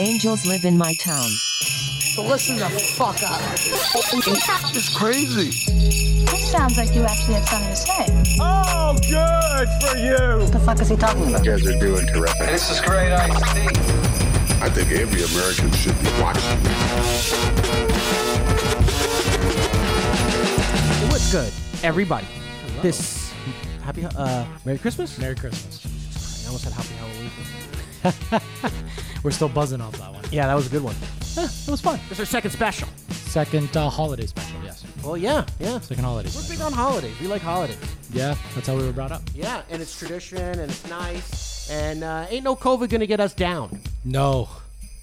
Angels live in my town. So listen the fuck up. It's crazy. It sounds like you actually have something to say. Oh, good for you. What the fuck is he talking about? You guys are doing terrific. This is great, I see. I think every American should be watching What's good, everybody? This happy uh, Merry Christmas. Merry Christmas. I almost said Happy Halloween. We're still buzzing off that one. Yeah, that was a good one. Huh, that was fun. It's our second special. Second uh, holiday special, yes. Well, yeah, yeah. Second holiday We're special. big on holidays. We like holidays. Yeah, that's how we were brought up. Yeah, and it's tradition, and it's nice, and uh, ain't no COVID gonna get us down. No,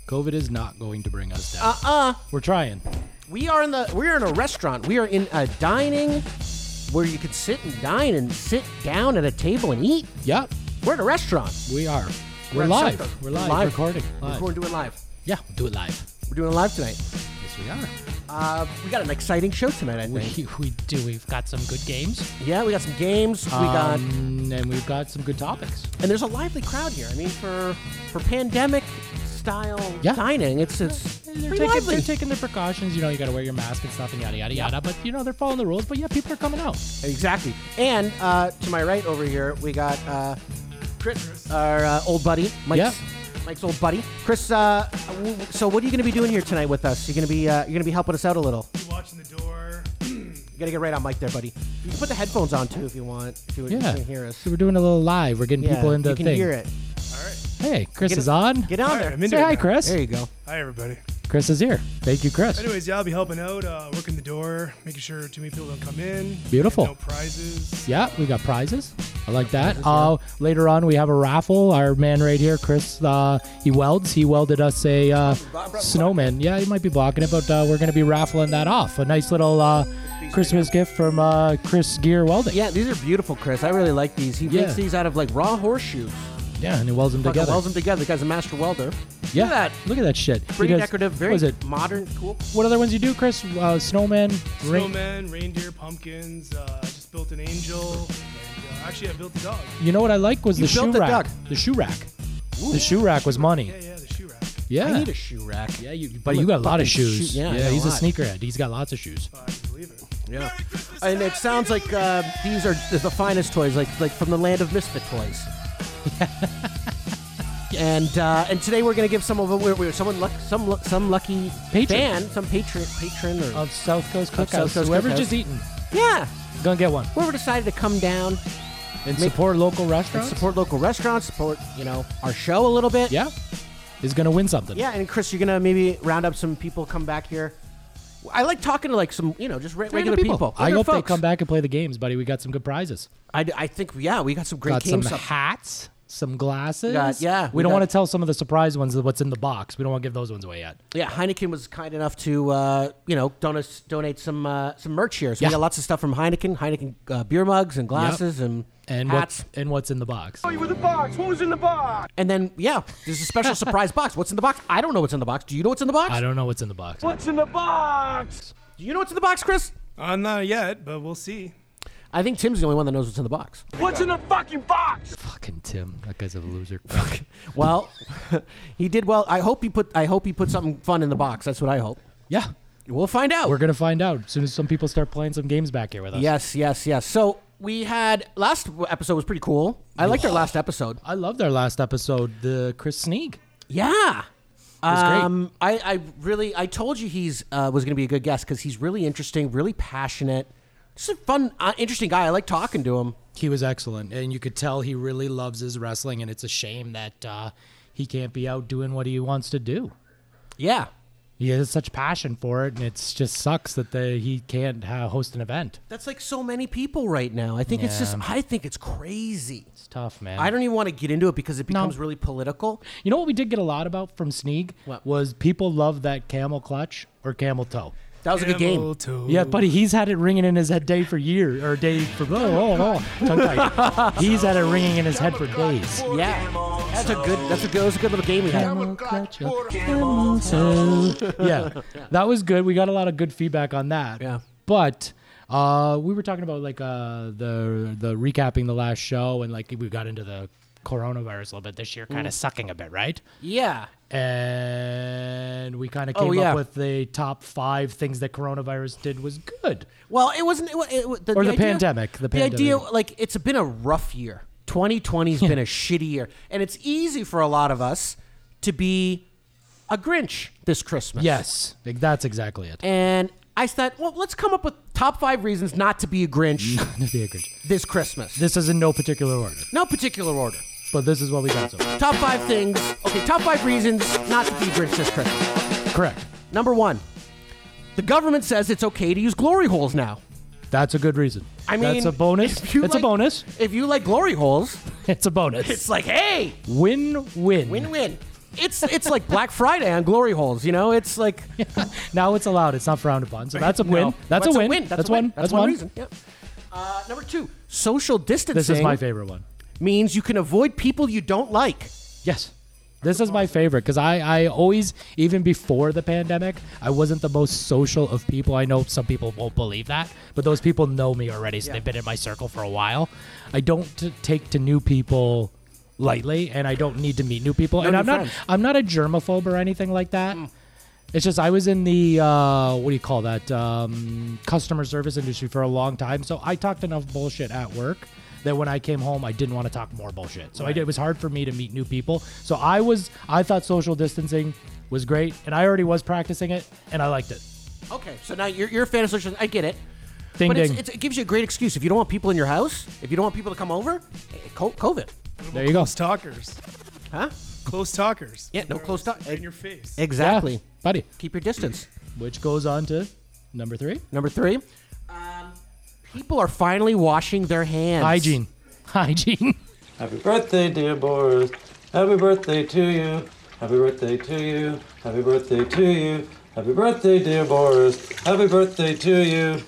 COVID is not going to bring us down. Uh uh We're trying. We are in the. We are in a restaurant. We are in a dining, where you could sit and dine and sit down at a table and eat. Yep, We're at a restaurant. we are. We're at live. Suffolk. We're live. Live. Recording. Live. We're doing live. Yeah, we'll do it live. We're doing live tonight. Yes, we are. Uh, we got an exciting show tonight. I think. We, we do. We've got some good games. yeah, we got some games. we got Um, and we've got some good topics. and there's a lively crowd here. I mean, for for pandemic style Yeah. dining, it's it's They're pretty taking, lively. they're taking their precautions. You know, you got to wear your mask and stuff and yada, yada, yada. But, you know, they're following the rules. But, yeah, people are coming out. exactly. And uh, to my right over here, we got uh, Chris, our uh, old buddy, Mike's, Mike's old buddy, Chris. Uh, w- w- so, what are you going to be doing here tonight with us? You're going to be uh, you're going to be helping us out a little. You watching the door. You got to get right on mic there, buddy. You can put the headphones on too if you want. If you, Yeah. you can hear us. So we're doing a little live. We're getting Yeah, people into you can the thing. hear it. Hey, Chris Get is it- on. Get on All right, there. I'm into Say it hi, now. Chris. There you go. Hi, everybody. Chris is here. Thank you, Chris. Anyways, yeah, I'll be helping out, uh, working the door, making sure too many people don't come in. Beautiful. No prizes. Yeah, we got prizes. I like that. Uh, later on, we have a raffle. Our man right here, Chris, uh, he welds. He welded us a uh, snowman. Yeah, he might be blocking it, but uh, we're going to be raffling that off. A nice little uh, Christmas gift from uh, Chris Gear Welding. Yeah, these are beautiful, Chris. I really like these. He Yeah. makes these out of like raw horseshoes. Yeah, and he welds them Fucking together. Welds them together. The guy's a master welder. yeah, Look at that. Look at that shit. Pretty He does- decorative. Very What is it? modern. Cool. What other ones you do, Chris? Uh, snowman. ring- Snowmen, reindeer, pumpkins. Uh, I just built an angel. And, uh, actually, I built a dog. You know what I like was You the shoe built the rack. duck. The shoe rack. The shoe rack was money. Yeah, yeah, the shoe rack. Yeah. I need a shoe rack. yeah, you, but you got a lot Fucking of shoes. shoe- yeah, I got yeah a he's a lot. sneakerhead. He's got lots of shoes. Uh, I can believe it. Yeah. And it sounds like uh, these are the finest toys, like like from the land of misfit toys. And uh, and today we're gonna give some of them. We're, we're someone luck, some lu- some lucky Patron. fan, some patron patron or of South Coast Of Cookhouse. South Coast Whoever Cookhouse. just eaten, yeah, gonna get one. whoever decided to come down And Make- support local and restaurants. support local restaurants, support you know our show a little bit. yeah, is gonna win something. Yeah, and Chris, you're gonna maybe round up some people, come back here. I like talking to like some, you know, just re- regular people. I regular hope they folks. come back and play the games, buddy. We got some good prizes. I, I think yeah, we got some great got some games. up. hats, some glasses. got- yeah, we, we don't got- want to tell some of the surprise ones what's in the box. We don't want to give those ones away yet. yeah, Heineken was kind enough to uh, you know donate donate some uh, some merch here. So Yeah. we got lots of stuff from Heineken, Heineken uh, beer mugs and glasses and And hats. Oh, what's and what's in the box? And then yeah, there's a special surprise box. What's in the box? I don't know what's in the box. Do you know what's in the box? I don't know what's in the box. Do you know what's in the box, Chris? Uh, not yet, but we'll see. I think Tim's the only one that knows what's in the box. Fucking Tim, that guy's a loser. Well, he did well. I hope he put I hope he put something fun in the box. That's what I hope. yeah, We'll find out. we're gonna find out as soon as some people start playing some games back here with us. yes, yes, yes. So we had last episode was pretty cool. I liked our last episode. I loved our last episode, the Chris Sneak. Yeah. was great. Um, I, I really, I told you he's uh, was going to be a good guest because he's really interesting, really passionate, just a fun, uh, interesting guy. I like talking to him. He was excellent, and you could tell he really loves his wrestling, and it's a shame that uh, he can't be out doing what he wants to do. Yeah, He has such passion for it, and it just sucks that the, he can't uh, host an event. that's like so many people right now. I think it's just, Yeah. I think it's crazy. It's tough, man. I don't even want to get into it because it No. becomes really political. You know what we did get a lot about from Sneak What? was people love that camel clutch or camel toe. That was a good Camel game. toe. Yeah, buddy, he's had it ringing in his head day for years, or day for oh, oh, oh tongue tied. He's had it ringing in his head for days. Yeah, that's a good, that's a good, that was a good little game we had. Camel clutch, a camel toe. yeah, that was good. We got a lot of good feedback on that. Yeah. but uh, we were talking about like uh, the the recapping the last show and like we got into the coronavirus a little bit this year, Mm. kind of sucking a bit, right? Yeah. And we kind of Oh, came yeah. up with the top five things that coronavirus did was good. Well, it wasn't. It, wa- it, wa- the, Or the idea- pandemic, the idea, pandemic. like, it's been a rough year. 2020's been a shitty year, and it's easy for a lot of us to be a Grinch this Christmas. Yes, like, that's exactly it. And I said, well, let's come up with top five reasons not to be a Grinch The acreage. this Christmas. this is in no particular order, No particular order. but this is what we got so far. Top five things. Okay, top five reasons not to be a Grinch this Christmas. Correct. Number one, the government says it's okay to use glory holes now. That's a good reason. I mean, that's a bonus. if It's you a like- bonus. If you like glory holes, It's a bonus. it's like, hey, win win. win-win. It's it's like Black Friday on glory holes. You know, it's like Now it's allowed. It's not frowned upon. So that's a No. win. That's, a win. That's, a one. win. That's, one, reason. Yep. Uh, number two, social distancing. This is my favorite one. Means you can avoid people you don't like. Yes. This is my favorite because I, I always, even before the pandemic, I wasn't the most social of people. I know some people won't believe that, but those people know me already, so they've been in my circle for a while. I don't t- take to new people lightly, and I don't need to meet new people. and new I'm not, friends. Mm. I'm not a germaphobe or anything like that. It's just I was in the uh, what do you call that um, customer service industry for a long time, so I talked enough bullshit at work that when I came home, I didn't want to talk more bullshit. So I did, it was hard for me to meet new people. So I was I thought social distancing was great, and I already was practicing it, and I liked it. Okay, so now you're, you're a fan of social. I get it. Ding but ding. It's, it's, it gives you a great excuse if you don't want people in your house. If you don't want people to come over, eh, co- COVID. there you go. Close talkers. Huh? Close talkers. Yeah, no They're close talk- In your face. Exactly. Yeah, buddy. Keep your distance. Which goes on to number three, Number three, um, people are finally washing their hands. hygiene. Hygiene. Happy birthday, dear Boris. Happy birthday to you. Happy birthday to you. Happy birthday to you. Happy birthday, dear Boris. Happy birthday to you.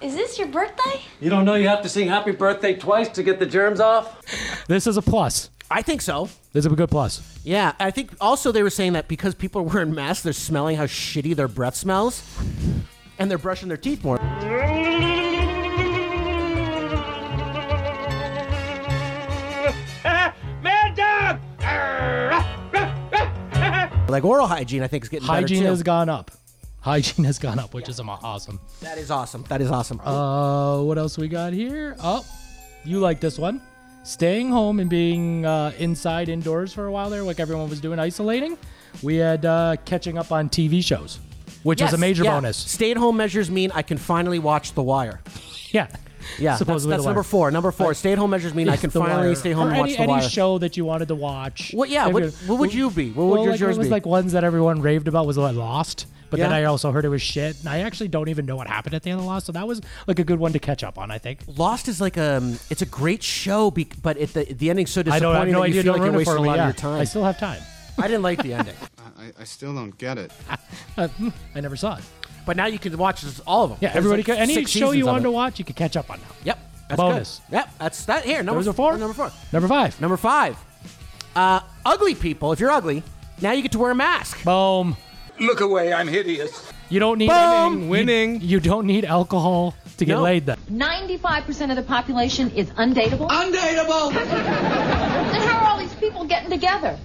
Is this your birthday? You don't know you have to sing happy birthday twice to get the germs off? this is a plus. I think so. This is a good plus. Yeah, I think also they were saying that because people are wearing masks, they're smelling how shitty their breath smells, and they're brushing their teeth more. Mad Dog! Like oral hygiene, I think is getting Hygiene better too. has gone up. Hygiene has gone up, which is am- awesome. that is awesome. That is awesome. Uh, what else we got here? Oh, you like this one? Staying home and being uh, inside indoors for a while there, like everyone was doing, isolating. We had uh, catching up on TV shows, which Yes, is a major yeah. bonus. Stay-at-home measures mean I can finally watch The Wire. Yeah, Yeah, that's, Supposedly that's The number Wire. four. Number four. Stay-at-home measures mean I can The finally Wire. stay home Or and watch any, The any Wire. show that you wanted to watch. Well, yeah, what- If you- what would you be? What would well, your like, yours It was be? like ones that everyone raved about was like Lost, but then Yeah. I also heard it was shit, and I actually don't even know what happened at the end of Lost, so that was like a good one to catch up on. I think. Lost is like um, it's a great show, be- but it, the the ending's so I disappointing don't I have no that you idea. feel Don't like ruin you're it wasting for a me. lot yeah. of your time. I still have time. I didn't like the ending, I, I still don't get it. I never saw it. but now you can watch this- all of them. Yeah, There's everybody. like Can, any six show seasons you of wanted it. to watch, you could catch up on now. Yep. That's Bonus. Good. Yep. That's that. Here, number Those are four? Number four. Number five. Number five. Uh, ugly people. If you're ugly, now you get to wear a mask. Boom. Look away, I'm hideous. You don't need Boom. You- Winning. You, don't need alcohol to get No. laid. Then 95% of the population is undateable. Undateable! Then how are all these people getting together?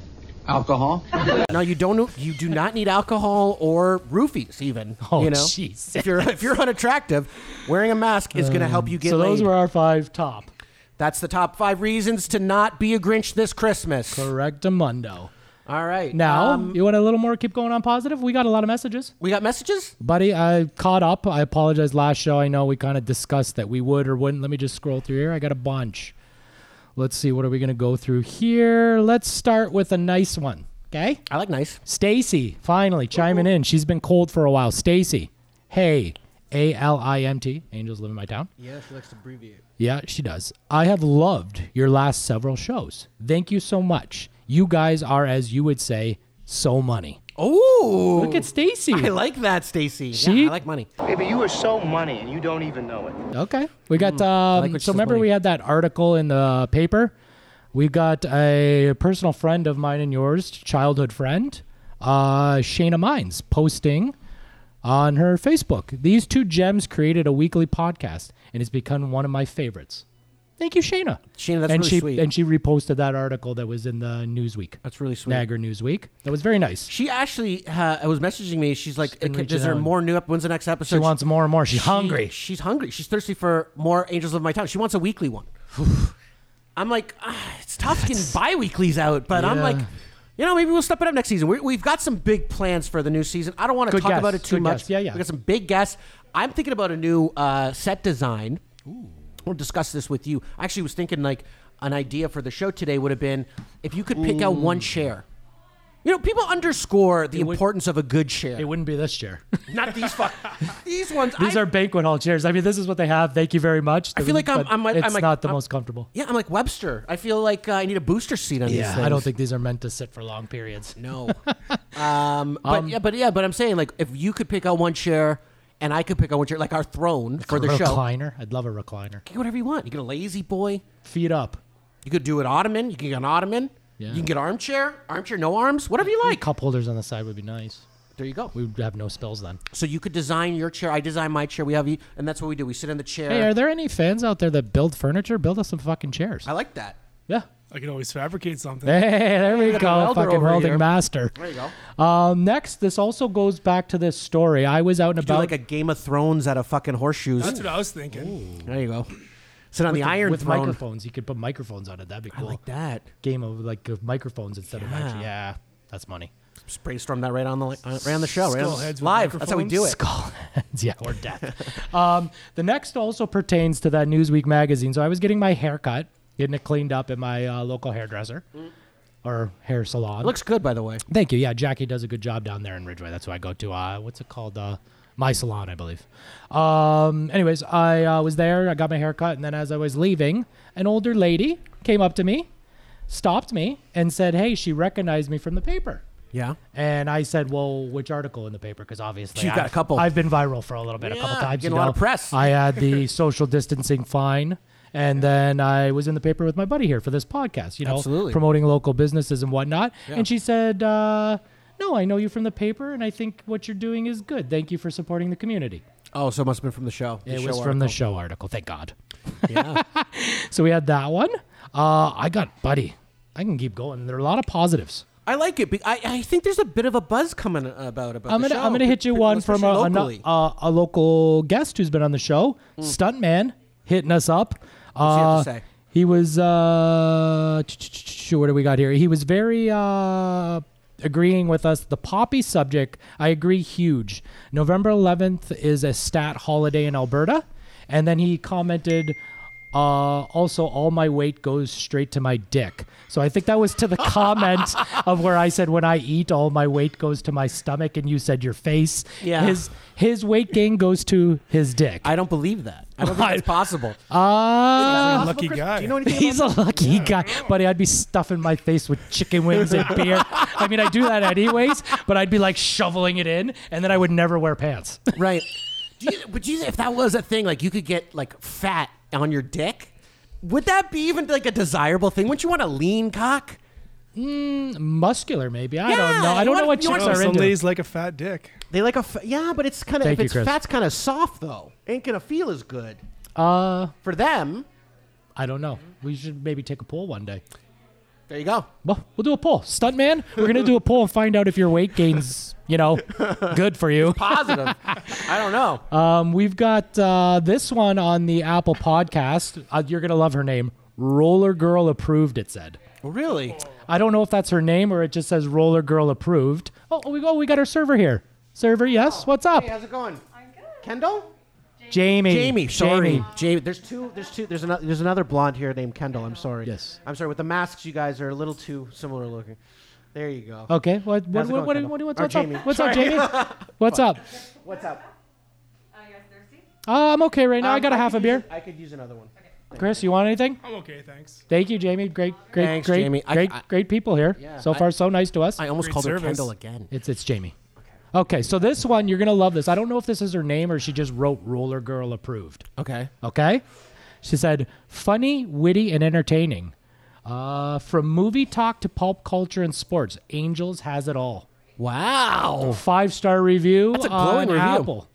Alcohol? No, you don't. You do not need alcohol or roofies, even. Oh, you know, jeez. if you're if you're unattractive, wearing a mask is going to help you get so laid. those were our five top. That's the top five reasons to not be a Grinch this Christmas. Correctamundo. All right. Now Um, you want a little more? Keep going on positive. We got a lot of messages, we got messages. buddy. I caught up. I apologize. Last show, I know we kind of discussed that we would or wouldn't. Let me just scroll through here. I got a bunch. Let's see. What are we gonna go through here? Let's start with a nice one. Okay. I like nice. Stacy, finally chiming in. She's been cold for a while. Stacy, hey, A L I M T. Angels live in my town. Yeah, she likes to abbreviate. Yeah, she does. I have loved your last several shows. Thank you so much. You guys are, as you would say, so money. Oh, Look at Stacy. I like that, Stacy. She- Yeah, I like money. Baby, you are so money and you don't even know it. Okay. We got um, Mm, like what she so says remember money. we had that article in the paper. We got a personal friend of mine and yours, childhood friend, uh, Shayna Mines, posting on her Facebook. These two gems created a weekly podcast and it's become one of my favorites. Thank you, Shayna. Shayna, that's and really she, sweet. And she reposted that article that was in the Newsweek. That's really sweet. Niagara Newsweek. That was very nice. She actually uh, was messaging me. She's like, been "Can- reaching "Is there out. more new up? When's the next episode?" She wants more and more. She's She- hungry. She's hungry. She's thirsty for more Angels of My Town. She wants a weekly one. I'm like, ah, it's tough getting bi-weeklies out, but I'm Yeah. like, you know, maybe we'll step it up next season. we we've got some big plans for the new season. I don't want to Good talk guess. about it too Good much. guess. Yeah, yeah. We got some big guests. I'm thinking about a new uh, set design. We'll discuss this with you. I actually was thinking like an idea for the show today would have been if you could pick out one chair. You know, people underscore the importance of a good chair. It wouldn't be this chair. Not these fuck. these ones. These I, are banquet hall chairs. I mean, this is what they have. Thank you very much. I feel like I'm- But I'm like- It's I'm like- not the I'm- most comfortable. Yeah, I'm like Webster. I feel like uh, I need a booster seat on these Yeah, things. I don't think these are meant to sit for long periods. No. um, but yeah, but yeah, but I'm saying like if you could pick out one chair and I could pick out one chair, like our throne for the show. You recliner. I'd love a recliner. can get whatever you want. You get a lazy boy. Feet up. You could do an ottoman. You can get an ottoman. Yeah. You can get armchair, armchair, no arms, whatever you like. Cup holders on the side would be nice. There you go. We would have no spills then. So you could design your chair. I design my chair. We have, e- and that's what we do. We sit in the chair. Hey, are there any fans out there that build furniture? Build us some fucking chairs. I like that. Yeah. I can always fabricate something. Hey, there we got the go. welder Fucking over welding here. master. There you go. Um, next, this also goes back to this story. I was out and Do about. like a Game of Thrones out of fucking horseshoes. That's what I was thinking. there you go. Sit on the Iron with Throne. microphones. You could put microphones on it. That'd be I cool. like that. Game of like of microphones instead of actually. Yeah. Yeah, that's money. Just brainstorm that right on the uh, right on the show, right on- Skullheads with live. That's how we do it. Skull heads, yeah, or death. um, the next also pertains to that Newsweek magazine. So I was getting my hair cut, getting it cleaned up at my uh, local hairdresser or hair salon. It Mm. looks good, by the way. Thank you. Yeah, Jackie does a good job down there in Ridgeway. That's who I go to. Uh, what's it called? Uh, my salon, I believe. Um, anyways, I uh, was there. I got my hair cut, and then as I was leaving, an older lady came up to me, stopped me, and said, "Hey, she recognized me from the paper." Yeah. And I said, "Well, which article in the paper?" Because obviously, You got I've- a couple. I've been viral for a little bit, a couple Yeah, times. getting a you lot know. of press. I had the social distancing fine, and then I was in the paper with my buddy here for this podcast. You know, Absolutely. promoting local businesses and whatnot. Yeah. And she said, uh, "No, I know you from the paper, and I think what you're doing is good. Thank you for supporting the community." Oh, so it must have been from the show. The it show was from the article. show article. Thank God. so we had that one. Uh, I got buddy. I can keep going. There are a lot of positives. I like it. be- I, I think there's a bit of a buzz coming about about. I'm the gonna show, I'm gonna hit you pe- one especially from a, a, locally. Mm. a, a local guest who's been on the show, stuntman, hitting us up. he have to Uh, say? he was uh, ch- ch- ch- ch- what do we got here? He was very uh, agreeing with us. The poppy subject, I agree, huge. November 11th is a stat holiday in Alberta, and then he commented. Uh, also, all my weight goes straight to my dick. So I think that was to the comment of where I said, when I eat, all my weight goes to my stomach, and you said your face. Yeah. His his weight gain goes to his dick. I don't believe that. I don't think it's possible. uh, Lucky guy. Do you know anything? He's a lucky guy, buddy. I'd be stuffing my face with chicken wings and beer. I mean, I do that anyways, but I'd be like shoveling it in, and then I would never wear pants. right. Do you, but do you, if that was a thing, like you could get like fat on your dick, would that be even like a desirable thing? Wouldn't you want a lean cock? Muscular, maybe. I Yeah, don't know. I don't you know what want- you chicks want Oh, are some into. lady's like a fat dick. They like a f- yeah, but it's kind of Thank if you, it's Chris. fat's kind of soft though, ain't gonna feel as good Uh, for them. I don't know. We should maybe take a poll one day. There you go. Well, we'll do a poll. Stuntman, we're gonna do a poll and find out if your weight gains, you know, good for you. Positive. I don't know. Um, we've got uh, this one on the Apple Podcast. Uh, you're gonna love her name. Roller Girl approved. It said. really? I don't know if that's her name or it just says Roller Girl approved. Oh, we go. We got our server here. Server, yes. What's up, Hey, how's it going? I'm good. Kendall? Jamie? Jamie, sorry. Jamie. There's two there's two there's another there's another blonde here named Kendall. I'm sorry. Yes. I'm sorry, with the masks you guys are a little too similar looking. There you go. Okay. What? What? How's it going, What? What? Kendall? what, what's Or what's Jamie. up? What's up, Jamie? What's up? What's up? Uh, I'm okay right now. I Um, got a half could a beer. use- I could use another one. Chris, you want anything? I'm okay, thanks. Thank you, Jamie. Great, great, Thanks, great, Jamie. I- great, I- great people here. Yeah, so I- far, so nice to us. I almost Great called her service. Kendall again. it's it's Jamie. Okay, so this one you're gonna love this. I don't know if this is her name or she just wrote "Roller Girl approved." Okay. Okay, she said, "Funny, witty, and entertaining." Uh, from movie talk to pulp culture and sports, Angels has it all. Wow. Five star review. Oh. That's a glowing on review. Apple.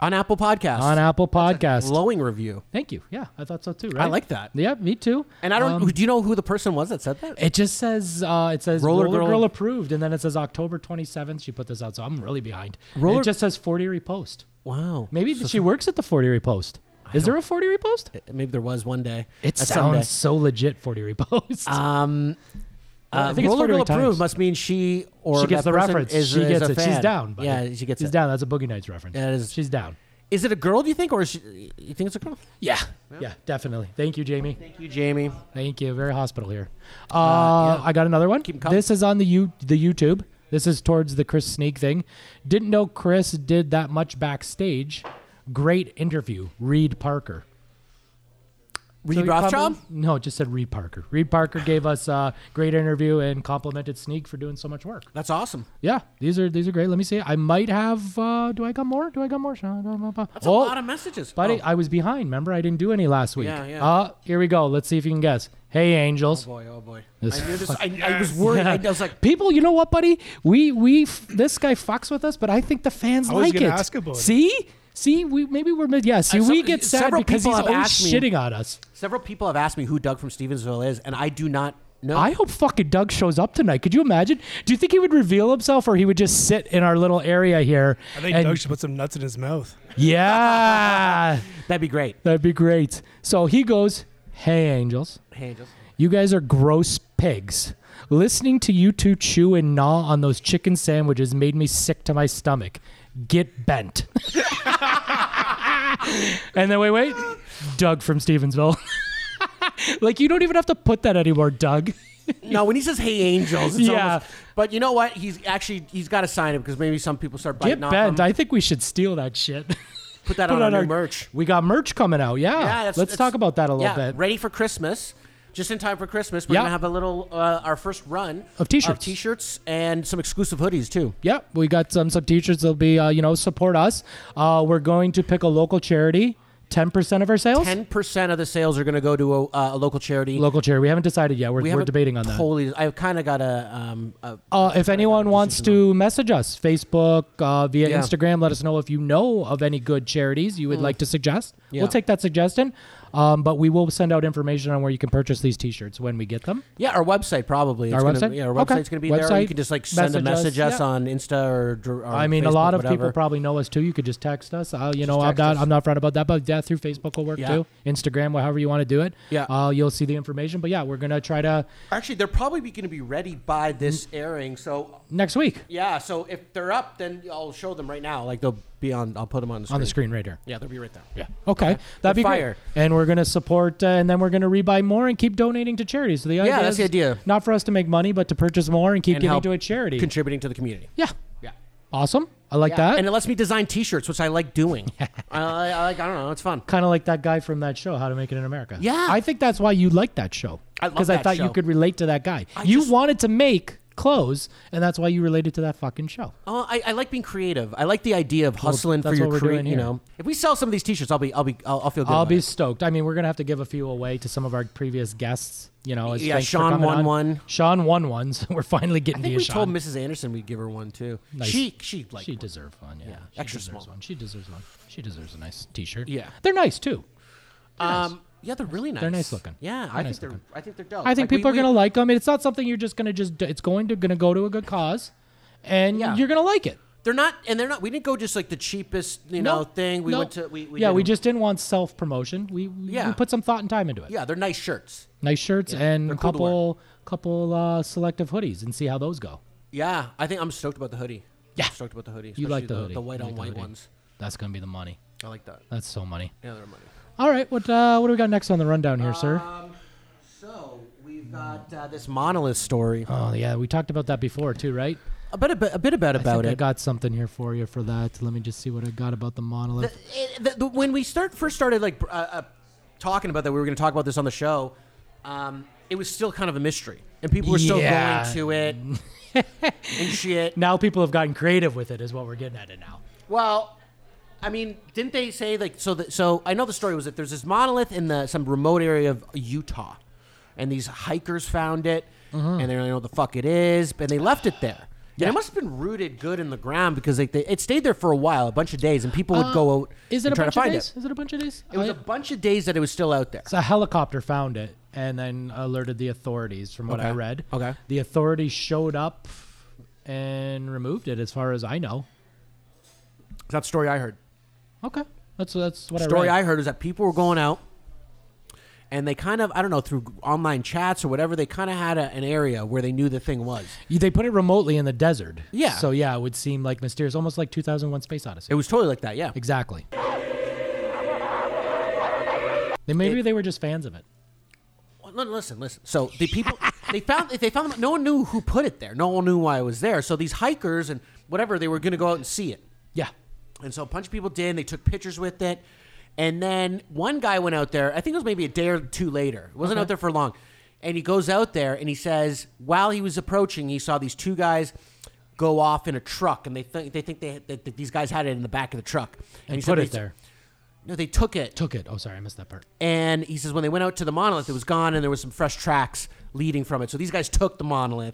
on Apple Podcasts. On Apple Podcast. glowing review. Thank you. Yeah, I thought so too. I right? like that. Yeah, me too. And I don't. Um, do you know who the person was that said that? It just says uh, it says Roller Roller, Girl- Girl. approved, and then it says October 27th. She put this out, so I'm really behind. And Roller- it just says 40 repost. Wow. Maybe she works at the 40 repost. Is there a 40 repost? Maybe there was one day. It Uh, sounds someday. so legit. 40 repost. Um, I uh, think it's Roller 40 Girl approved times. must mean she or she gets that the person reference. Is, she is gets a it. Fan. She's down. buddy. Yeah, she gets She's it. down. That's a Boogie Nights reference. Yeah, it is. She's down. Is it a girl? Do you think, or is she, you think it's a girl? Yeah. Yeah, definitely. Thank you, Jamie. Thank you, Jamie. Thank you. Very hospital here. Uh, yeah. I got another one. 'em coming. This is on the you the YouTube. This is towards the Chris Sneak thing. Didn't know Chris did that much backstage. Great interview. Reed Parker. Reed So he Rothschild. compli- no, it just said Reed Parker. Reed Parker gave us a great interview and complimented Sneak for doing so much work. That's awesome. Yeah, these are these are great. Let me see. I might have. Uh, do I got more? Do I got more? That's That's a lot of messages, Buddy, Oh, I was behind. Remember, I didn't do any last week. Yeah, yeah. Uh, here we go. Let's see if you can guess. Hey, angels. boy, oh boy. This I knew this. I, I was worried. I was like, People, you know what, buddy? We we f- this guy fucks with us, but I think the fans I was like it. gonna ask about it. see, see, we maybe we're mid- yeah. See, Uh, we some- get sad several because people he's have always asked me- shitting on us. several people have asked me who Doug from Stevensville is, and I do not know. I hope fucking Doug shows up tonight. Could you imagine? Do you think he would reveal himself, or he would just sit in our little area here? I think and- Doug should put some nuts in his mouth. yeah, That'd be great. that'd be great. So he goes, "Hey, angels." Hey, Angels. You guys are gross pigs. Listening to you two chew and gnaw on those chicken sandwiches made me sick to my stomach. Get bent. and then wait, wait, Doug from Stevensville. like you don't even have to put that anymore, Doug. No, when he says "Hey, Angels," it's Yeah. almost- but you know what? He's actually he's got to sign it because maybe some people start biting Get off bent. him. I think we should steal that shit. Put that Put on, on our our- new merch. we got merch coming out. Yeah. Yeah, that's, Let's that's- talk about that a little yeah, bit. Ready for Christmas. Just in time for Christmas, we're Yeah. gonna have a little uh, our first run Of t-shirts. t-shirts, and some exclusive hoodies too. Yep, we got some some teachers. They'll be uh, you know support us. Uh, we're going to pick a local charity. Ten percent of our sales. Ten percent of the sales are gonna go to a, uh, a local charity. Local charity. We haven't decided yet. We're, we we are we are debating on that. Totally, I've kind of got a, um, a uh, if anyone wants to message us, Facebook, uh, via Yeah. Mm. Instagram, let us know if you know of any good charities you would like to suggest. Yeah. We'll take that suggestion, um, but we will send out information on where you can purchase these T-shirts when we get them. yeah, our website probably. It's Our gonna, website? Yeah, our Okay. website's gonna be there. Or you Website, can just like send a message us, message us, yeah. on Insta or. dr- or I mean, a Facebook, lot of people whatever. probably know us too. You could just text us. Uh, you know, I'm text not, us. I'm not front about that, but yeah, through Facebook will work Yeah. too. Instagram, however you want to do it. Yeah. uh, you'll see the information. But yeah, we're gonna try to Actually, they're probably going to be ready by this airing. So next week yeah, so if they're up, then I'll show them right now. Like they'll be on. I'll put them on the screen. on the screen right here. Yeah, they'll be right there. Yeah. Okay, that'd be fire. great. And we're gonna support, uh, and then we're gonna rebuy more and keep donating to charities. So the idea that's is the idea. Not for us to make money, but to purchase more and keep And giving help to a charity. Contributing to the community. yeah. Yeah. Awesome. I like that. And it lets me design T-shirts, which I like doing. I, I, I like. I don't know. It's fun. kind of like that guy from that show, How to Make It in America. Yeah. I think that's why you like that show. I love Because I that thought show. you could relate to that guy. you just- wanted to make clothes, and that's why you related to that fucking show. Oh, I, I like being creative. I like the idea of hustling that's for what your we're creative. doing You here. know, if we sell some of these T-shirts, I'll be. I'll be. I'll, I'll feel good. I'll about be it. stoked. I mean, we're gonna have to give a few away to some of our previous guests. You know, as Yeah, thanks for Sean coming won on. one. Sean won one, so we're finally I getting to think you, we Sean. told Mrs. Anderson we'd give her one too. Nice. She she like she deserved one. Yeah, She extra deserves small. one. She deserves one. She deserves a nice T-shirt. Yeah. they're nice too. Um, yeah, they're really nice. They're nice looking. Yeah, I They're nice think looking. they're. I think they're dope. I think Oh, Like, we- people we- are gonna like them. It's not something you're just gonna just. do- It's going to gonna go to a good cause, and Yeah. you're gonna like it. They're not, and they're not. We didn't go just like the cheapest, you know, thing. We no. went to. We, we yeah, did we them- just didn't want self promotion. We we, Yeah. we put some thought and time into it. Yeah, they're nice shirts. Nice shirts and they're a cool to couple couple uh, selective hoodies and see how those go. Yeah, I think I'm stoked about the hoodie. Yeah. I'm stoked about the hoodie. You like especially the hoodie. The white You like on the white hoodie. ones. That's gonna be the money. I like that. That's so money. Yeah, they're money. All right, what uh, what do we got next on the rundown here, sir? Uh, So we've got uh, this monolith story. Oh yeah, we talked about that before too, right? A bit, a bit, a bit about I about think I it. got something here for you for that. Let me just see what I got about the monolith. it- the, the, when we start first started like uh, uh, talking about that, we were going to talk about this on the show. Um, it was still kind of a mystery, and people were still Yeah. going to it and shit. now people have gotten creative with it, is what we're getting at it now. Well, I mean, didn't they say like so? The, so I know the story was that there's this monolith in the some remote area of Utah, Mm-hmm. and these hikers found it, and they don't know what the fuck it is, and they left it there. And it must have been rooted good in the ground because like they, it stayed there for a while, a bunch of days, and people would Uh, go out Is it and a try bunch to of find days? it. Is it a bunch of days? It was a bunch of days that it was still out there. So a helicopter found it and then alerted the authorities, from what I Okay. read. Okay. The authorities showed up and removed it, as far as I know. That's the story I heard. Okay. That's that's what The story I I, read. heard is that people were going out and they kind of I don't know through online chats or whatever they kind of had a, an area where they knew the thing was. They put it remotely in the desert. Yeah. So yeah, it would seem like mysterious, almost like 2001: Space Odyssey. It was totally like that, yeah. Exactly. They maybe they were just fans of it. Well, no, Listen, listen. So the people they found they found no one knew who put it there. No one knew why it was there. So these hikers and whatever they were going to go out and see it. Yeah. And so a bunch of people did. And they took pictures with it. And then one guy went out there. I think it was maybe a day or two later. It wasn't Okay. out there for long. And he goes out there and he says, while he was approaching, he saw these two guys go off in a truck, and they think they think they that, that these guys had it in the back of the truck. And, he said put they- it there. No, they took it. Took it. Oh, sorry, I missed that part. And he says when they went out to the monolith, it was gone, and there was some fresh tracks leading from it. So these guys took the monolith,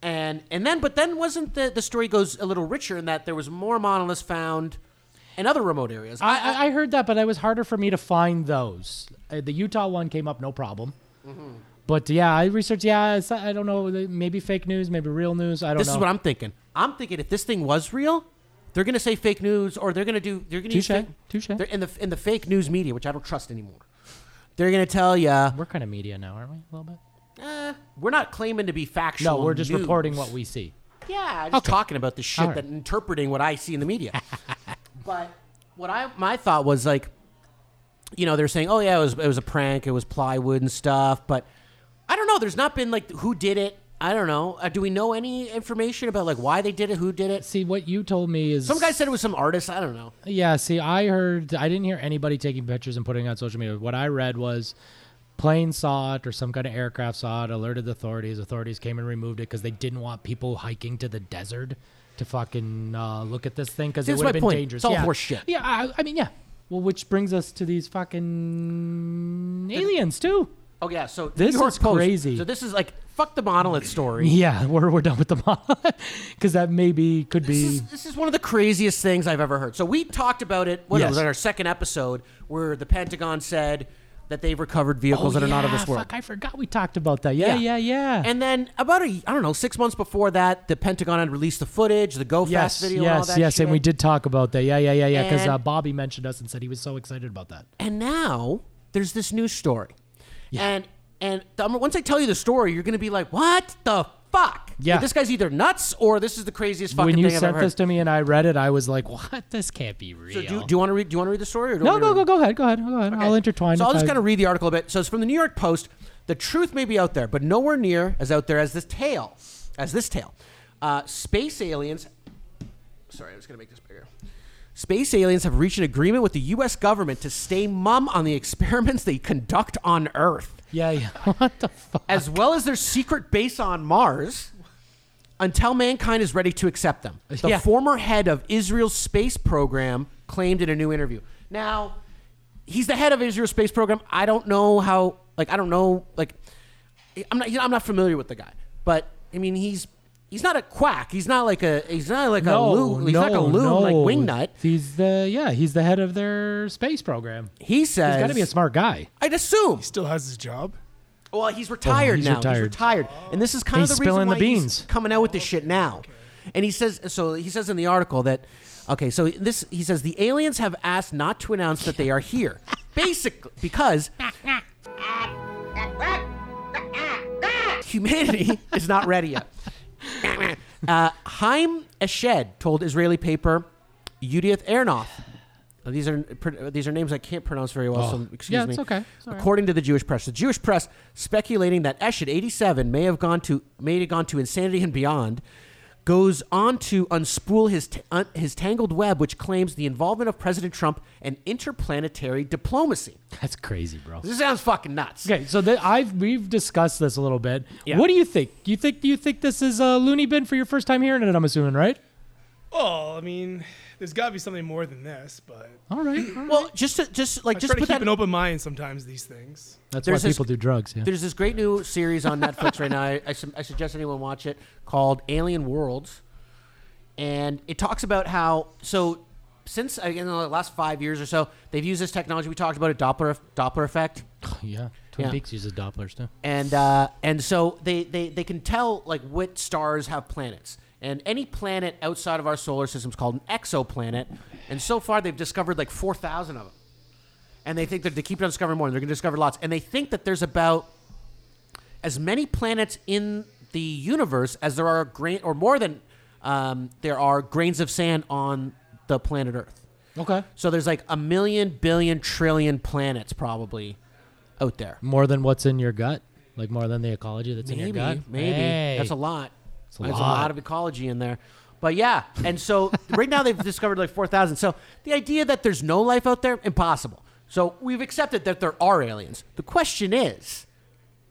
and and then but then wasn't the the story goes a little richer in that there was more monoliths found in other remote areas. I, I- I heard that, but it was harder for me to find those. Uh, the Utah one came up, no problem. Mm-hmm. But yeah, I researched. Yeah, it's, I don't know. Maybe fake news, maybe real news. I don't this know. is what I'm thinking. I'm thinking if this thing was real, they're gonna say fake news, or they're gonna do they're gonna use Touche, fake, touche. They're in the in the fake news media, which I don't trust anymore. They're gonna tell you We're kind of media now, aren't we? A little bit. we're not claiming to be factual. No, we're just news. reporting what we see. Yeah, just talking about the shit All right. that interpreting what I see in the media. but what I my thought was like, you know, they're saying, oh yeah, it was it was a prank, it was plywood and stuff. But I don't know. There's not been like who did it. I don't know. Uh, do we know any information about like why they did it, who did it? See, what you told me is Some guy said it was some artist. I don't know. Yeah, see, I heard I didn't hear anybody taking pictures and putting it on social media. What I read was plane saw it or some kind of aircraft saw it, alerted the authorities. Authorities came and removed it because they didn't want people hiking to the desert to fucking uh, look at this thing because See, it that's would my have been point. dangerous. It's all yeah. horseshit. Yeah, I, I mean, yeah. Well, which brings us to these fucking aliens too. Oh yeah, so New This York is Post. crazy. So this is like fuck the monolith story. Yeah, we're we're done with the model because that maybe could be. This is one of the craziest things I've ever heard. So we talked about it. What it Yes. was on our second episode where the Pentagon said that they've recovered vehicles that are not of Oh, yeah, this world. Fuck, I forgot we talked about that. Yeah, yeah, yeah. And then about a I don't know six months before that, the Pentagon had released the footage, the GoFast yes, video, yes, and all that yes, and we shit. did talk about that. Yeah, yeah, yeah, yeah. Because And- uh, Bobby mentioned us and said he was so excited about that. And now there's this news story, and and the, um, once I tell you the story, you're gonna be like, what the fuck? Yeah. this guy's either nuts or this is the craziest fucking When you thing I've sent ever heard. this to me and I read it, I was like, "What? This can't be real." So do, do you want to read? Do you want to read the story? Or do you no, want me to no, read it? go, go ahead, go ahead, go ahead. I'll intertwine. So I'll if just I- kind of read the article a bit. So it's from the New York Post. The truth may be out there, but nowhere near as out there as this tale. As this tale, uh, space aliens. Sorry, I was going to make this bigger. Space aliens have reached an agreement with the U.S. government to stay mum on the experiments they conduct on Earth, Yeah, yeah. what the fuck? as well as their secret base on Mars, until mankind is ready to accept them. The Uh, Yeah. former head of Israel's space program claimed in a new interview. Now, he's the head of Israel's space program. I don't know how. Like, I don't know. Like, I'm not. You know, I'm not familiar with the guy. But I mean, he's he's not a quack. He's not like a. He's not like a loon. He's not like a loon like wingnut. He's the yeah. He's the head of their space program. He says. He's got to be a smart guy. I'd assume. Still has his job. Well, he's retired Oh, he's now. He's retired. retired, and this is kind He's of the reason spilling the why he's beans. coming out with this shit now. And he says so. He says in the article that okay, so this he says the aliens have asked not to announce that they are here, basically because humanity is not ready yet. Uh, Haim Eshed told Israeli paper Yudith Ernoth. Uh, These are pr- these are names I can't pronounce very well, so excuse Oh. yeah, me. it's okay. It's all right. According to the Jewish press, the Jewish press speculating that Eshed, 87, may have gone to may have gone to insanity and beyond, goes on to unspool his t- un- his tangled web, which claims the involvement of President Trump and interplanetary diplomacy. That's crazy, bro. This sounds fucking nuts. Okay, so th- I've we've discussed this a little bit. Yeah. What do you think? You think you think this is a loony bin for your first time hearing it? I'm assuming, right? Oh, I mean, there's got to be something more than this, but All right. Well, just to, just like I just try to keep put that an open mind sometimes. These things. That's There's why this- people do drugs. Yeah. There's this great new series on Netflix right now. I, I, su- I suggest anyone watch it called Alien Worlds. And it talks about how, so since uh, in the last five years or so, they've used this technology. We talked about a Doppler, Doppler effect. yeah. Twin Yeah. Peaks uses Dopplers too. and uh, and so they, they they can tell like what stars have planets and any planet outside of our solar system is called an exoplanet and so far they've discovered like 4000 of them and they think that they keep on discovering more and they're going to discover lots and they think that there's about as many planets in the universe as there are grain or more than um, there are grains of sand on the planet earth Okay. so there's like a million billion trillion planets probably out there More than what's in your gut, like more than the ecology that's in maybe, your gut. maybe Hey. that's a lot. a There's a lot. lot of ecology in there, but yeah. And so right now they've discovered like four thousand. So the idea that there's no life out there, impossible. So we've accepted that there are aliens. The question is,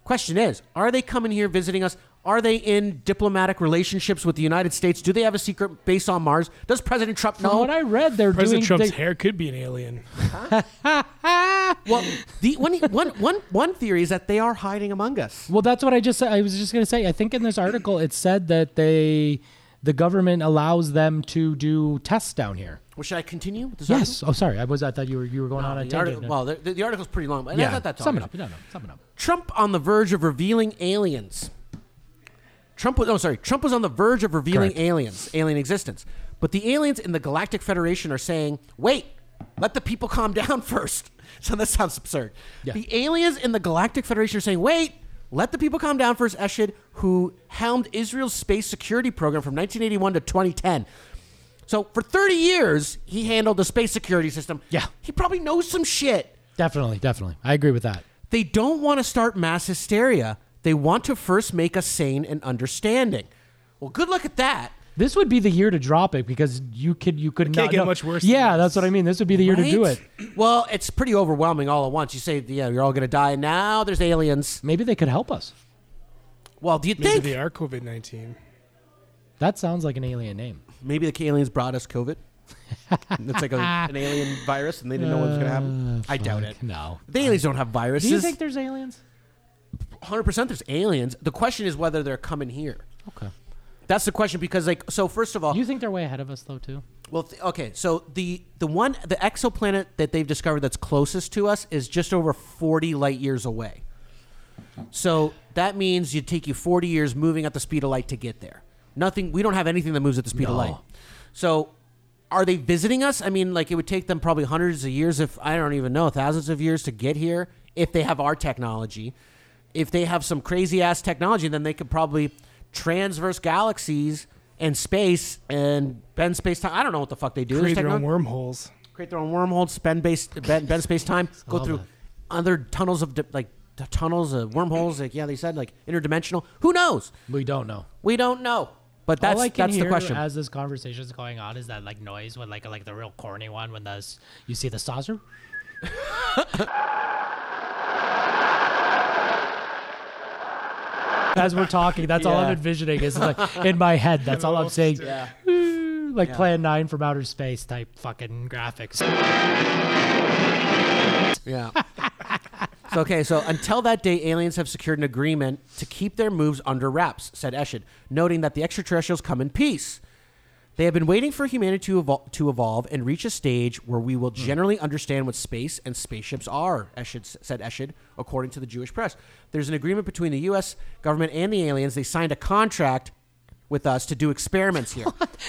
question is, are they coming here visiting us? Are they in diplomatic relationships with the United States? Do they have a secret base on Mars? Does President Trump From know? what I read, they're President doing. Trump's they- hair could be an alien. well, the one, one, one, one theory is that they are hiding among us. Well, that's what I just said. I was just going to say. I think in this article it said that they, the government allows them to do tests down here. Well, should I continue? with this Yes. Oh, sorry. I was. I thought you were you were going on a article? The tangent. article, well, the, the article's pretty long, but yeah. I thought that's all sum it good. up. No, no. Sum it up. Trump on the verge of revealing aliens. Trump was, oh, sorry, Trump was on the verge of revealing Correct. aliens, alien existence. But the aliens in the Galactic Federation are saying, wait, let the people calm down first. So that sounds absurd. Yeah. The aliens in the Galactic Federation are saying, wait, let the people calm down first, Eshid, who helmed Israel's space security program from 1981 to 2010. So for 30 years, he handled the space security system. Yeah. He probably knows some shit. Definitely. Definitely. I agree with that. They don't want to start mass hysteria. They want to first make us sane and understanding. Well, good luck at that. This would be the year to drop it because you could you could can't not get know- much worse than Yeah, this. that's what I mean. This would be the year to do right? it. Well, it's pretty overwhelming all at once. You say, yeah, you're all going to die. Now there's aliens. Maybe they could help us. Well, do you Maybe think they are COVID nineteen. That sounds like an alien name. maybe the aliens brought us COVID? it's like a, an alien virus and they didn't know what was going to happen. I doubt Uh, Fuck, it. No. The aliens don't have Do viruses. you think there's aliens? 100% there's aliens. The question is whether they're coming here. Okay. That's the question because, like, so first of all, You think they're way ahead of us though too? Well, th- okay. So the the one the exoplanet that they've discovered that's closest to us is just over forty light years away. So that means you'd take you forty years moving at the speed of light to get there. Nothing. We don't have anything that moves at the speed of No. light. So are they visiting us? I mean, like it would take them probably hundreds of years, if I don't even know, thousands of years to get here. If they have our technology, if they have some crazy ass technology, then they could probably transverse galaxies and space and bend space time. I don't know what the fuck they do. Create There's their own techno- wormholes. create their own wormholes, bend base, bend, bend space time, go all through that. other tunnels of di- like t- tunnels, uh, wormholes. Like yeah, they said like interdimensional. Who knows? We don't know. We don't know. But that's All I can that's hear the question. as this conversation is going on is that like noise when like like the real corny one when the you see the saucer. as we're talking, that's all I'm Yeah. envisioning is like in my head. That's all I'm saying. Yeah. "Ooh," Like Plan Nine from Outer Space type fucking graphics. Yeah. so, okay, so until that day, aliens have secured an agreement to keep their moves under wraps, said Eshin, noting that the extraterrestrials come in peace. They have been waiting for humanity to, evol- to evolve and reach a stage where we will generally understand what space and spaceships are, Eshid, said Eshid, according to the Jewish press. There's an agreement between the U.S. government and the aliens. They signed a contract with us to do experiments here.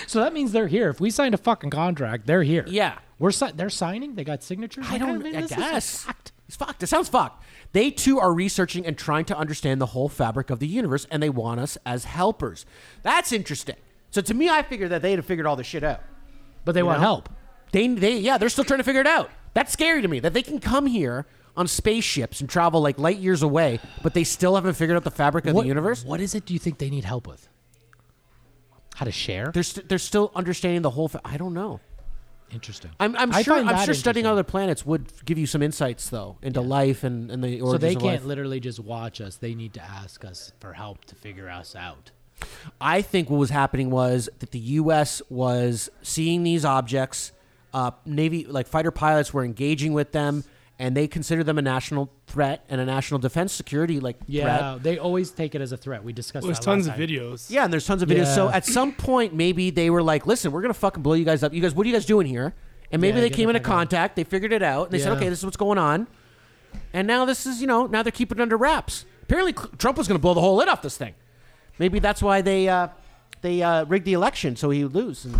So that means they're here. If we signed a fucking contract, they're here. Yeah. we're si- they're signing. They got signatures. I Like, don't. mean, I this is guess. fucked. It's fucked. It sounds fucked. They too are researching and trying to understand the whole fabric of the universe, and they want us as helpers. That's interesting. So to me, I figured that they had figured all this shit out. But they want know? help. They, they, yeah, they're still trying to figure it out. That's scary to me that they can come here on spaceships and travel like light years away, but they still haven't figured out the fabric of What- the universe. What is it? Do you think they need help with? How to share? They're, st- they're still understanding the whole. Fa- I don't know. Interesting. I'm, I'm I sure. find I'm that sure studying interesting. other planets would give you some insights though into life and, and the So origins they of can't life. literally just watch us. They need to ask us for help to figure us out. I think what was happening was that the U.S. was seeing these objects. Uh, Navy, like fighter pilots, were engaging with them, and they consider them a national threat and a national defense security like Yeah, threat. they always take it as a threat. We discussed. Well, there's that tons last of time. videos. Yeah, and there's tons of videos. So Yeah. at some point, maybe they were like, "Listen, we're gonna fucking blow you guys up. You guys, what are you guys doing here?" And maybe Yeah, they get came the into fuck out. contact. They figured it out. And they said, Yeah. "Okay, this is what's going on." And now this is, you know, now they're keeping it under wraps. Apparently, Cl- Trump was gonna blow the whole lid off this thing. Maybe that's why they uh, they uh, rigged the election so he would lose.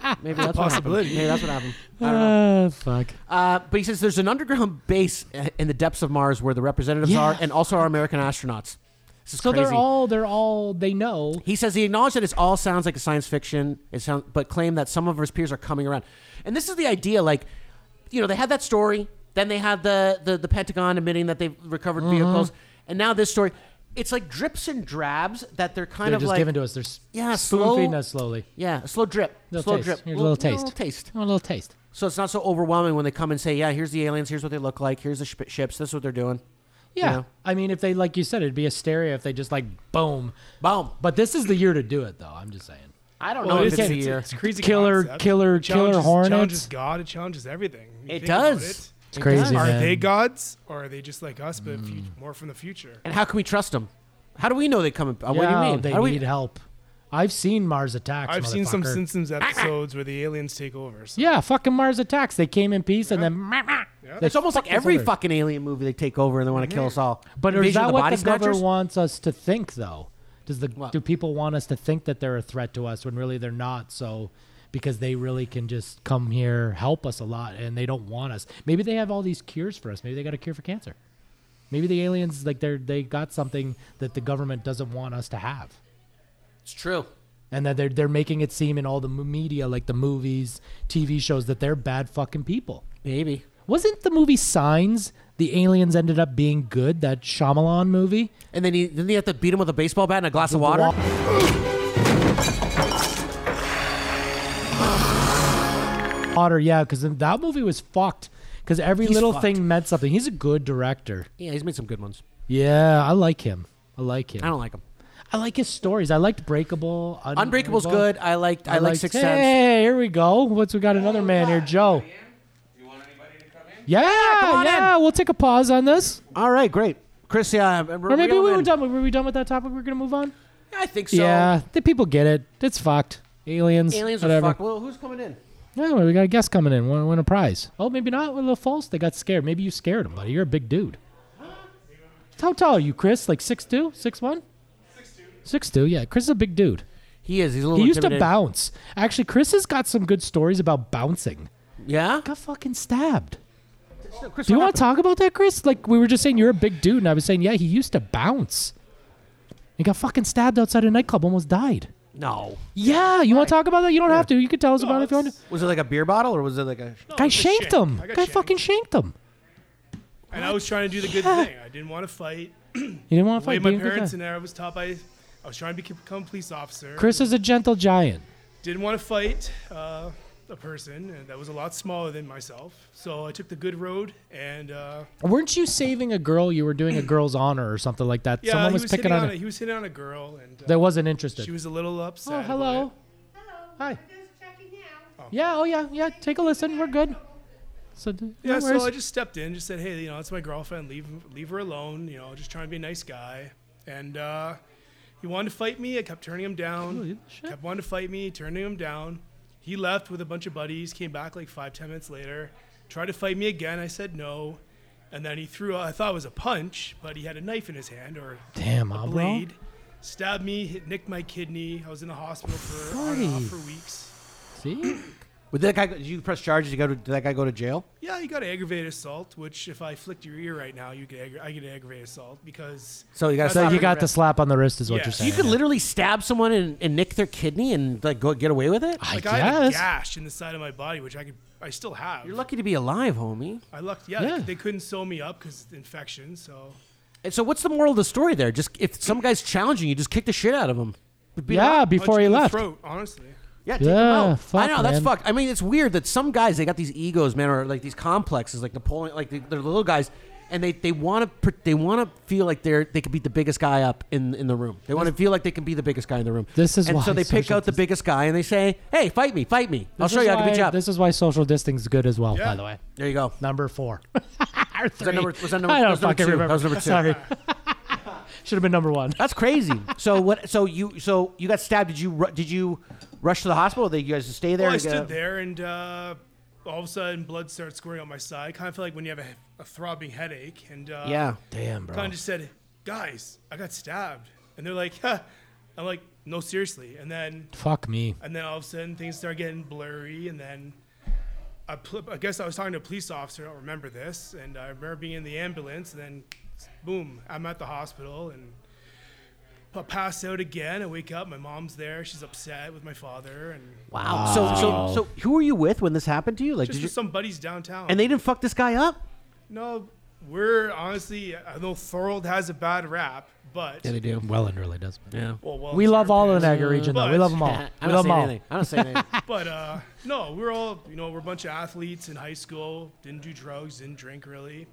And maybe that's what happened. possibility. Maybe that's what happened. I don't know. Uh, fuck. Uh, but he says there's an underground base uh, in the depths of Mars where the representatives Yeah. are and also our American astronauts. This is So crazy. they're all they're all they know. He says he acknowledged that it all sounds like a science fiction, it sound, but claimed that some of his peers are coming around. And this is the idea, like, you know, they had that story, then they had the the, the Pentagon admitting that they've recovered Mm-hmm. vehicles, and now this story. It's like drips and drabs that they're kind They're of just like giving to us. They're s- Yeah, spoon slow- feeding us slowly. yeah, a slow drip, Little slow taste. drip, Here's a little taste. little taste. A little taste. So it's not so overwhelming when they come and say, yeah, here's the aliens, here's what they look like, here's the ship ships, this is what they're doing. Yeah. know? I mean, if they like you said, it'd be a stereo if they just like boom. Boom. But this is the year to do it, though. I'm just saying. I don't Well, know it if is- it's, a Oh, it's, year. it's a crazy Oh, Killer- concept. killer- It killer challenges- hornets. Challenges God. It challenges everything. You It think about does. it. It's crazy, Are man. they gods, or are they just like us, but Mm. fu- more from the future? And how can we trust them? How do we know they come? Uh, what do you Yeah, mean? They How do we- need help. I've seen Mars attacks. I've seen some motherfucker. Simpsons episodes where the aliens take over. So Yeah, fucking Mars attacks. They came in peace and then. They It's almost like fucked us every over. fucking alien movie they take over and they want to kill us all. Mm-hmm. But is Invasion of that what Body the government Snatchers? wants us to think, though? Does the What? do people want us to think that they're a threat to us when really they're not? So because they really can just come here, help us a lot, and they don't want us. Maybe they have all these cures for us. Maybe they got a cure for cancer. Maybe the aliens like they're they got something that the government doesn't want us to have, It's true. and that they're they're making it seem in all the m- media, like the movies, TV shows, that they're bad fucking people. Maybe. Wasn't the movie Signs? The aliens ended up being good. That Shyamalan movie. And then he then you have to beat him with a baseball bat and a glass of water. Otter, yeah, because that movie was fucked. Because every He's little fucked. thing meant something. He's a good director. Yeah, he's made some good ones. Yeah, I like him. I like I him. don't like him. I like his stories. I liked Breakable. Un- Unbreakable's good. I liked I, like Six hey, Sense. here we go. What's we got? Another man here, Joe. Yeah, come yeah, on in. we'll take a pause on this, All right, great. Chris, yeah, we're or maybe reeling we were in. done. Were we done with that topic? We're gonna move on. I think so. yeah, the people get it. It's fucked. Aliens, Aliens whatever. are fucked. Well, who's coming in? Yeah, well, we got a guest coming in. Won, win a prize. Oh, maybe not. With a little false. They got scared. Maybe you scared them, buddy. You're a big dude. How tall are you, Chris? Like 6'2? 6'1? 6'2. 6'2, yeah. Chris is a big dude. He is. He's a little He used to intimidating. bounce. Actually, Chris has got some good stories about bouncing. Yeah. Got fucking stabbed. So, Chris, Do you what want to talk about that, Chris? Like, we were just saying you're a big dude, and I was saying, yeah, he used to bounce. He got fucking stabbed outside a nightclub, almost died. happened? No. Yeah, you want to talk about that? You don't have to. You can tell us about it if you want to. Was it like a beer bottle or was it like a? Guy Oh, it's a shanked shank. I him. Guy got shanked. fucking shanked him. And I was trying to do the good thing. I didn't want to fight. You didn't want to Played fight my being a good parents guy. in there. I was taught by. I was trying to bec- become a police officer. Chris is a gentle giant. Didn't want to fight uh, a person and that was a lot smaller than myself. So I took the good road and. Uh, Weren't you saving a girl? You were doing a girl's honor or something like that. Yeah, Someone he was, was, picking hitting on on a, her he was hitting on a girl, and uh, that wasn't interested. she was a little upset. oh, about hello. Hi. Just checking out. Yeah, oh, yeah, yeah. Take a listen. We're good. So, d- it. Yeah, no worries. so I just stepped in, just said, "Hey, you know, that's my girlfriend. Leave, leave her alone. You know, just trying to be a nice guy." And uh, he wanted to fight me. I kept turning him down. Kept wanting to fight me, turning him down. He left with a bunch of buddies. Came back like five, ten minutes later. Tried to fight me again. I said no, and then he threw. I thought it was a punch, but he had a knife in his hand or Damn, a Abro. blade. Stabbed me. Hit, nicked my kidney. I was in the hospital for on and off Fuddy. for weeks. See? Would that guy? Did you press charges? Did, you go to, did that guy go to jail? Yeah, you got aggravated assault, which if I flicked your ear right now, you get aggra- I get aggravated assault because So you got. So you That's got the slap on the wrist, is what Yeah. you're You saying. You could literally stab someone and, and nick their kidney and like go get away with it. I like I had a guess. gash in the side of my body, which I could I still have. You're lucky to be alive, homie. I lucked. Yeah, Yeah. They, couldn't sew me up because infection. So And so, what's the moral of the story there? Just if some guy's challenging you, just kick the shit out of him. But beat him Yeah, up. before Punch he in the left. throat, honestly. yeah, take him Yeah, out. I fuck, know that's man. fucked. I mean, it's weird that some guys they got these egos, man, or like these complexes, like Napoleon, like the, they're little guys, and they they want to they want to feel like they're they could be the biggest guy up in in the room. They want to feel like they can be the biggest guy in the room. This is and why so they pick social out the biggest guy and they say, "Hey, fight me, fight me! I'll This show is you how to beat why- you up." This is why social distancing's good as well. Yeah. By the way, there you go. Number four. Was that number, was that number, I don't that was number fucking two. remember. That was number two. Sorry. Should have been number one. That's crazy. so what? So you so you got stabbed? Did you ru- did you rush to the hospital? Did you guys stay there? Well, I and get- stood there, and uh, all of a sudden, blood starts squirting out my side. Kind of feel like when you have a, a throbbing headache, and uh, Yeah. Damn, bro. Kind of just said, "Guys, I got stabbed," and they're like, huh. "I'm like, no, seriously." And then Fuck me. And then all of a sudden, things start getting blurry, and then. I, pl- I guess I was talking to a police officer. I don't remember this, and I remember being in the ambulance. And then, boom, I'm at the hospital, and I pass out again. I wake up, my mom's there. She's upset with my father, and Wow. So so so who were you with when this happened to you? Like just did you, with some buddies downtown. and they didn't fuck this guy up? No, we're honestly. I know Thorold has a bad rap, but Yeah, they do. Welland really does. Yeah. Well, Welland's we love all of the European, Niagara region, though. We but- love them all. we love 'em all. but uh, no, we're all you know we're a bunch of athletes in high school. Didn't do drugs, didn't drink really.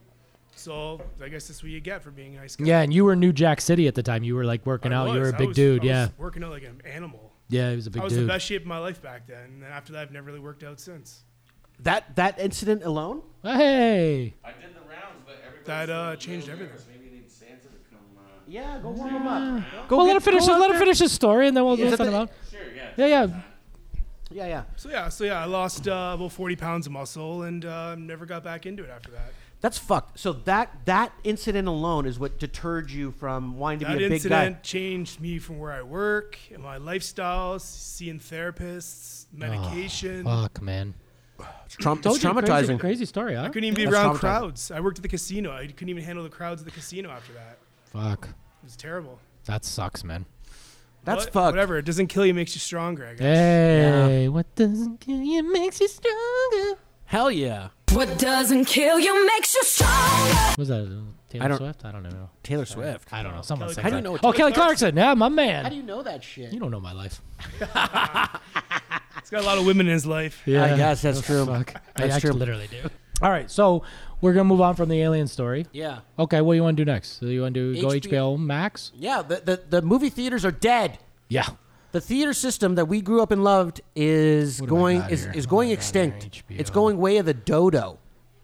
So I guess that's what you get for being a nice guy. yeah, and you were in New Jack City at the time. You were like working I out. You was. were a I big was- dude. I was yeah. working out like an animal. Yeah, he was a big I was dude. the best shape of my life back then, and then after that, I've never really worked out since. That that incident alone? Hey. That uh, changed everything. Yeah, go warm him up. Go well, let him finish. his- Let him finish his story, and then we'll Yeah. we'll talk about. Sure, yeah. Yeah, yeah. Yeah, yeah. So yeah, so yeah, I lost uh, about forty pounds of muscle, and uh, never got back into it after that. That's fucked. So that that incident alone is what deterred you from wanting to that be a big incident guy. changed me from where I work, and my lifestyle, seeing therapists, Ah. medication. Oh, fuck, man. It's, traum- Told it's you, crazy- traumatizing. Crazy, story, huh? I couldn't even be around crowds. I worked at the casino. I couldn't even handle the crowds at the casino after that. Fuck. It was terrible. That sucks, man. But Whatever. It doesn't kill you, makes you stronger. I guess. Hey, what doesn't kill you makes you stronger. Hell yeah. What doesn't kill you makes you stronger. Was that uh, Taylor I don't- Swift? I don't know. Taylor Swift. I don't know. Someone Kelly said Clarkson. I don't that. know Oh, Taylor Kelly Clarkson. Yeah, my man. How do you know that shit? You don't know my life. It's got a lot of women in his life. I guess that's Oh, true. fuck. I That's actually true. literally do. All right, so we're gonna move on from the alien story. Yeah. Okay, what do you want to do next? Do you want to do go HBO HBO Max? Yeah, the, the, the movie theaters are dead. Yeah. The theater system that we grew up and loved is going got is, here? is going extinct. It's going way of the dodo.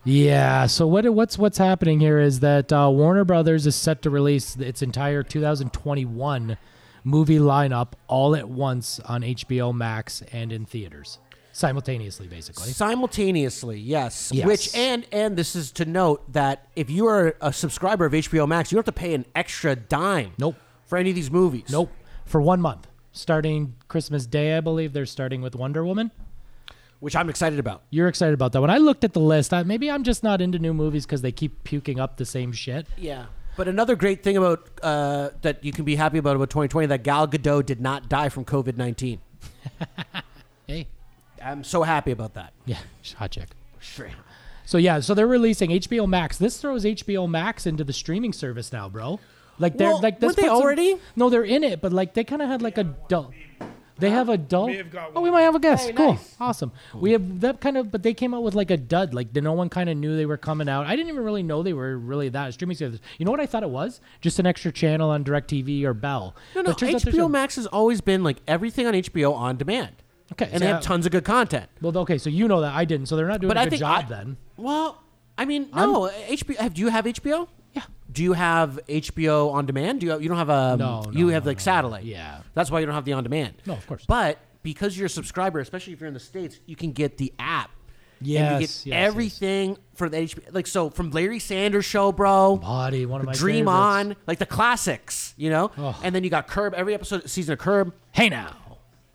Yeah. So what what's what's happening here is that uh, Warner Brothers is set to release its entire 2021 movie lineup all at once on HBO Max and in theaters simultaneously, basically. Simultaneously, yes. Yes. Which and and this is to note that if you are a subscriber of HBO Max, you don't have to pay an extra dime. Nope. For any of these movies. Nope. For one month, starting Christmas Day, I believe they're starting with Wonder Woman. Which I'm excited about. You're excited about that. When I looked at the list, I, maybe I'm just not into new movies because they keep puking up the same shit. Yeah. But another great thing about uh, that you can be happy about about 2020 that Gal Gadot did not die from COVID 19. hey. I'm so happy about that. Yeah, hot chick. So yeah, so they're releasing HBO Max. This throws HBO Max into the streaming service now, bro. Like they're Well, like this weren't they puts them- already? no, they're in it, but like they kind of had like a dull. They have a dull. may have got Oh, we might have a guest. Hey, cool, awesome. We have that kind of, but they came out with like a dud. Like the, no one kind of knew they were coming out. I didn't even really know they were really that a streaming service. You know what I thought it was? Just an extra channel on Directv or Bell. No, no. But turns out there's HBO a- Max has always been like everything on HBO on demand. Okay, and they so- have tons of good content. Well, okay, so you know that I didn't. So they're not doing But a I good think job I- then. Well, I mean, no. HBO. Have, do you have HBO? Yeah. Do you have HBO on demand? Do you have, you don't have a No, no, you have like satellite? Yeah. That's why you don't have the on demand. No, of course. But because you're a subscriber, especially if you're in the states, you can get the app. And you Yes, get yes, everything for the HBO. Like so, from Larry Sanders Show, bro. Body, one of my Dream favorites. On, like the classics, you know. Oh. And then you got Curb. Every episode season of Curb. Hey now.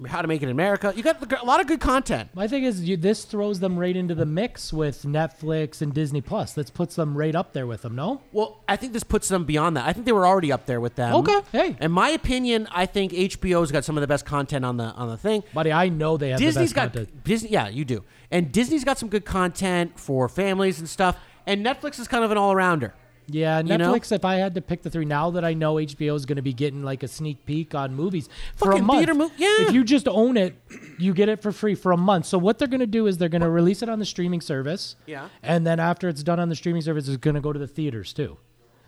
How to Make It in America. You got a lot of good content. My thing is, you, this throws them right into the mix with Netflix and Disney Plus. That puts them right up there with them. No, Well, I think this puts them beyond that. I think they were already up there with them. Okay, hey. In my opinion, I think HBO's got some of the best content on the on the thing. buddy, I know they have Disney's the best got content. Disney, yeah, you do. And Disney's got some good content for families and stuff. And Netflix is kind of an all rounder. Yeah, you know? Netflix. If I had to pick the three, now that I know HBO is going to be getting like a sneak peek on movies for a Fucking month, theater mo- yeah. if you just own it you get it for free for a month. So what they're gonna do is they're gonna release it on the streaming service. Yeah. And then after it's done on the streaming service, it's gonna go to the theaters too.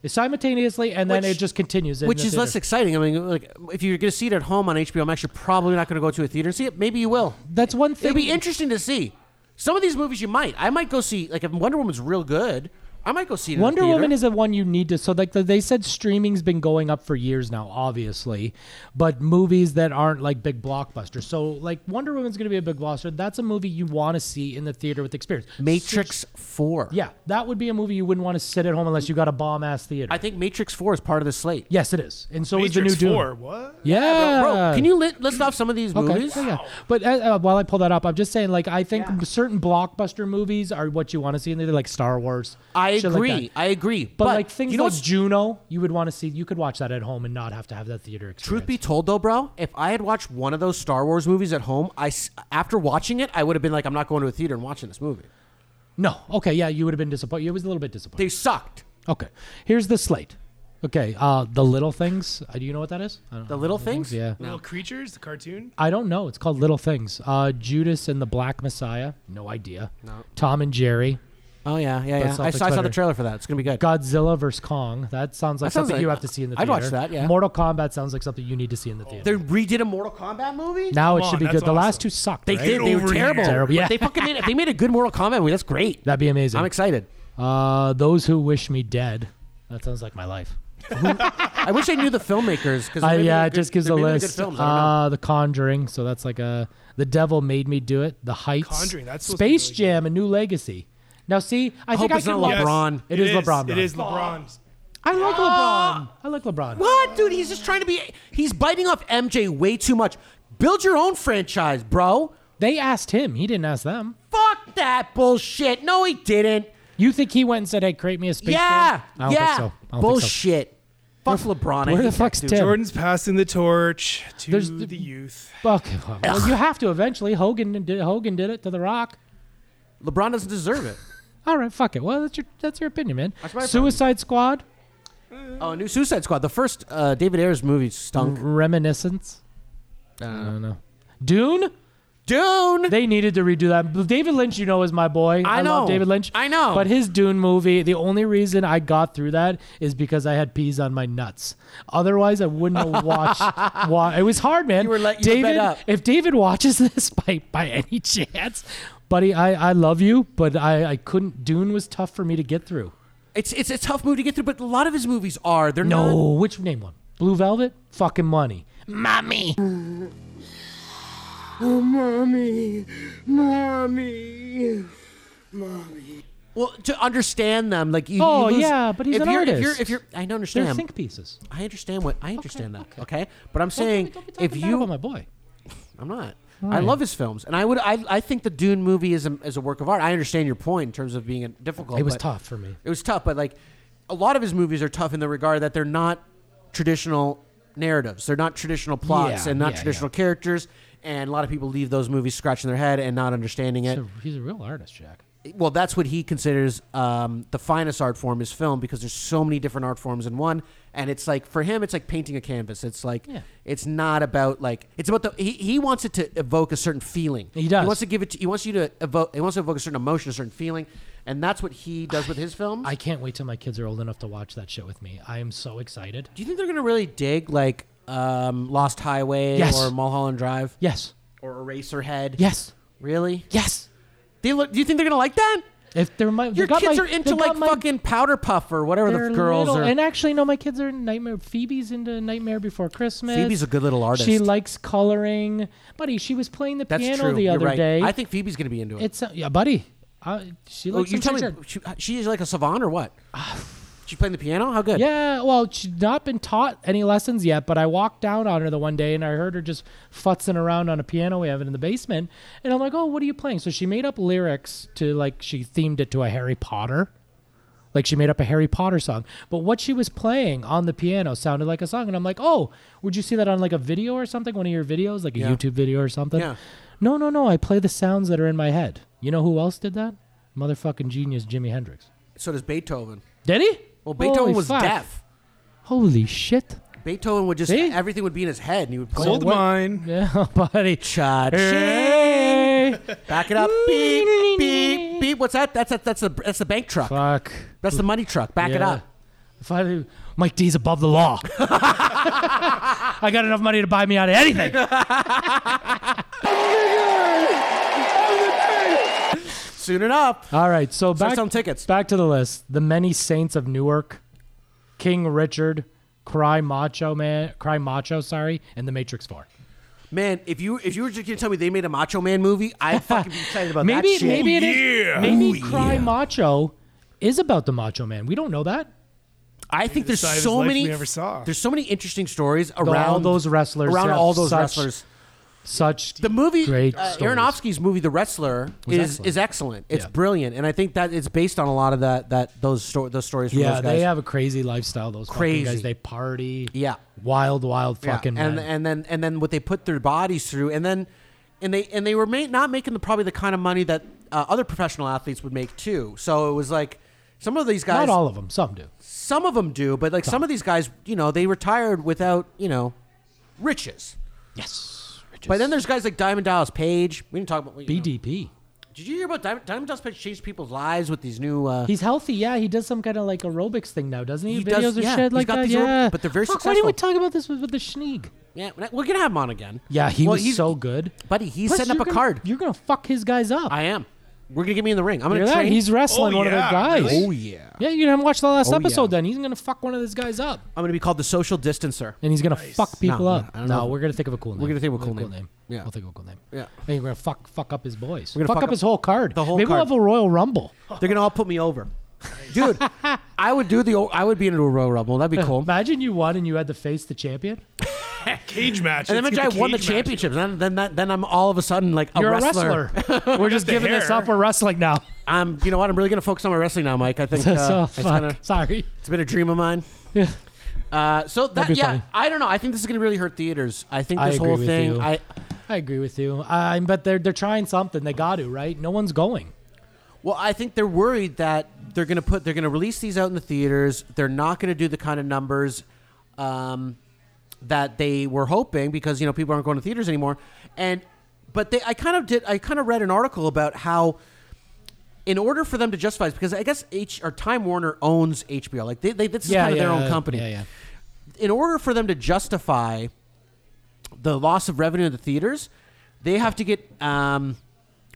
It's simultaneously, and then Which- it just continues. in Which the is less theater. exciting. I mean, like if you're going to see it at home on HBO Max, you're probably not going to go to a theater and see it. Maybe you will. That's one thing. It'd be interesting to see. Some of these movies you might. I might go see. Like if Wonder Woman's real good, I might go see it. in a Wonder theater. Woman is the one you need to. So like the, they said, streaming's been going up for years now, obviously, but movies that aren't like big blockbusters. So like Wonder Woman's going to be a big blockbuster. That's a movie you want to see in the theater with experience. Matrix Four. Yeah, that would be a movie you wouldn't want to sit at home unless you got a bomb ass theater. I think Matrix Four is part of the slate. yes, it is, and so Matrix is the new Doom. 4, what? Yeah, bro, bro, can you li- list off some of these movies? yeah, yeah. But uh, uh, while I pull that up, I'm just saying, like, I think certain blockbuster movies are what you want to see, and they're like Star Wars. I shit like agree. that. I agree. But, like things you know like what's- Juno, you would want to see. You could watch that at home and not have to have that theater experience. Truth be told, though, bro, if I had watched one of those Star Wars movies at home, I s- after watching it, I would have been like, I'm not going to a theater and watching this movie. no, okay, yeah, you would have been disappointed. You was a little bit disappointed. They sucked. Okay, here's the slate. Okay, uh, the little things. Uh, do you know what that is? I don't The know. Little Things? Yeah. Little creatures, the cartoon. I don't know. It's called Little Things. Uh, Judas and the Black Messiah. No idea. No. Tom and Jerry. Oh yeah, yeah, That's yeah. I saw, I saw the self-explanatory. trailer for that. It's gonna be good. Godzilla versus Kong. That sounds like That sounds something like- you have to see in the I'd theater. watch that, yeah. Mortal Kombat sounds like something you need to see in the theater. They redid a Mortal Kombat movie. Now it Come should on, be that's good. The last awesome. two sucked. They right? did. They were terrible. Terrible, But yeah. They fucking made. If they made a good Mortal Kombat movie, that's great. That'd be amazing. I'm excited. Uh, those who wish me dead. That sounds like my life. I wish I knew the filmmakers because Uh, yeah, it just gives a list. Films. I don't know. Uh, the Conjuring. So that's like a The Devil Made Me Do It. The Heights. Conjuring, that's supposed to be Space Jam: A New Legacy. Now, see, I, hope think I it's not can watch- LeBron. It is, LeBron. It Ron. is LeBron's. I like LeBron. I like LeBron. What, dude? He's just trying to be. He's biting off MJ way too much. Build your own franchise, bro. They asked him. He didn't ask them. Fuck that bullshit. No, he didn't. You think he went and said, "Hey, create me a space yeah, Jam"? I don't yeah. think so. I don't bullshit. Fuck LeBron. I where hate the that fuck's dude. Tim? Jordan's passing the torch to There's the- the, youth. Think so. Fuck. Well, you have to eventually. Hogan did. Hogan did it to The Rock. LeBron doesn't deserve it. All right, fuck it. Well, that's your that's your opinion, man. my Suicide Squad, Oh, new Suicide Squad. The first uh, David Ayers movie Mm. stunk. Reminiscence. Uh, I don't know. Dune. Dune. They needed to redo that. David Lynch, you know, is my boy. I love know. David Lynch. I know. But his Dune movie, the only reason I got through that is because I had peas on my nuts. Otherwise, I wouldn't have watched. wa- it was hard, man. You were let- you were David, fed up. if David watches this by by any chance, buddy, I I love you, but I I couldn't. Dune was tough for me to get through. It's it's a tough movie to get through, but a lot of his movies are. They're not. No, Oh, which name one? Blue Velvet? Fucking money. Mommy. Well, to understand them, like you. Oh, you lose- yeah, but he's if an you're, artist. If you're, if you're, I don't They're understand. think pieces. I understand what I understand that. Okay, but I'm Don't be- saying don't be talking if bad you, about my boy. I'm not. I love his films, and I would. I, I think the Dune movie is a, is a work of art. I understand your point in terms of being difficult. It was but- tough for me. It was tough, but like a lot of his movies are tough in the regard that they're not traditional narratives. They're not traditional plots Yeah, and not yeah, traditional characters. And a lot of people leave those movies scratching their head and not understanding it. He's a- he's a real artist, Jack. well, that's what he considers um, the finest art form is film because there's so many different art forms in one. And it's like for him, it's like painting a canvas. It's like Yeah. it's not about like it's about the he, he wants it to evoke a certain feeling. He does. He wants to give it. To, he wants you to evoke. He wants to evoke a certain emotion, a certain feeling, and that's what he does with his films. I can't wait till my kids are old enough to watch that shit with me. I am so excited. Do you think they're gonna really dig like um, Lost Highway Yes. or Mulholland Drive Yes. or Eraserhead? Yes. Really? Yes. They look, do you think they're gonna like that? If they're my they Your got kids my- are they into got like my- fucking Powder Puff or whatever they're the girls little- are. And actually, no, my kids are nightmare. Phoebe's into Nightmare Before Christmas. Phoebe's a good little artist. She likes coloring, buddy. She was playing the That's piano true. the You're other right. day. I think Phoebe's gonna be into it. it's uh, yeah, buddy. Uh, she oh, likes. you some tell me, shit. she, she's like a savant or what? She's playing the piano. How good? Yeah, well, she's not been taught any lessons yet, but I walked down on her the one day and I heard her just futzing around on a piano we have in the basement. And I'm like, oh, what are you playing? So she made up lyrics to like, she themed it to a Harry Potter. Like she made up a Harry Potter song. But what she was playing on the piano sounded like a song. And I'm like, oh, would you see that on like a video or something? One of your videos, like a Yeah. YouTube video or something? Yeah. No, no, no. I play the sounds that are in my head. You know who else did that? Motherfucking genius Jimi Hendrix. So does Beethoven. Did he? Well, Beethoven Holy was fuck. deaf. Holy shit. Beethoven would just everything would be in his head, and he would play. So Oh, what- Yeah, buddy. Cha Hey. Back it up. beep, beep, beep. What's that? That's that, that's the that's the bank truck. Fuck. That's the money truck. Back it Yeah. up. If I, Mike D's above the law. I got enough money to buy me out of anything. Soon enough. All right, so Sell back some tickets. Back to the list. The many saints of Newark, King Richard, Cry Macho Man, Cry Macho, sorry, and The Matrix Four. Oh, Man, if you if you were just gonna tell me they made a Macho Man movie, I'd fucking be excited about maybe that shit. maybe it is. Maybe Cry Macho is about the Macho Man. We don't know that. I think the there's side of his so life many. we never saw. There's so many interesting stories All around those wrestlers Around have all those such wrestlers. Such the movie great uh, stories. Aronofsky's movie The Wrestler Was is excellent. is excellent. It's Yeah. brilliant, and I think that it's based on a lot of that that those sto- those stories. From Yeah, those guys. they have a crazy lifestyle. Those crazy Crazy. guys. They party. Yeah. wild, wild Yeah, fucking. and men. and then and then what they put their bodies through, and then and they and they were ma- not making the probably the kind of money that uh, other professional athletes would make too. So it was like some of these guys, Not all of them. Some do. some of them do, but like some of these guys, you know, they retired without you know riches. Yes. riches. But then there's guys like Diamond Dallas Page. We didn't talk about you know. BDP. Did you hear about Diamond, Diamond Dallas Page changed people's lives with these new? Uh, He's healthy, yeah. He does some kind of like aerobics thing now, doesn't he? He Videos does- or yeah, shit he's like got that. these aer- yeah, but they're very Fuck, Why didn't we successful. talk about this with, with the Schneeg? yeah, we're gonna have him on again. Yeah, he Well, was he's- so good, buddy. He's Plus, setting up you're a gonna- card. You're gonna fuck his guys up. I am. We're gonna get me in the ring. I'm Hear gonna that? train. He's wrestling one of their guys. Oh yeah. Yeah, you're gonna have to watch the last Oh, episode. yeah. Then he's gonna fuck one of these guys up, I'm gonna be called the social distancer. and he's gonna fuck people No, up. I don't no, know. we're gonna think of a cool name. We're gonna think of a cool cool name. name. Yeah. we'll think of a cool name. Yeah. I think we're gonna fuck fuck up his boys. We're gonna fuck, fuck up up his whole card. the whole Maybe we'll card. Oh. have a Royal Rumble. They're gonna all put me over, dude. I would do the. o- I would be into a Royal Rumble. That'd be cool. Imagine you won and you had to face the champion. Cage match. And then Let's imagine get I won the cage match. championships. Then, then, that, then I'm all of a sudden like a You're wrestler. a wrestler. we're just the giving this hair. up. We're wrestling now. I'm. You know what? I'm really gonna focus on my wrestling now, Mike. I think so, uh, it's, fuck. gonna, Sorry. it's been a dream of mine. Yeah. Uh, so that be yeah, funny. I don't know. I think this is gonna really hurt theaters. I think I this agree whole with thing. you. I I agree with you. I but they're they're trying something. They got to right. No one's going. Well, I think they're worried that they're going to put they're going to release these out in the theaters. They're not going to do the kind of numbers um, that they were hoping because you know people aren't going to theaters anymore. And but they, I kind of did. I kind of read an article about how in order for them to justify this, because I guess H or Time Warner owns HBO. Like they, they this is kind of their own company. Yeah, yeah. In order for them to justify the loss of revenue in the theaters, they have to get. Um,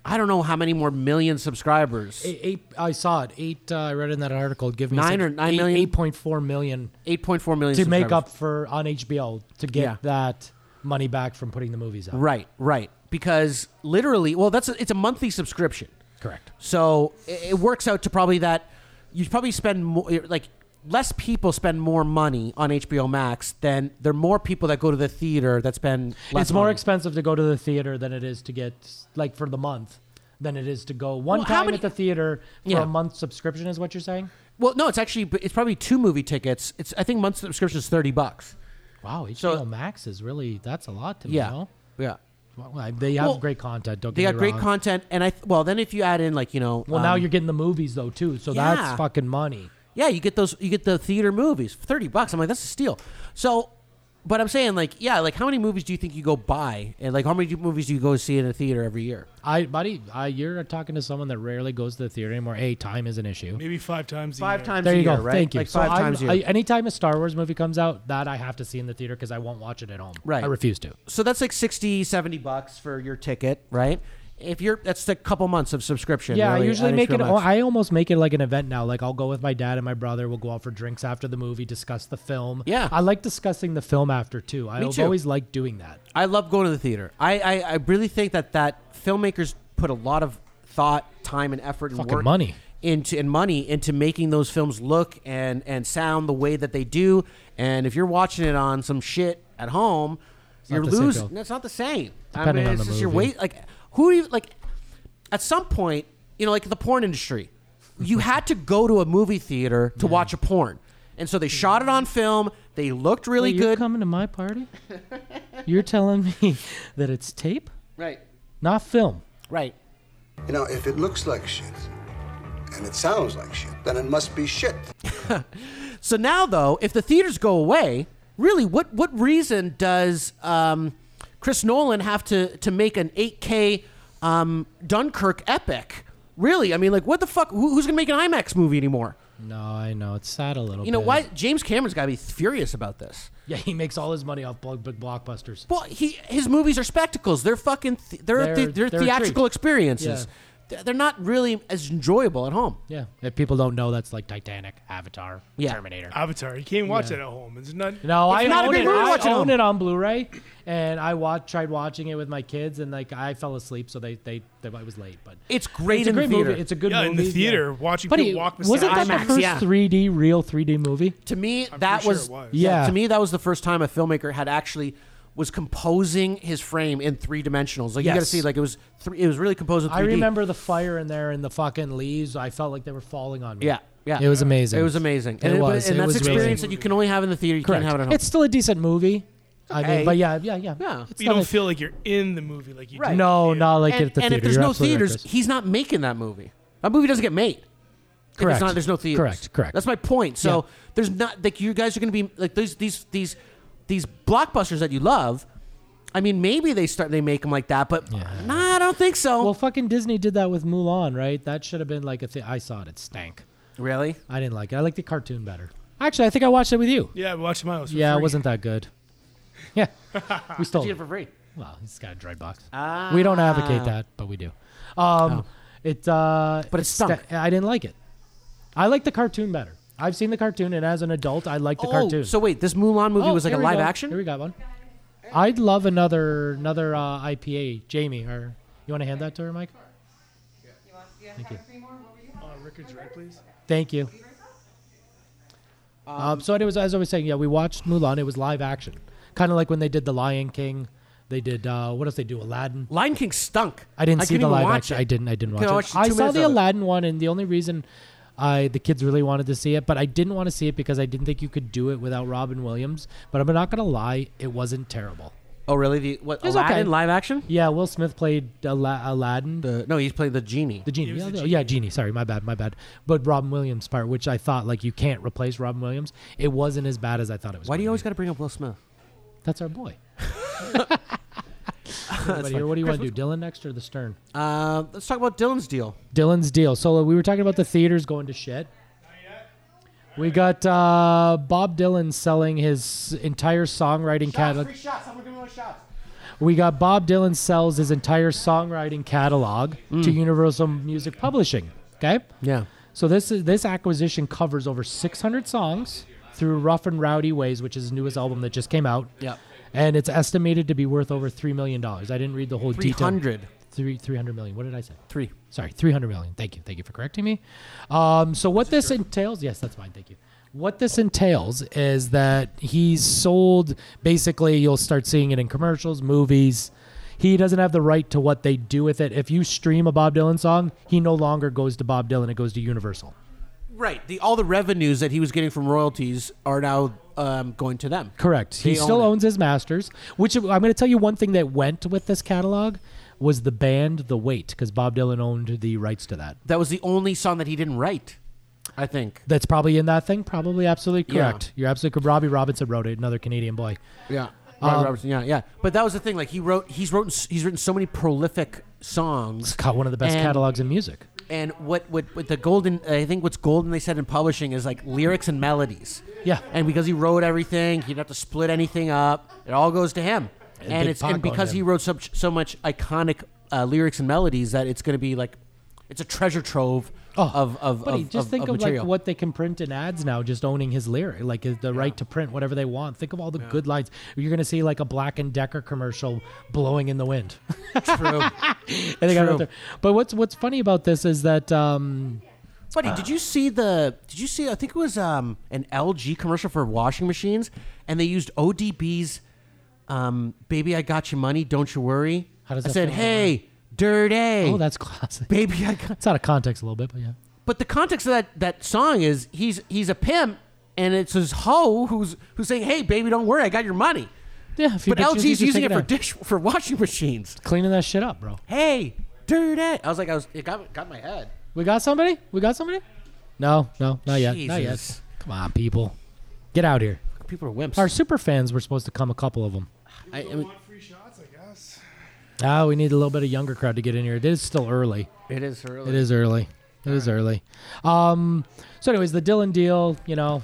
I don't know how many more million subscribers. Eight, eight, I saw it. Eight. Uh, I read in that article. Give me Nine six- or nine eight- million? 8.4 million eight point four million to make subscribers. up for on HBO to get Yeah. that money back from putting the movies out. Right, right. Because literally, well, that's a, it's a monthly subscription, Correct. so it, it works out to probably that you probably spend more like less people spend more money on HBO Max than there are more people that go to the theater that spend. Less it's more money. expensive to go to the theater than it is to get like for the month than it is to go one Well, how time many- at the theater for Yeah. a month subscription. Is what you're saying? well, no, it's actually it's probably two movie tickets. It's I think month subscription is thirty bucks. Wow. HBO So- Max is really that's a lot to me. Yeah, no? yeah. Well, they have Well, great content. Don't They get got me great wrong. content, and I th- well then if you add in like you know Well, now um, you're getting the movies though too, so Yeah. that's fucking money. Yeah, you get those. You get the theater movies, thirty bucks. I'm like, that's a steal. So, but I'm saying, like, yeah, like, how many movies do you think you go buy, and like, how many do- movies do you go see in a theater every year? I, buddy, I, you're talking to someone that rarely goes to the theater anymore. A, time is an issue. Maybe five times. Five a year. times There a you year, go. right? Thank you. Like So five I'm- times a I, year. anytime a Star Wars movie comes out, that I have to see in the theater because I won't watch it at home. Right. I refuse to. so that's like 60, 70 bucks for your ticket, right? If you're, that's a couple months of subscription. Yeah, really, I usually on make it. HBO Max. I almost make it like an event now. Like I'll go with my dad and my brother. We'll go out for drinks after the movie, discuss the film. Yeah. I like discussing the film after too. I Me have too. always like doing that. I love going to the theater. I, I, I really think that that filmmakers put a lot of thought, time, and effort, and Fucking work money. into and money into making those films look and and sound the way that they do. And if you're watching it on some shit at home, you're not the same losing. film. It's not the same. Depending I mean, on it's the just your movie. weight. Like who do you like? At some point, you know, like the porn industry, you had to go to a movie theater to watch a porn, and so they shot it on film. They looked really Wait, You're good. coming to my party? you're telling me that it's tape, Right. not film. Right. You know, if it looks like shit and it sounds like shit, then it must be shit. So now, though, if the theaters go away, really, what what reason does um, Chris Nolan have to to make an 8K um, Dunkirk epic? Really, I mean, like, what the fuck? Who, who's gonna make an IMAX movie anymore? No, I know it's sad a little. You know bit. why? James Cameron's got to be furious about this. Yeah, he makes all his money off blo- big blockbusters. Well, he his movies are spectacles. They're fucking. Th- they're They're- they're, they're, they're a theatrical treat. experiences. Yeah. They're- They're not really as enjoyable at home. Yeah, if people don't know, that's like Titanic, Avatar, Yeah. Uh, Terminator. Avatar. You can't watch Yeah. it at home. It's not. No, it's I not a own big it. movie to I watch at own home. it on Blu-ray, and I watched, tried watching it with my kids, and like I fell asleep, so they they, they I was late. But It's great It's a in the great movie. theater. It's a good Yeah, movie. in the theater, watching Buddy, people walk beside wasn't that IMAX, the first yeah. 3D real 3D movie? To me, pretty that sure was, it was. Yeah. To me, that was the first time a filmmaker had actually was composing his frame in three dimensionals. Like you got to Yes. see, like it was three, it was really composed. In 3D. I remember the fire in there and the fucking leaves. I felt like they were falling on me. Yeah, yeah. It was amazing. It was amazing. It and but- was. and It that's was experience amazing. that you can only have in the theater. You Correct. can't have it at home. It's still a decent movie. I okay. mean, but yeah, yeah, yeah. Yeah. It's You not don't a- feel like you're in the movie like you do. No, not like and, at the and theater. if there's You're no absolutely right, theaters, Chris. he's not making that movie. That movie doesn't get made. If Correct. It's not, there's no theaters. Correct, correct. That's my point. So there's not like you guys are going to be like these these these these blockbusters that you love. I mean, maybe they start they make them like that, but nah, I don't think so. Well, fucking Disney did that with Mulan, right? That should have been like a thing. I saw it. It stank. really? I didn't like it. I liked the cartoon better. Actually, I think I watched it with you. Yeah, we watched Miles. for Yeah, it free. wasn't that good. Yeah, we stole. Did you Ah. get it. it for free? Well, he's got a dry box. We don't advocate that, but we do. Um, It. Uh, Oh. But it it's sta- stunk. I didn't like it. I like the cartoon better. I've seen the cartoon, and as an adult, I like the oh, cartoon. so wait, this Mulan movie Oh, was like a here we live go. action. Here we got one. I'd love another another uh, IPA, Jamie. Or you want to hand that to her, Mike? Thank you. Uh, Rickard's right, please. Thank you. Um, so, anyways, as I was saying, yeah, we watched Mulan. It was live action, kind of like when they did The Lion King. They did uh, what else? They do Aladdin. Lion King stunk. I didn't see couldn't the even live watch action. it. I didn't. I didn't I watch couldn't it. watch the I two saw minutes the of it. Aladdin one, and the only reason I the kids really wanted to see it, but I didn't want to see it because I didn't think you could do it without Robin Williams. But I'm not gonna lie, it wasn't terrible. Oh, really? The what? It was Aladdin okay. live action? Yeah, Will Smith played Ala- Aladdin. The, no, he's played the genie. The genie. It was Yeah, the yeah, genie. Sorry, my bad, my bad. But Robin Williams part, which I thought like you can't replace Robin Williams, it wasn't as bad as I thought it was. Why do you going always to got to bring up Will Smith? be. That's our boy. Everybody here, what do you want to do, Dylan next or the Stern? Uh, let's talk about Dylan's deal. Dylan's deal. So we were talking about the theaters going to shit. We got uh, Bob Dylan selling his entire songwriting catalog. shots. I'm giving one shots. We got Bob Dylan sells his entire songwriting catalog to Mm. Universal Music Publishing. Okay. Yeah. So this is this acquisition covers over 600 songs through Rough and Rowdy Ways, which is his newest album that just came out. Yep. And it's estimated to be worth over three million dollars. I didn't read the whole detail. 300. Three three hundred million. What did I say? Three. Sorry, three hundred million. Thank you. Thank you for correcting me. Um, so what this entails? Yes, that's fine. Thank you. What this entails is that he's sold. Basically, you'll start seeing it in commercials, movies. He doesn't have the right to what they do with it. If you stream a Bob Dylan song, he no longer goes to Bob Dylan. It goes to Universal. Right. The all the revenues that he was getting from royalties are now um, going to them. Correct. He They still own it. owns his masters. Which I'm going to tell you one thing that went with this catalog was the band The Wait, because Bob Dylan owned the rights to that. That was the only song that he didn't write. I think. That's probably in that thing. Probably absolutely Yeah. correct. You're absolutely correct. Robbie Robinson wrote it. Another Canadian boy. Yeah. Robert Um, Robertson. Yeah, yeah. But that was the thing. Like he wrote. He's wrote. He's written so many prolific songs. It's got one of the best And- catalogs in music. And what, what what the golden? I think what's golden they said in publishing is like lyrics and melodies. Yeah. And because he wrote everything, he didn't have to split anything up. It all goes to him. And, big it's Pac and on because he him. wrote so, so much iconic uh, lyrics and melodies that it's going to be like it's a treasure trove of of, Oh. buddy, of, just of- think of of material. like what they can print in ads now. Just owning his lyric, like the right to print whatever they want. Think of all the good lines. You're gonna see like a Black and Decker commercial blowing in the wind. True. I think I True. wrote there. But what's what's funny about this is that um, Buddy, did you see the? Did you see? I think it was um, an LG commercial for washing machines, and they used ODB's um, "Baby, I Got Your Money, Don't You Worry." How does I that said, feel? "Hey, dirty." oh, that's classic. baby. I got. It's out of context a little bit, but yeah. But the context of that that song is he's he's a pimp, and it's his hoe who's who's saying, "Hey, baby, don't worry, I got your money." Yeah, if you But LG's just using take it for out. dish for washing machines. cleaning that shit up, bro. Hey, dirty. I was like, I was it got got my head. We got somebody? We got somebody? Oh, No, no, not yet. Not yet. Jesus. Come on, people. Get out here. people are wimps. Our super fans were supposed to come, a couple of them. I, I mean, Free shots, I guess. Ah, we need a little bit of younger crowd to get in here. It is still early. It is early. It is early. It is early. Um, so, anyways, the Dylan deal, you know.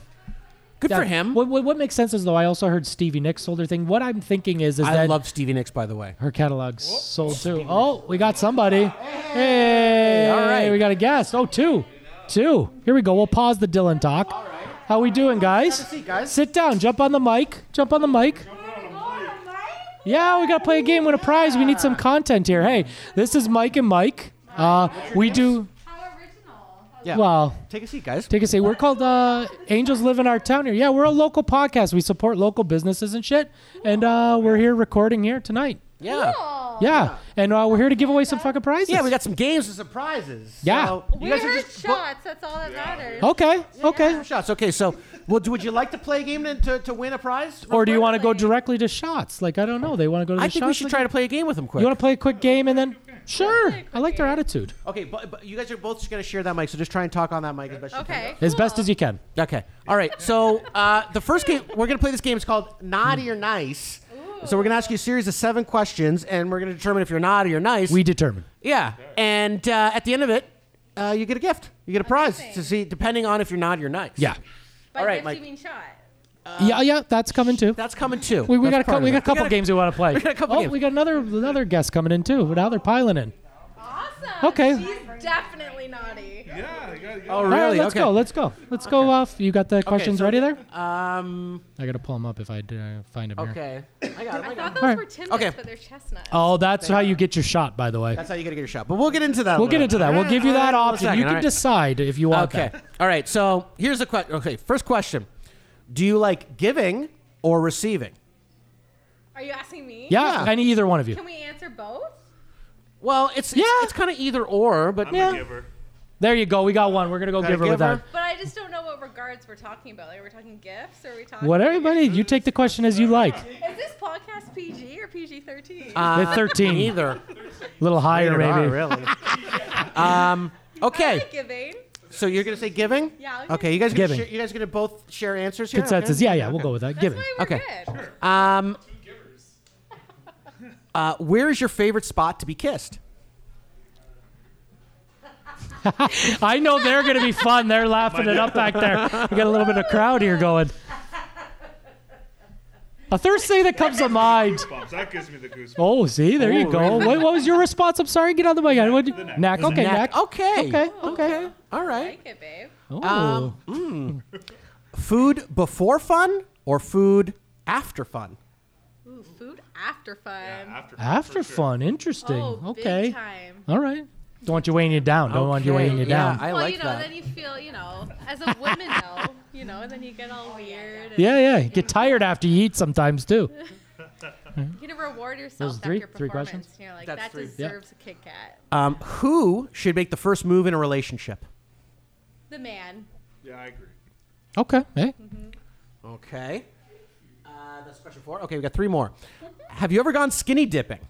Good for him. What, what, what makes sense is though I also heard Stevie Nicks sold her thing. What I'm thinking is is I that love Stevie Nicks, by the way. her catalog's sold too. Oh, we got somebody. Hey, all right. we got a guest. Oh, two, two. Here we go. We'll pause the Dylan talk. How we doing, guys? Sit down. Jump on the mic. Jump on the mic. Yeah, we gotta play a game, win a prize. We need some content here. Hey, this is Mike and Mike. Uh, we do. Yeah. Well, Take a seat, guys. Take a seat. We're called uh, Angels Live in Our Town here. Yeah, we're a local podcast. We support local businesses and shit. And uh, we're here recording here tonight. Yeah. Yeah. And uh, we're here to give away some fucking prizes. Yeah, we got some games and surprises. Yeah. So We you guys are heard just. shots. That's all that matters. Okay. Okay. Shots. Okay. So, well, do- would you like to play a game to, to, to win a prize? Or do you want to go directly to shots? Like, I don't know. They want to go to the I think we shots should thing? try to play a game with them quick. You want to play a quick game and then. Sure. I like their attitude. Okay, but, but you guys are both just gonna share that mic, so just try and talk on that mic as best you can. As best as you can. Okay. All right. So uh, the first game we're gonna play this game is called Naughty or Nice. So we're gonna ask you a series of seven questions, and we're gonna determine if you're naughty or nice. We determine. Yeah. And uh, at the end of it, uh, you get a gift. You get a prize to see, depending on if you're naughty or nice. Yeah. By All right, gift, Mike. you mean shot. yeah, yeah, that's coming too. Uh, That's coming too. We, we That's got a part cou- of we it. got a couple gotta- games we want to play. we got a couple oh, games. we got another another guest coming in too. Now they're piling in. Okay. She's definitely naughty. Yeah, you gotta go. Oh, All right, really? let's Okay. go. Let's go. Let's go. Uh, you got the questions so- ready there? Um. I gotta pull them up if I d- uh, find them here. Okay. I got. 'em, I I got. thought 'em. those All right. were timbers, Okay. but they're chestnuts. Oh, that's how you get your shot, by the way. That's how you gotta get your shot. But we'll get into that. we'll later. get into that. We'll give you that All right, option. one second, you can all right. decide if you want Okay. that. All right. So here's the question. Okay. First question: Do you like giving or receiving? Are you asking me? Yeah, Yeah. any either one of you. Can we answer both? Well, it's it's, it's kind of either or, but yeah. There you go. We got one. We're gonna go Gotta give her with give her. that. But I just don't know what regards we're talking about. Like, we're talking gifts, or are we talking? What everybody, you take the question as you like. Is this podcast PG or PG thirteen? Uh, They're 13. Either. A little higher, Rated R, maybe. really. um. Okay. giving. So you're gonna say giving? Yeah, I'll give Okay. You guys Giving. Gonna share, you guys gonna both share answers here? Consensus. Okay. Yeah, yeah. We'll go with that. Give it. Why we're Okay. good. Um. Uh, where is your favorite spot to be kissed? I know they're gonna be fun. They're laughing it up back there. We got a little bit of crowd here going. A first thing that comes to mind. Goosebumps. That gives me the goosebumps. Oh, see, there you Oh, go. really? What, what was your response? I'm sorry, get on the mic. What- neck. Okay, neck. Okay. Okay, okay. All right. Like it, babe. Oh. Um, mm. food before fun or food after fun? Ooh, food after fun. After, After fun, interesting. Oh, big okay. time. All right. Don't want you weighing you down. Don't want you Okay, weighing you yeah, down. I well, like you know, that. then you feel, you know, as a woman though, you know, and then you get all weird. and yeah, yeah. Get tired after you eat sometimes too. You get to reward yourself Those after three- your three performance. questions? and you're like, That's that three. Yeah. deserves a Kit Kat. Um, who should make the first move in a relationship? The man. Yeah, I agree. Okay. Hey. Okay. Uh, that's question four. Okay, we got three more. Have you ever gone skinny dipping?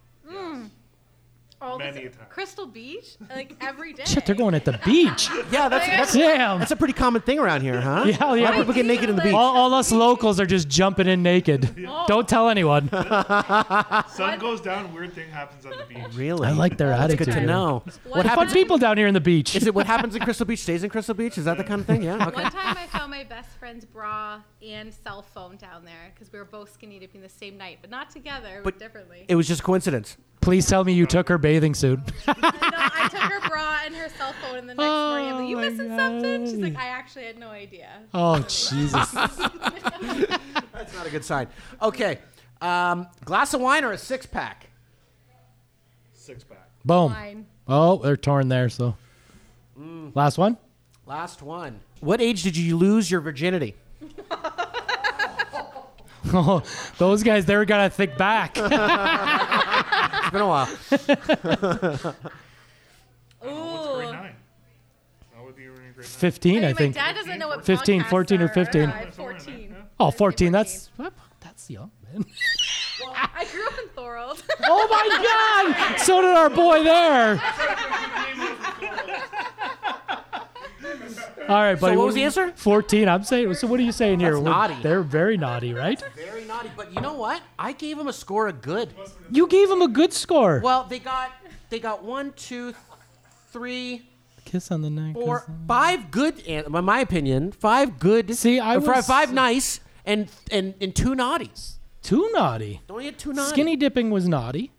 All Many this, a time. Crystal Beach, like every day. Shit, they're going at the beach. Yeah, that's that's, Damn. that's a pretty common thing around here, huh? Yeah, A lot yeah. of people get naked in the beach. All, all us locals are just jumping in naked. Oh. Don't tell anyone. Sun goes down, weird thing happens on the beach. really? I like their That's attitude. good to know. What What the fun happens? people down here in the beach. Is it what happens in Crystal Beach stays in Crystal Beach? Is that the kind of thing? Yeah. Okay. One time I found my best friend's bra and cell phone down there because we were both skinny dipping the same night, but not together, but But differently. It was just coincidence. Please tell me you took her bathing suit. no, I took her bra and her cell phone, and the next morning, I'm like, you Oh my missing something? She's like, God. I actually had no idea. oh Jesus. That's not a good sign. Okay. Um, glass of wine or a six pack? Six pack. Boom. Fine. Oh, they're torn there. So, last one. Last one. What age did you lose your virginity? Oh, those guys, they were gonna think back. It's been a while. What's grade Ooh. nine? That would be grade nine. 15, Anyway, I think. Dad doesn't know what 15, podcasts 14 or are. 15. Uh, 14. Oh, 14. That's what? that's young, man. I grew up in Thorold. Oh my God! So did our boy there. All right, So buddy. what was the answer? Fourteen. I'm saying. So what are you saying here? That's We're- naughty. They're very naughty, right? Very naughty, but you know what? I gave him a score of good. You gave him a good score. Well, they got they got one, two, three, Kiss on the neck. four, five good. an- In my opinion, five good. See, I uh, fi- was- five nice and and and two naughties. Too naughty. Don't get too naughty. Skinny dipping was naughty.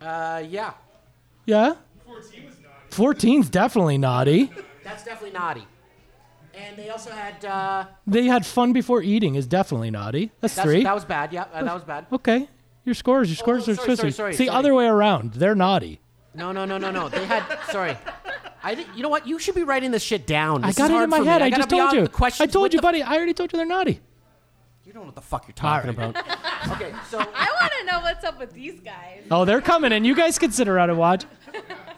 Uh, yeah, Yeah. Fourteen's definitely naughty. that's definitely naughty. And they also had uh, They had fun before eating is definitely naughty. That's, that's- three. That was bad. Yeah, uh, that was bad. Okay. Your scores, your scores oh, sorry, are sorry, twisted. sorry, See, sorry. other way around. They're naughty. No, no, no, no, no. They had. sorry. I think you know what? You should be writing this shit down. I This got is it hard in my for me. head. I, gotta just be told on you. The questions. I told you, buddy. I already told you they're naughty. You don't know what the fuck you're talking about. okay, so I want to know what's up with these guys. Oh, they're coming, and you guys can sit around and watch.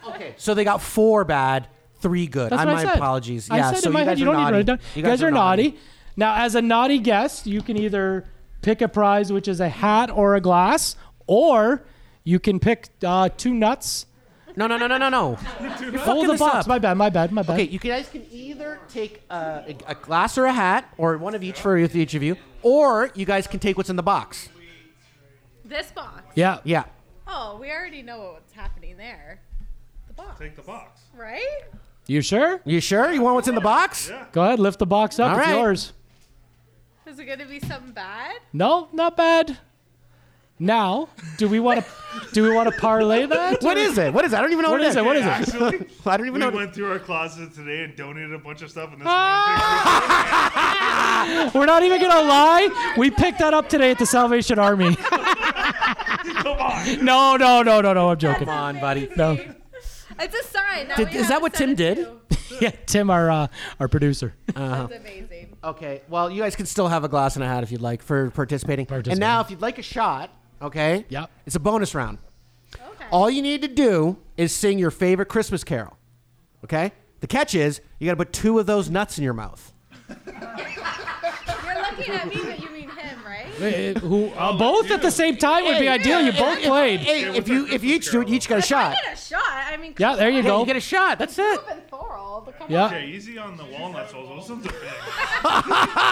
Okay. So they got four bad, three good. That's I, what Uh, my I said. apologies. I yeah, said so in my you head, guys you are don't need to naughty. write it down. You guys, are naughty. Now, as a naughty guest, you can either pick a prize, which is a hat or a glass, or you can pick uh, two nuts. No, no, no, no, no, no. You're Oh, fucking the this box. up. My bad. My bad. My bad. Okay, you guys can either take uh, a, a glass or a hat, or one of each for each of you, or you guys can take what's in the box. This box. Yeah. Yeah. Oh, we already know what's happening there. The box. Take the box. Right? You sure? You sure? You want what's in the box? Go ahead. Lift the box up. All it's right. yours. Is it gonna be something bad? No, not bad. Now, do we want to do we want to parlay that? What or- is it? What is it? I don't even know What is it? What is it? Actually, I don't even we know. We went through our closets today and donated a bunch of stuff, and this Ah! We're not even gonna lie. We picked that up today at the Salvation Army. Come on. No, no, no, no, no. I'm joking. Come on, buddy. No. It's a sign. Now Did, we is have that what to send Tim it did? Uh-huh. to- yeah, Tim, our uh, our producer. That's amazing. Okay. Well, you guys can still have a glass and a hat if you'd like for participating. And now, if you'd like a shot, okay. Yep. It's a bonus round. Okay. All you need to do is sing your favorite Christmas carol. Okay. The catch is you got to put two of those nuts in your mouth. You're looking at me, but you mean him, right? Eh, eh, who uh, both at the same time would be ideal. You both played. Hey, if you if you each do it, you each got a I shot. get a shot. I mean, Yeah, there you Hey, go. You get a shot. That's it. Coop and Thorold, but come Yeah. on. Okay, easy on the walnuts. Those those ones are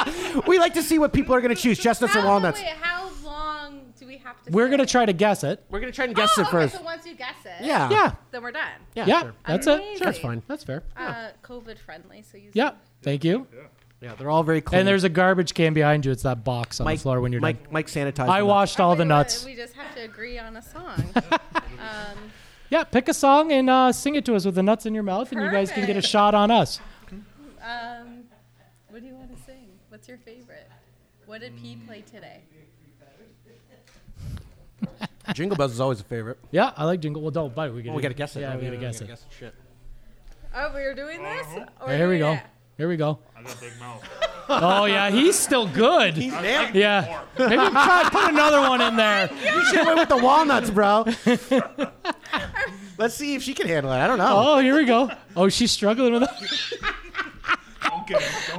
big. We like to see what people are going to choose: chestnuts or How- walnuts. Wait, how long do we have to? We're gonna try to guess it. We're gonna try and oh, okay, So once you guess it, Yeah. Yeah. then we're done. Yeah, that's it. Amazing. That's fine. That's fair. Uh, COVID friendly, so you. Yeah, thank you. Yeah, they're all very clean. And there's a garbage can behind you. It's that box on the floor when you're Mike, done. Mike sanitized. I them. washed all the nuts. We just have to agree on a song. um, Yeah, pick a song and uh, sing it to us with the nuts in your mouth, and you guys can get a Perfect. shot on us. um, what do you want to sing? What's your favorite? What did P play today? Jingle bells is always a favorite. Yeah, I like jingle. Well, don't bite. We, Well, we gotta guess it. Yeah, we Yeah, gotta we guess gotta it. guess Shit. Oh, we were doing this. Or Uh-huh. Yeah, here we doing go. that? Here we go. I got a big mouth. Oh yeah, he's still good. nailed it. yeah. Maybe try put another one in there. You should went with the walnuts, bro. Let's see if she can handle it. I don't know. Oh, here we go. Oh, she's struggling with it.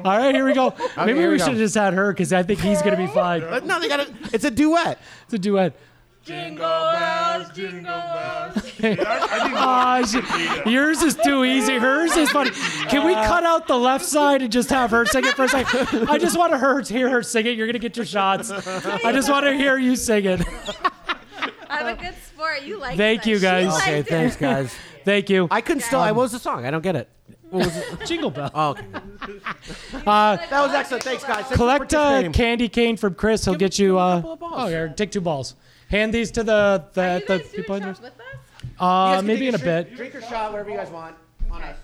All right, here we go. Maybe here we we should go. have just had her because I think he's gonna be fine. But no, they got it. It's a duet. It's a duet. Jingle bells, jingle bells. Ah, she- yours is too easy. Hers is funny. Can we cut out the left side and just have her sing it for a second? I just want to her hear her sing it. You're gonna get your shots. I just want to hear you sing it. I'm a good sport. You like. Thank you guys. um, Okay, thanks, guys. Thank you. I couldn't still. I what was the song. I don't get it. What was it? Jingle bell. Oh, okay. Uh, that was excellent. Thanks, guys. Thanks for collect a participating. candy cane from Chris. He'll get you. Uh, oh, here, take two balls. Hand these to the the the people. in yours. You guys Uh, can take maybe in a drink- bit. Drink or shot, whatever you guys want. On us.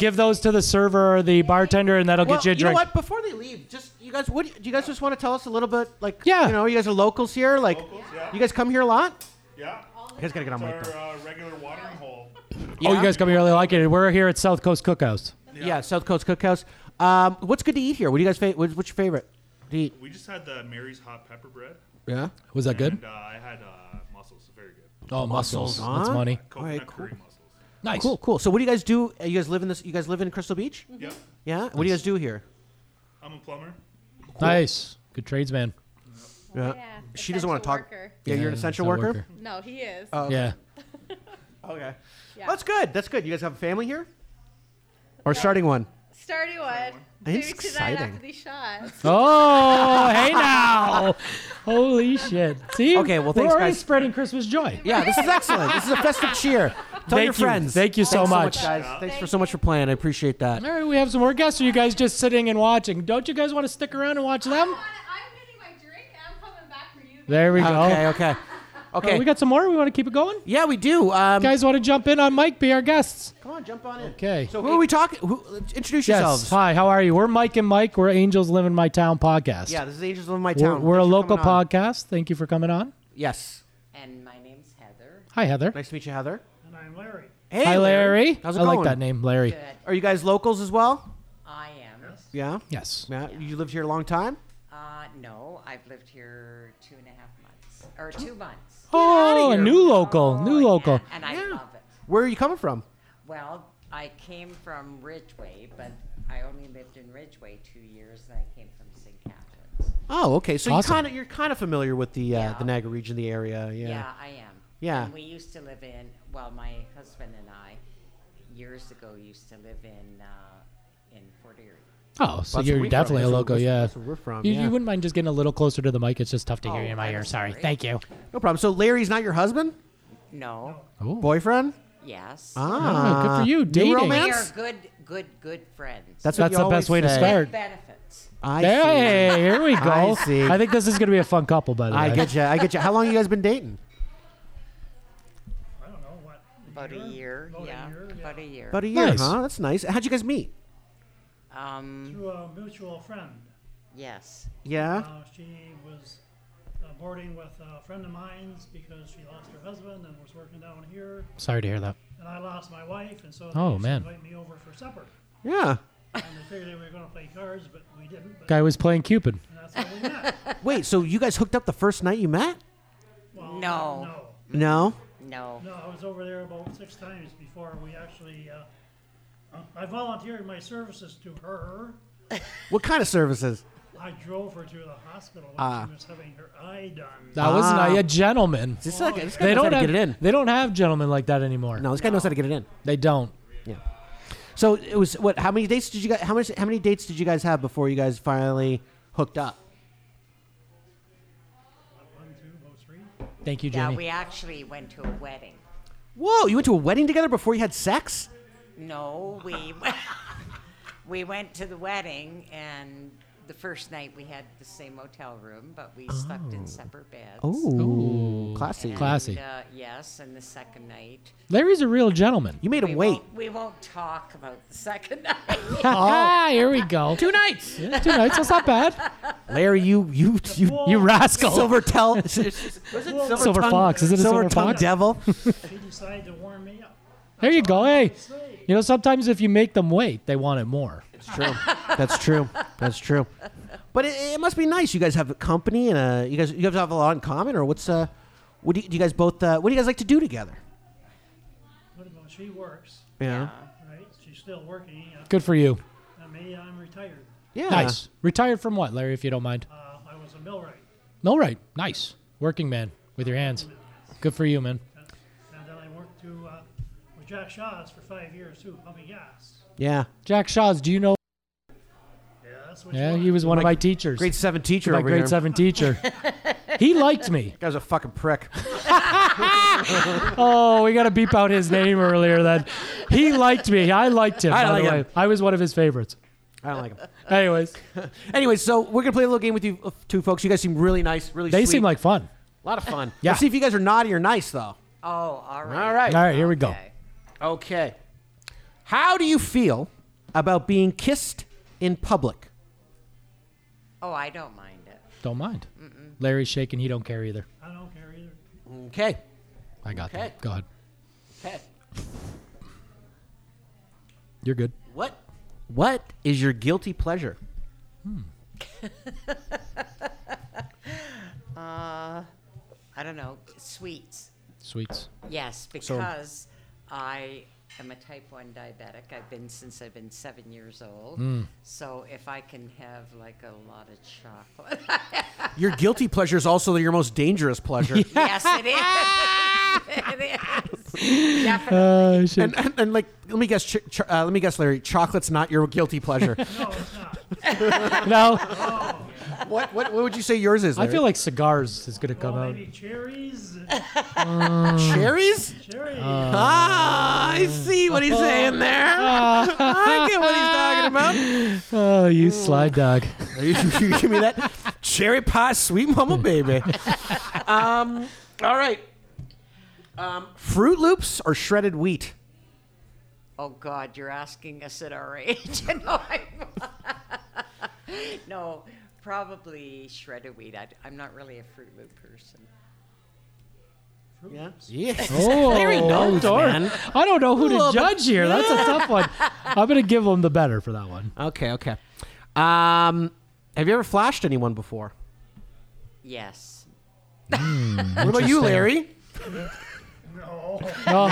Give those to the server or the bartender, and that'll Well, get you a you know drink. what? Before they leave, just you guys. What do you- do you guys just want to tell us a little bit? Like, Yeah. you know, you guys are locals here. Like, yeah. you guys come here a lot. Yeah. You guys gotta get on mic. It's our uh, regular watering hole. uh, Oh, you guys come here really like it. We're here at South Coast Cookhouse. Yeah. South Coast Cookhouse. Um, what's good to eat here? What do you guys? Fa- what's, what's your favorite? To eat? We just had the Mary's hot pepper bread. Yeah. Was that good? And uh, I had uh, mussels. Very good. Oh, mussels. Huh? That's money. All right, cool. Nice. Cool, Oh, cool. So, what do you guys do? Uh, You guys live in this? You guys live in Crystal Beach? Mm-hmm. Yep. Yeah. What do you guys do here? I'm a plumber. Nice. Good tradesman. Yeah. Yeah, She doesn't want to essential talk. worker. Yeah, you're an Yeah, essential essential worker. worker. No, he is. Oh, okay. Yeah. Okay. Yeah. That's good. That's good. You guys have a family here? Or starting one? Starting one. It's Maybe tonight exciting. after these shots. Oh, hey now! Holy shit! See, Okay, well, thanks, We're already guys. spreading Christmas joy. Yeah, this is excellent. This is a festive cheer. Tell Thank your you. friends. Thank you so Thanks much. guys. Thanks for so much for playing. I appreciate that. All right, we have some more guests. Are you guys just sitting and watching? Don't you guys want to stick around and watch them? There we go. Okay, okay. Okay. Uh, we got some more. We want to keep it going. Yeah, we do. Um, guys want to jump in on Mike? Be our guests. Come on, jump on in. Okay. So who are we talking? Who, introduce Yes. yourselves. Hi. How are you? We're Mike and Mike. We're Angels Live in My Town podcast. Yeah, this is Angels Live in My We're- Town. We're, a Thanks for local coming on. podcast. Thank you for coming on. Yes. And my name's Heather. Hi, Heather. Nice to meet you, Heather. And I'm Larry. Hey, Hi, Larry. How's it I like going? that name, Larry. Good. Are you guys locals as well? I am. Yeah. Yes. Yeah. You lived here a long time. Uh, no, I've lived here two and a half months or two months, Oh, a new local. New local. and I love it. Where are you coming from? Well, I came from Ridgeway, but I only lived in Ridgeway two years, and I came from St. Catharines. Oh, okay. So Awesome. you kind of you're kind of familiar with the uh, the Niagara region, the area. Yeah. Yeah, I am. Yeah. And we used to live in. Well, my husband and I, years ago, used to live in uh, in Fort Erie. Oh, so That's where you're we from. definitely a That's local, where- yeah. that's where we're from, You, yeah. you wouldn't mind just getting a little closer to the mic. It's just tough to hear Oh, you in my I'm ear. Sorry. sorry. Thank you. No problem. So Larry's not your husband? No. Boyfriend? Yes. Ah, Oh, good for you. new Dating. romance? We are good, good, good friends. That's what That's you the always best way to say. start. With benefits. I hey, see. here we go. I see. I think this is going to be a fun couple, by the way. I get you. I get you. How long you guys been dating? About a year, yeah. About a year. About a year, Nice. huh? That's nice. How'd you guys meet? Um, Through a mutual friend. yes. Yeah. Uh, she was uh, boarding with a friend of mine's because she lost her husband and was working down here. Sorry to hear that. And I lost my wife, and so Oh, they used to man. invite me over for supper. Yeah. and they figured we were going to play cards, but we didn't. But Guy was playing Cupid. and that's how we met. Wait, so you guys hooked up the first night you met? no. No. No. uh, No, I was over there about six times before we actually. Uh, I volunteered my services to her. What kind of services? I drove her to the hospital when Ah. she was having her eye done. That was Ah. not a gentleman. This guy- this guy they knows don't how have, to get it in. They don't have gentlemen like that anymore. No, this guy knows how to get it in. They don't. Yeah. So it was what? How many dates did you guys? How much? How many dates did you guys have before you guys finally hooked up? Thank you, Yeah, Jamie. we actually went to a wedding. Whoa! You went to a wedding together before you had sex? No, we we went to the wedding, and the first night we had the same motel room, but we slept in separate beds. Oh, classy. And, Classy. Uh, yes, and the second night. Larry's a real gentleman. You made we won't- We won't talk about the second night. Ah, here we go. Oh. Two nights. Yeah, two nights. That's not bad. Larry, you you you, You rascal. Silver tell. Was it Silver fox. Is it a silver tongue fox? devil? She decided to warm me up. There you go. Hey, you know sometimes if you make them wait, they want it more. It's true. That's true. That's true. But it, it must be nice. You guys have a company and uh, you guys you guys have a lot in common. Or what's uh, what do you, do you guys both? Uh, what do you guys like to do together? What about she works? Yeah. Right? She's still working. Uh, Good for you. And me, I'm retired. Yeah. Nice. Retired from what, Larry? If you don't mind. Uh, I was a millwright. No, right. Nice. Working man with your hands. Good for you, man. And then I worked to, uh, with Jack Shaw's for five years too, pumping gas. Yeah. Jack Shaw's. Do you know? Yeah, that's what Yeah, he was one of my teachers. Grade seven teacher My over grade here. seven teacher. he liked me. That guy's a fucking prick. Oh, we got to beep out his name earlier. Then he liked me. I liked him. I by the like him. way. I was one of his favorites. I don't like him. Anyways, Anyway, so we're gonna play a little game with you uh, two folks. You guys seem really nice, really. they sweet. seem like fun. a lot of fun. Yeah. Let's see if you guys are naughty or nice, though. oh, all right. All right. All right, here we go. Okay. How do you feel about being kissed in public? Oh, I don't mind it. Don't mind. Larry's shaking. He don't care either. I don't care either. Okay. I got Okay. that. Go ahead. Okay. You're good. What? What is your guilty pleasure? Uh, I don't know. Sweets. Sweets. Yes, So- because I am a type 1 diabetic. I've been since I've been seven years old. Mm. So if I can have like a lot of chocolate. Your guilty pleasure is also your most dangerous pleasure. yes, it is. it is. Oh, shit. and, and, and like, let me guess, ch- ch- uh, let me guess, Larry. Chocolate's not your guilty pleasure. no. What, what what would you say yours is? I Larry? feel like cigars is gonna come out. Oh, Maybe cherries. Mm. cherries. Cherries. Uh. Uh, ah, I see what he's saying there. uh, I get what he's talking about. Oh, you slide dog. you, you give me that cherry pie, sweet mama baby. Um, all right. Um, Fruit Loops or shredded wheat? Oh God, you're asking us at our age. no, I'm no, probably shredded wheat. I, am not really a Fruit Loop person. Yeah. Yes. Oh, Larry knows, darn. man. I don't know who Little to bit- judge here. That's a tough one. I'm gonna give him the better for that one. Okay, okay. Um, have you ever flashed anyone before? Yes. what about you, interesting. Larry? No. No.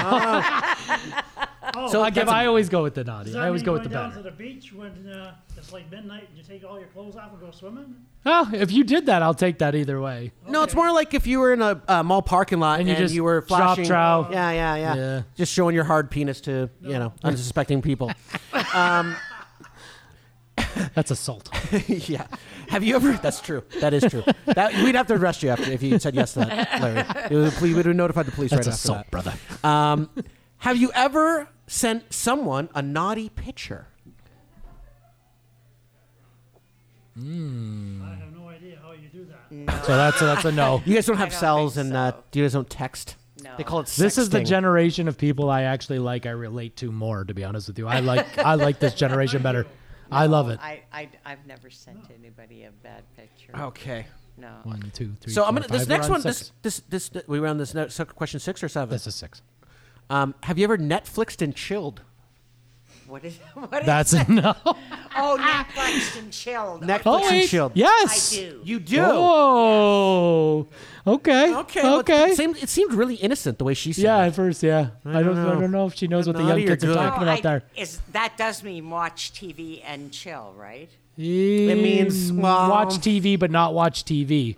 so Oh, I give. I always go with the naughty. Does that I always mean go with the going down better. to the beach when uh, it's like midnight and you take all your clothes off and go swimming? Oh, if you did that, I'll take that either way. No, it's more like if you were in a uh, mall parking lot And and you you, just were drop flashing. trow. Yeah, yeah, yeah, Yeah. Just showing your hard penis to you know unsuspecting people. um, That's assault. yeah. Have you ever? That's true. That is true. That, we'd have to arrest you after if you said yes to that, Larry. It was- we would have notified the police That's right assault, after that, brother. Um, have you ever sent someone a naughty picture? I have no idea how you do that. So that's a- that's a no. You guys don't have cells and uh, you guys don't text. No. They call it. This is the sexting. generation of people I actually like. I relate to more, to be honest with you. I like. I like this generation better. I love it. I, I, I've never sent anybody a bad picture. Oh. Okay. No. One, two, three. so i I'm four, gonna this five. We're next on one. six. This, this this we were on this next so question six or seven. This is six. Um, have you ever Netflixed and chilled? What is what is That's that? a no. Oh, Netflix and chilled. Netflix Oh, and wait. chilled. Yes. I do. You do. Oh. Okay. Okay. well, Okay. it, seemed, it seemed really innocent the way she said. yeah, it. at first, yeah. I don't. I don't know if she knows what the young Naughty or kids are good? No, talking about Oh, I- there. Is, that does mean watch TV and chill, right? It means, well- watch TV, but not watch TV.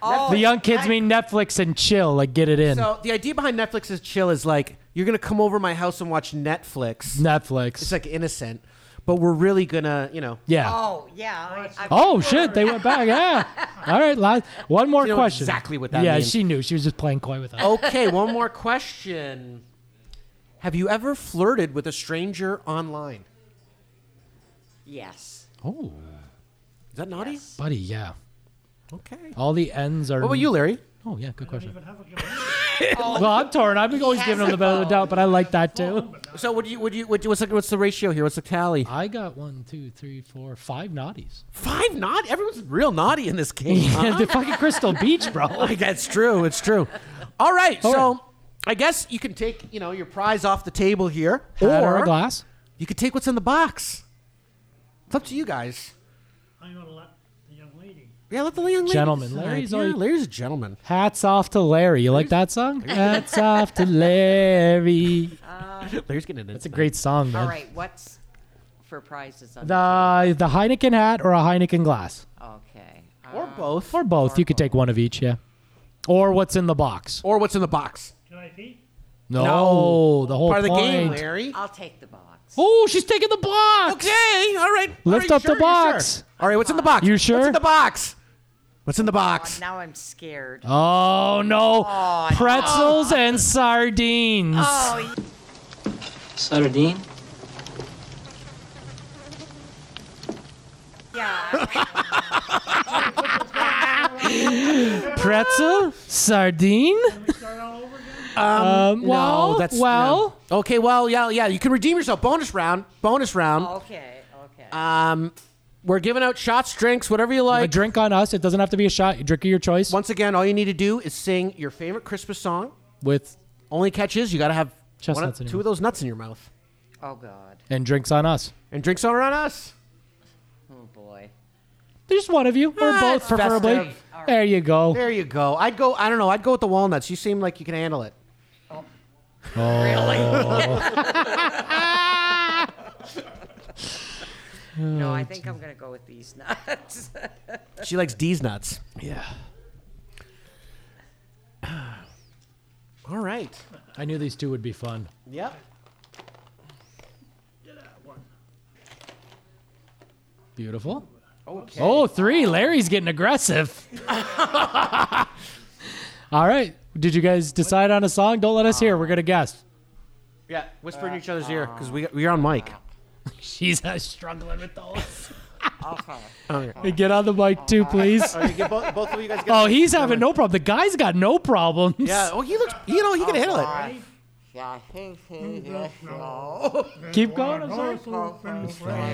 Oh, the young kids I- mean Netflix and chill. Like get it in. So the idea behind Netflix is chill is like you're gonna come over my house and watch Netflix. Netflix. It's like innocent, but we're really gonna, you know. Yeah. Oh, yeah. I, I, Oh shit! They went back. Yeah. All right. Last one more She knows question. exactly what that Yeah, means. Oh. she knew. She was just playing coy with us. okay. One more question. Have you ever flirted with a stranger online? Yes. Oh, Is that naughty? buddy. Yeah. Okay. All the ends are. What about you, Larry? Oh yeah, good question. well, I'm torn. I'm always He giving has him the a benefit of the doubt, but I like that too. So would you would you would you, what's the, what's the ratio here? What's the tally? I got one, two, three, four, five naughties. Five naughty. Everyone's real naughty in this game. Yeah, huh? the fucking Crystal Beach, bro. Like, that's true. It's true. All right. so I guess you can take you know your prize off the table here, Hat or a glass? You could take what's in the box. It's up to you guys. I'm gonna let the young lady. Yeah, let the young lady Gentlemen. decide. Larry's yeah, all- Larry's a gentleman. Hats off to Larry. You like that song? Hats off to Larry. Larry's getting it. That's a great song, man. All right. What's for prizes on The the Heineken hat or a Heineken glass? Okay. Or both. Or both. You could take one of each, yeah. Or what's in the box? Or what's in the box? Can I pee? No, the whole part of the game, point. Larry. I'll take the box. Oh, she's taking the box. Okay. All right. All Lift right, up the sure, you're box. sure. All right. What's in the box? You What's sure? in the box? What's in the Oh, box? now I'm scared. Oh no! Oh, Pretzels and sardines. Oh, Sardine. Pretzel, sardine. Um, Um, well, well. no. Okay. Well, yeah, yeah. You can redeem yourself. Bonus round. Bonus round. Oh. okay. Okay. Uh, Um, we're giving out shots, drinks, whatever you A like. drink on us. It doesn't have to be a shot. You Drink of your choice. Once again, all you need to do is sing your favorite Christmas song. With Only catch is you got to have one of- Chestnuts in your two of those nuts in your mouth. Oh, God. and drinks on us. And drinks are on us. Oh, boy. There's one of you, or Ah, both, it's preferably. festive. There you go. There you go. I'd go. I don't know. I'd go with the walnuts. You seem like you can handle it. Oh. No, I think I'm going to go with these nuts. She likes D's nuts. Yeah. All right. I knew these two would be fun. Yep. Beautiful. Okay. Oh, three. Larry's getting aggressive. All right. Did you guys decide on a song? Don't let us hear. We're gonna guess. Yeah, whisper in each other's ear because we we're on mic. She's uh, struggling with those. I'll follow. Hey, Get on the mic too, please. Oh, you get both, both of you guys. Get Oh, he's having no problem. The guy's got no problems. Yeah. Oh, he looks. You know, he can handle it. Keep going. Oh, I'm sorry.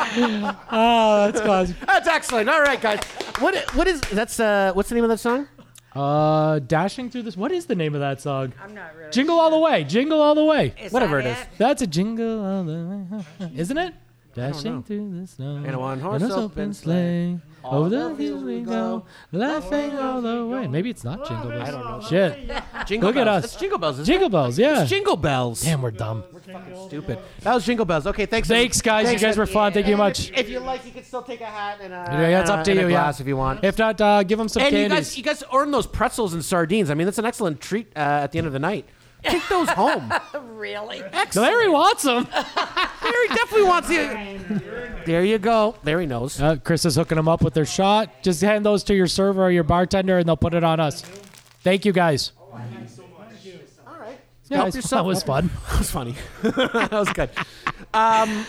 oh, that's classic. That's excellent. All right, guys. What what is that's uh what's the name of that song? Uh, dashing through this. What is the name of that song? I'm not really. Jingle all the way. Jingle all the way. Is Whatever that it is. it? That's a jingle all the way, isn't it? Dashing know. through the snow In a one-horse in a open open sleigh. sleigh. All Over the the fields we go, laughing all the way. Maybe it's not jingle bells. I don't know. Shit. Jingle Look Bells. at us. That's Jingle Bells, isn't jingle it? bells. Yeah. It's Jingle Bells. Damn, we're dumb. Stupid. That was Jingle Bells. Okay, thanks. Thanks, guys. You guys were fun. Thank you And much. If, if you like, you can still take a hat and a. yeah, that's up to and a you. glass yeah. if you want. If not, uh, give them some and you candies. guys, you guys earn those pretzels and sardines. I mean, that's an excellent treat uh, at the end of the night. Take those home. really? Larry wants them. Larry definitely wants you. There you go. There he knows. Uh, Chris is hooking them up with their shot. Just hand those to your server or your bartender, and they'll put it on us. Thank you, guys. Yeah, Help it's- yourself. that was fun. that was funny. that was good. Um,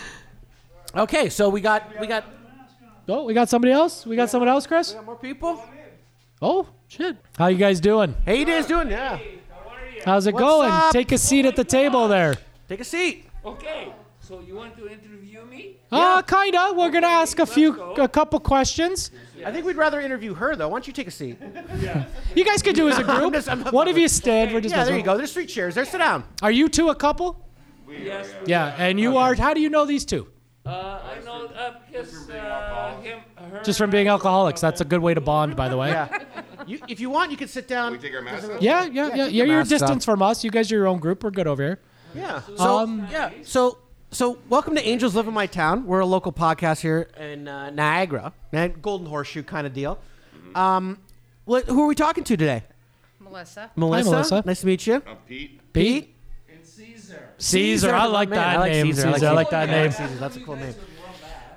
okay, so we got we got Oh, we got somebody else. We got someone else, Chris. more people. Oh shit! How you guys doing? Hey, you guys doing? Yeah. How's it What's going? up? Take a seat at the table there. Take a seat. Okay, so you want to interview me? Uh, kinda. We're gonna ask a few, a couple questions. I think we'd rather interview her though. Why don't you take a seat? You guys could do as a I'm group. just- I'm not- One of you stand. We're just yeah, there you go. There's three chairs. There, sit down. Are you two a couple? Yes. Yeah, and you are. How do you know these two? Uh, I know uh, because uh, him, her. Just from being alcoholics. That's a good way to bond, by the way. Yeah. You, if you want, you can sit down. We take our masks Yeah, yeah, yeah. take your You're your masks off. distance from us. You guys are your own group. We're good over here. Yeah. So Um, yeah. So so welcome to Angels Live in My Town. We're a local podcast here in uh, Niagara, Ni- Golden Horseshoe kind of deal. Um, what, who are we talking to today? Melissa. Melissa. Melissa. Nice to meet you. Pete. Pete. And Caesar. Caesar. I like Man, that name. Caesar. I like that Yeah, name. Caesar. That's a cool name.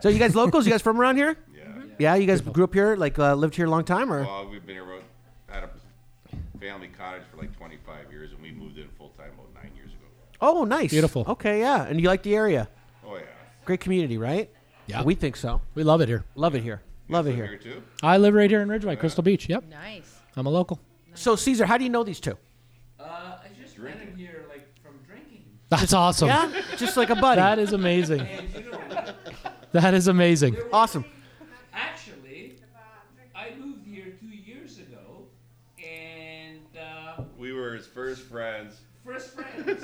So you guys locals? You guys from around here? Yeah. Yeah. You guys grew up here, like uh, lived here a long time, or? Well, we've been here about, at a family cottage for like 25 years, and we moved in full time about nine years ago. Oh, nice. Beautiful. Okay, yeah. And you like the area? Oh yeah. Great community, right? Yeah. We think so. We love it here. Love it here. Love it here. too? I live right here in Ridgeway, Crystal Beach. Yep. Nice. I'm a local. So Caesar, how do you know these two? Uh, I just ran in here like from drinking. That's awesome. Yeah, just like a buddy. That is amazing. And you know, That is amazing. Awesome. actually, I moved here two years ago, and uh, We were his first friends. first friends.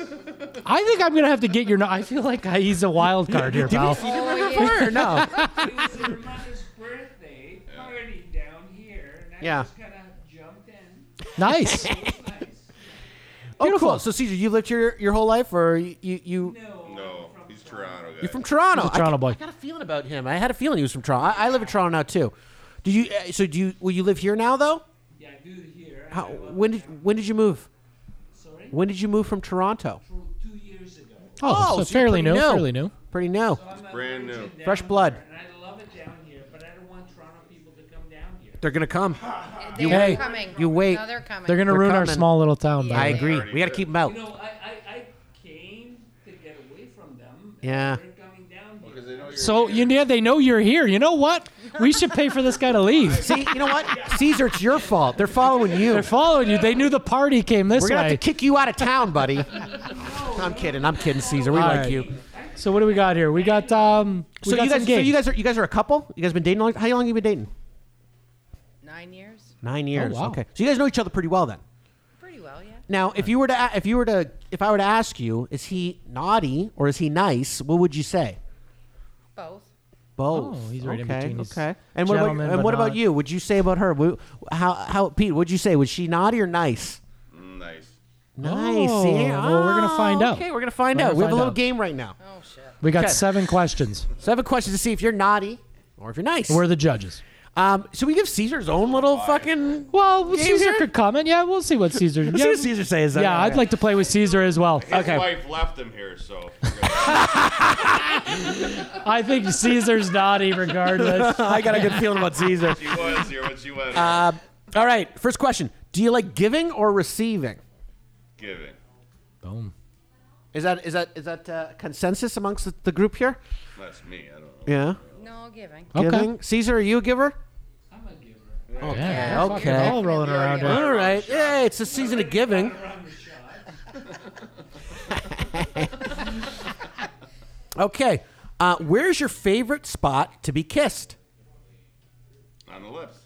I think I'm gonna have to get your. nu- I feel like I, he's a wild card here, Did we- pal. you didn't remember Oh, her? yeah. it was her mother's birthday party down here, and I Yeah. just kind of jumped in. Nice. It was nice. Oh, cool. So Caesar, you lived here your whole life, or you you, you No, he's Toronto guy. you're from Toronto? He's a Toronto I, boy. I got a feeling about him. I had a feeling he was from Toronto. I, I live in Toronto now too. Do you? uh, So do you? Will you live here now though? Yeah, I do here. How, when did when did you move? Sorry, When did you move from Toronto? two years ago. Oh, so you're fairly pretty new, fairly new. Pretty new. I'm a brand new. virgin down Fresh blood. here, And I love it down here, but I don't want Toronto people to come down here. They're gonna come. They You are wait. coming. You wait. No, they're coming. They're gonna ruin our coming. small little town. by I the way. agree. We got to keep them out. You know, I, I, I came to get away from them. and Yeah. They're coming down here. So you yeah, they know you're here. You know what? We should pay for this guy to leave. See, you know what, Caesar? It's your fault. They're following you. They're following you. They knew the party came this We're gonna way. have to kick you out of town, buddy. I'm kidding. I'm kidding, Caesar. We All like right. you. So what do we got here? We got um. We So got you guys, so some games. you guys are you guys are a couple. You guys been dating? Long, how long you been dating? Nine years. Nine years. Oh, wow. Okay. So you guys know each other pretty well then. Pretty well, yeah. Now, if you were to a- if you were to if I were to ask you, is he naughty or is he nice? What would you say? Both. Both. Oh, he's right in okay, between. He's Okay. And what about gentleman, and but what about not- you? Would you say about her? Wh- How how Pete? Would you say was she naughty or nice? Mm, Nice. Nice. Oh, yeah. well, we're gonna find Oh, out. Okay, we're gonna find We're out. gonna we have a find little out. game right now. Oh shit. we got Okay. seven questions. So I have a question to see if you're naughty or if you're nice. We're the judges. Um, should we give Caesar his own little fucking? Well, game Caesar here? could comment. Yeah, we'll see what Caesar. Let's yeah. see what Caesar says. Yeah, I'd like to play with Caesar as well. His wife left him here, so. I think Caesar's naughty regardless. I got a good feeling about Caesar. She was here when she went. Uh, all right, first question: Do you like giving or receiving? Giving. Boom. Is that is that is that uh, consensus amongst the, the group here? That's me. I don't know. Yeah. No giving. Giving. Caesar, are you a giver? I'm a giver. Okay. Yeah, okay. fucking all rolling around here. All right. Yeah, it's a season of giving. okay. Uh, where's your favorite spot to be kissed? On the lips.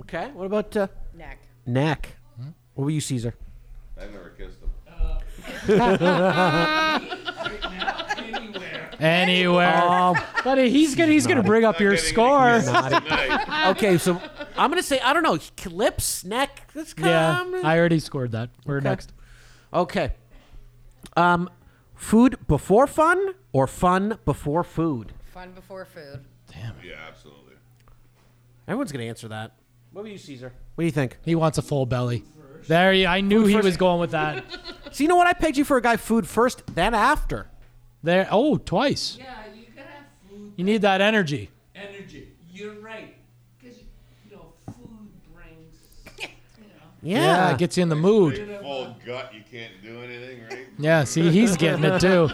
Okay. What about uh, Neck. Neck. What were you, Caesar? I've never kissed him. Anywhere. Um, Buddy, he's gonna he's gonna bring up your score. okay, so I'm gonna say I don't know. Lips, neck. Let's come. Yeah, I already scored that. We're next. Okay. Um, food before fun or fun before food? Fun before food. Yeah, absolutely. Everyone's gonna answer that. What were you, Caesar? What do you think? He wants a full belly. There, you, I knew he was going with that. So you know what? I pegged you for a guy food first, then after. There, oh, twice. Yeah, you gotta have food You need that energy. energy. You're right. Because, you know, food brings. it gets you in the mood. Full gut, you can't do anything, right? Yeah, see, he's getting it too.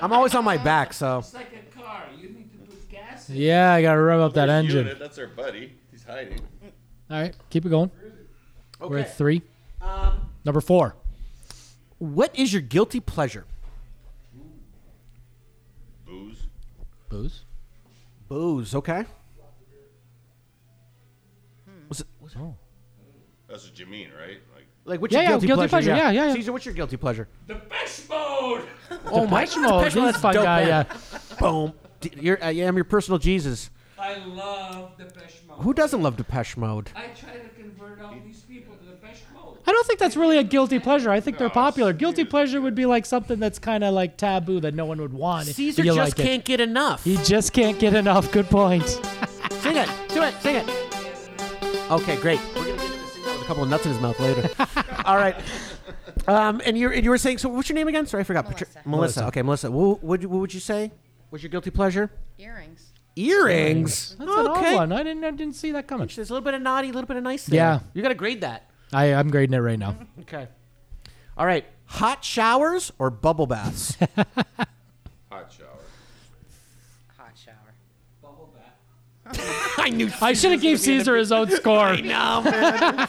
I'm always on my back, so. It's like a car. You need to put gas in. Yeah, I gotta rev up that There's engine. Unit. That's our buddy. He's hiding. All right, keep it going. We're Okay. at three. Um, Number four. What is your guilty pleasure? Booze. Booze. Booze. Okay. Hmm. Was it? Was it That's what you mean, right? Like, like what's Yeah, your yeah, guilty, pleasure? guilty pleasure, yeah, yeah, yeah. Caesar, what's your guilty pleasure? Depeche mode! Oh my Depeche Depeche Mode, Mode, this that's fucking dope guy, band. Boom. D- You're, uh, yeah, I'm your personal Jesus. I love Depeche mode. Who doesn't love Depeche Mode? I try to convert all these people to Depeche mode. I don't think that's really a guilty pleasure. I think they're popular. Guilty pleasure would be like something that's kind of like taboo that no one would want. but Caesar you just like it. can't get enough. He just can't get enough. Good point. Sing it, do it, sing it. Okay, great. We're gonna get into Caesar with a couple of nuts in his mouth later. All right. Um, and you and you were saying so. What's your name again? Sorry, I forgot. Melissa. Melissa. Melissa. Okay, Melissa. What would you, what would you say? What's your guilty pleasure? Earrings. Earrings. That's an okay. odd one. I didn't, I didn't see that coming. There's a little bit of naughty, a little bit of nice. There. Yeah. You gotta grade that. I, I'm grading it right now. Okay. All right. Hot showers or bubble baths? Hot shower. Hot shower. Bubble bath. I knew. I should have gave Caesar his own score. I know, man.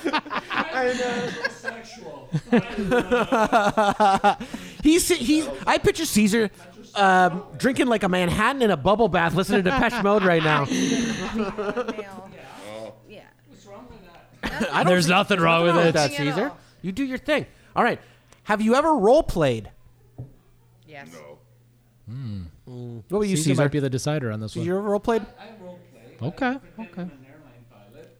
I know. so sexual. I love he's he's. I picture Caesar um, drinking like a Manhattan in a bubble bath, listening to Depeche Mode right now. Male. Oh, Yeah. What's wrong with that? I There's think- nothing wrong with it. that, Nothing at Caesar. all. You do your thing. All right. Have you ever role played? Hmm. Yes. no. What were you, Caesar Caesar? might be the decider on this Did one. you ever role played? I role play. Okay, okay. I'm an airline pilot.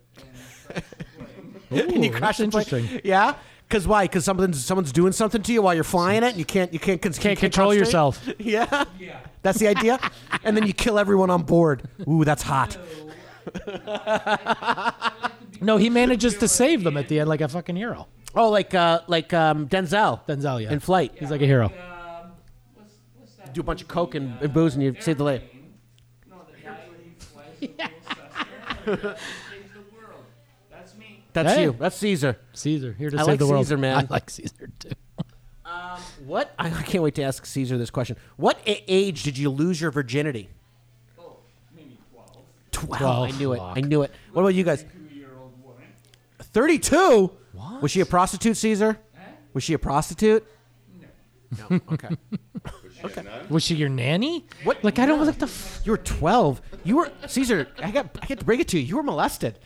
Ooh, and you that's crash and play? interesting. Yeah. Because why? Because someone's someone's doing something to you while you're flying it, and you can't you can't, Hmm. Can't control yourself. Yeah. Yeah. That's the idea. and then you kill everyone on board. Ooh, that's hot. No, he manages to save them at the end like a fucking hero. Oh, like uh, like um, Denzel Denzel, yeah. in flight. He's like a hero. Um, what's, what's that? Do a bunch of coke and, and booze, and you save the lady. No, the guy who flies the World saves the world. That's me. That's Hey. you. That's Caesar. Caesar here to I save like the world. Caesar, man. I like Caesar too. What? I I can't wait to ask Caesar this question. What a- age did you lose your virginity? Oh, maybe 12. Twelve. I Twelve. knew Fuck. it. I knew it. What about you guys? Two-year-old woman. Thirty-two. Was she a prostitute, Caesar? Was she a prostitute? No. No. Okay. Was she a nun? Was she your nanny? What? Like I don't like the. F- You were twelve. You were Caesar. I got. I got to break it to you. You were molested.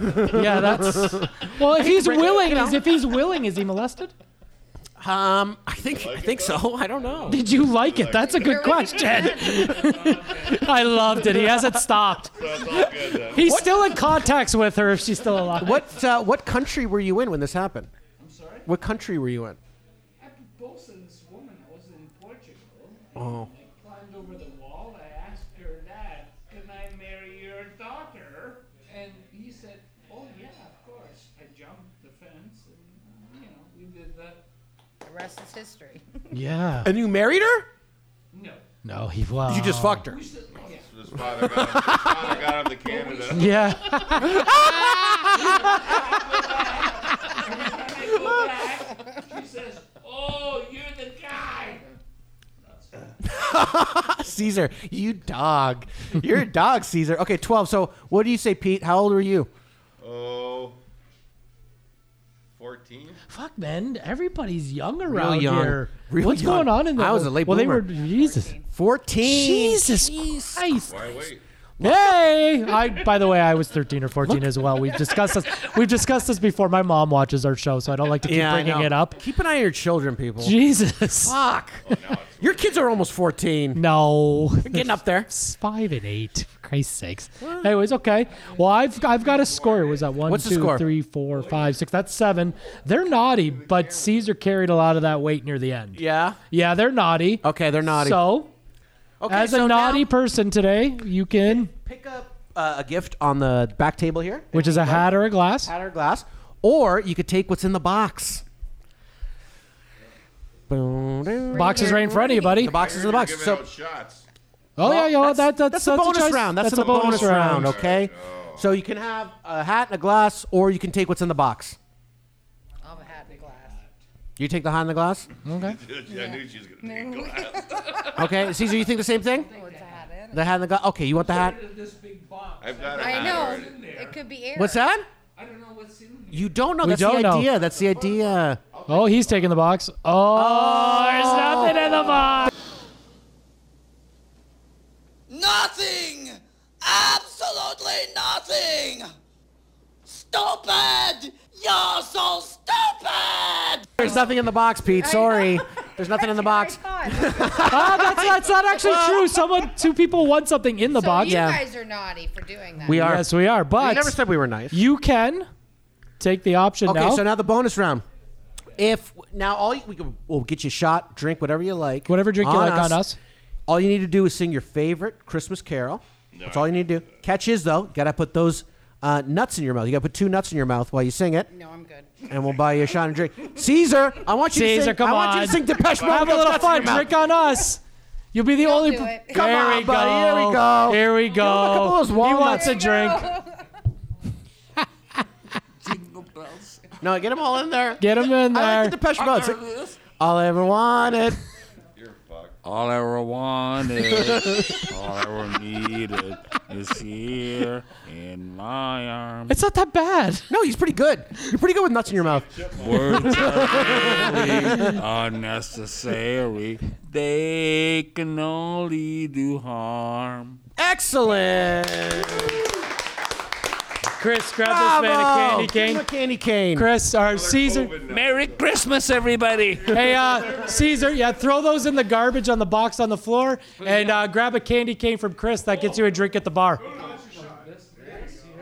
yeah, that's. Well, if he's break it, willing, you know. is if he's willing, is he molested? Um, I think. I Like it think though? so. I don't know. Did you like it? Like That's a good question. I loved it. He hasn't stopped. So it's all good then. He's still in contacts with her if she's still alive. What? Uh, what country were you in when this happened? I'm sorry? What country were you in? I proposed to this woman. I was in Portugal. And I climbed over the wall. I asked her that. Can I marry your daughter? uh, rest is history. Yeah. And you married her? No, he well. You just fucked her. His father got him, his father got him to Canada. Yeah. She says, "Oh, you're the guy." Caesar, you dog. You're a dog, Caesar. Okay, 12. So what do you say, Pete? How old were you? Oh, 14? Fuck, man. Everybody's young around Real young. here. Real What's young. going on in there? I was a late Well, bloomer. they were Jesus. 14. Jesus Christ. Why wait? Hey, I. By the way, I was 13 or 14 as well. We've discussed this. We've discussed this before. My mom watches our show, so I don't like to keep Yeah, I bringing know. it up. Keep an eye on your children, people. Jesus. Fuck. Your kids are almost 14. No. They're getting up there. Five and eight. For Christ's sakes. Anyways, okay. Well, I've I've got a score. It was that one, What's the two, score? three, four, five, six. That's seven. They're naughty, but Caesar carried a lot of that weight near the end. Yeah. Yeah, they're naughty. Okay, they're naughty. So, Okay, as so a naughty now- person today, you can, Pick up uh, a gift on the back table here. which is a hat or a glass. Hat or glass. Or you could take what's in the box. Box Box is right in front of you, buddy. The box is in the box. Giving So, out shots. oh yeah, yo, that, that's that's, a that's bonus choice. round. That's, a bonus, round, okay? So you can have a hat and a glass, or you can take what's in the box. I'm a hat and a glass. You take the hat and the glass? Okay. I knew she was going to take a glass. Okay, Caesar, you think the same thing? The hat and the glass. Okay, you want the hat? I've got a I hat know. already. It could be air. What's that? I don't know what's in You don't know. We That's don't the know. idea. That's the idea. Oh, he's taking the box. Oh, there's nothing in the box. Nothing! Absolutely nothing! Stupid! You're so stupid! There's nothing in the box, Pete. Sorry. There's nothing in the box. Ah, that's, that's not actually true. Someone, two people want something in the so box. you guys are naughty for doing that. We are. Yes, we are. But We never said we were nice. You can take the option Okay, now. so now the bonus round. If now all you, we can, we'll get you a shot, drink whatever you like. Whatever drink you like on us. All you need to do is sing your favorite Christmas carol. That's all you need to do. Catch is though, gotta put those uh, nuts in your mouth. You gotta put two nuts in your mouth while you sing it. No, I'm good. And we'll buy you a shot and drink. Caesar, I want you to Caesar, sing. come I on. want you to sing Depeche Mode. Have with a little nuts in your fun. mouth. Drink on us. You'll be the only. do it. There Come on, we go. buddy, here we go. Here we go. a couple of those he walnuts. wants a drink. No, get them all in there. Get him in I there. like the Depeche Mode. Sing- All I ever wanted. All I ever wanted, all I ever needed is here in my arms. It's not that bad. No, he's pretty good. You're pretty good with nuts in your mouth. Words are really unnecessary. They can only do harm. Excellent. Chris, grab this man a Bravo. candy Give him cane. a candy cane. Chris, our Caesar. Merry Christmas, everybody. Hey, uh, Caesar, yeah, throw those in the garbage on the box on the floor and uh, grab a candy cane from Chris. That gets you a drink at the bar.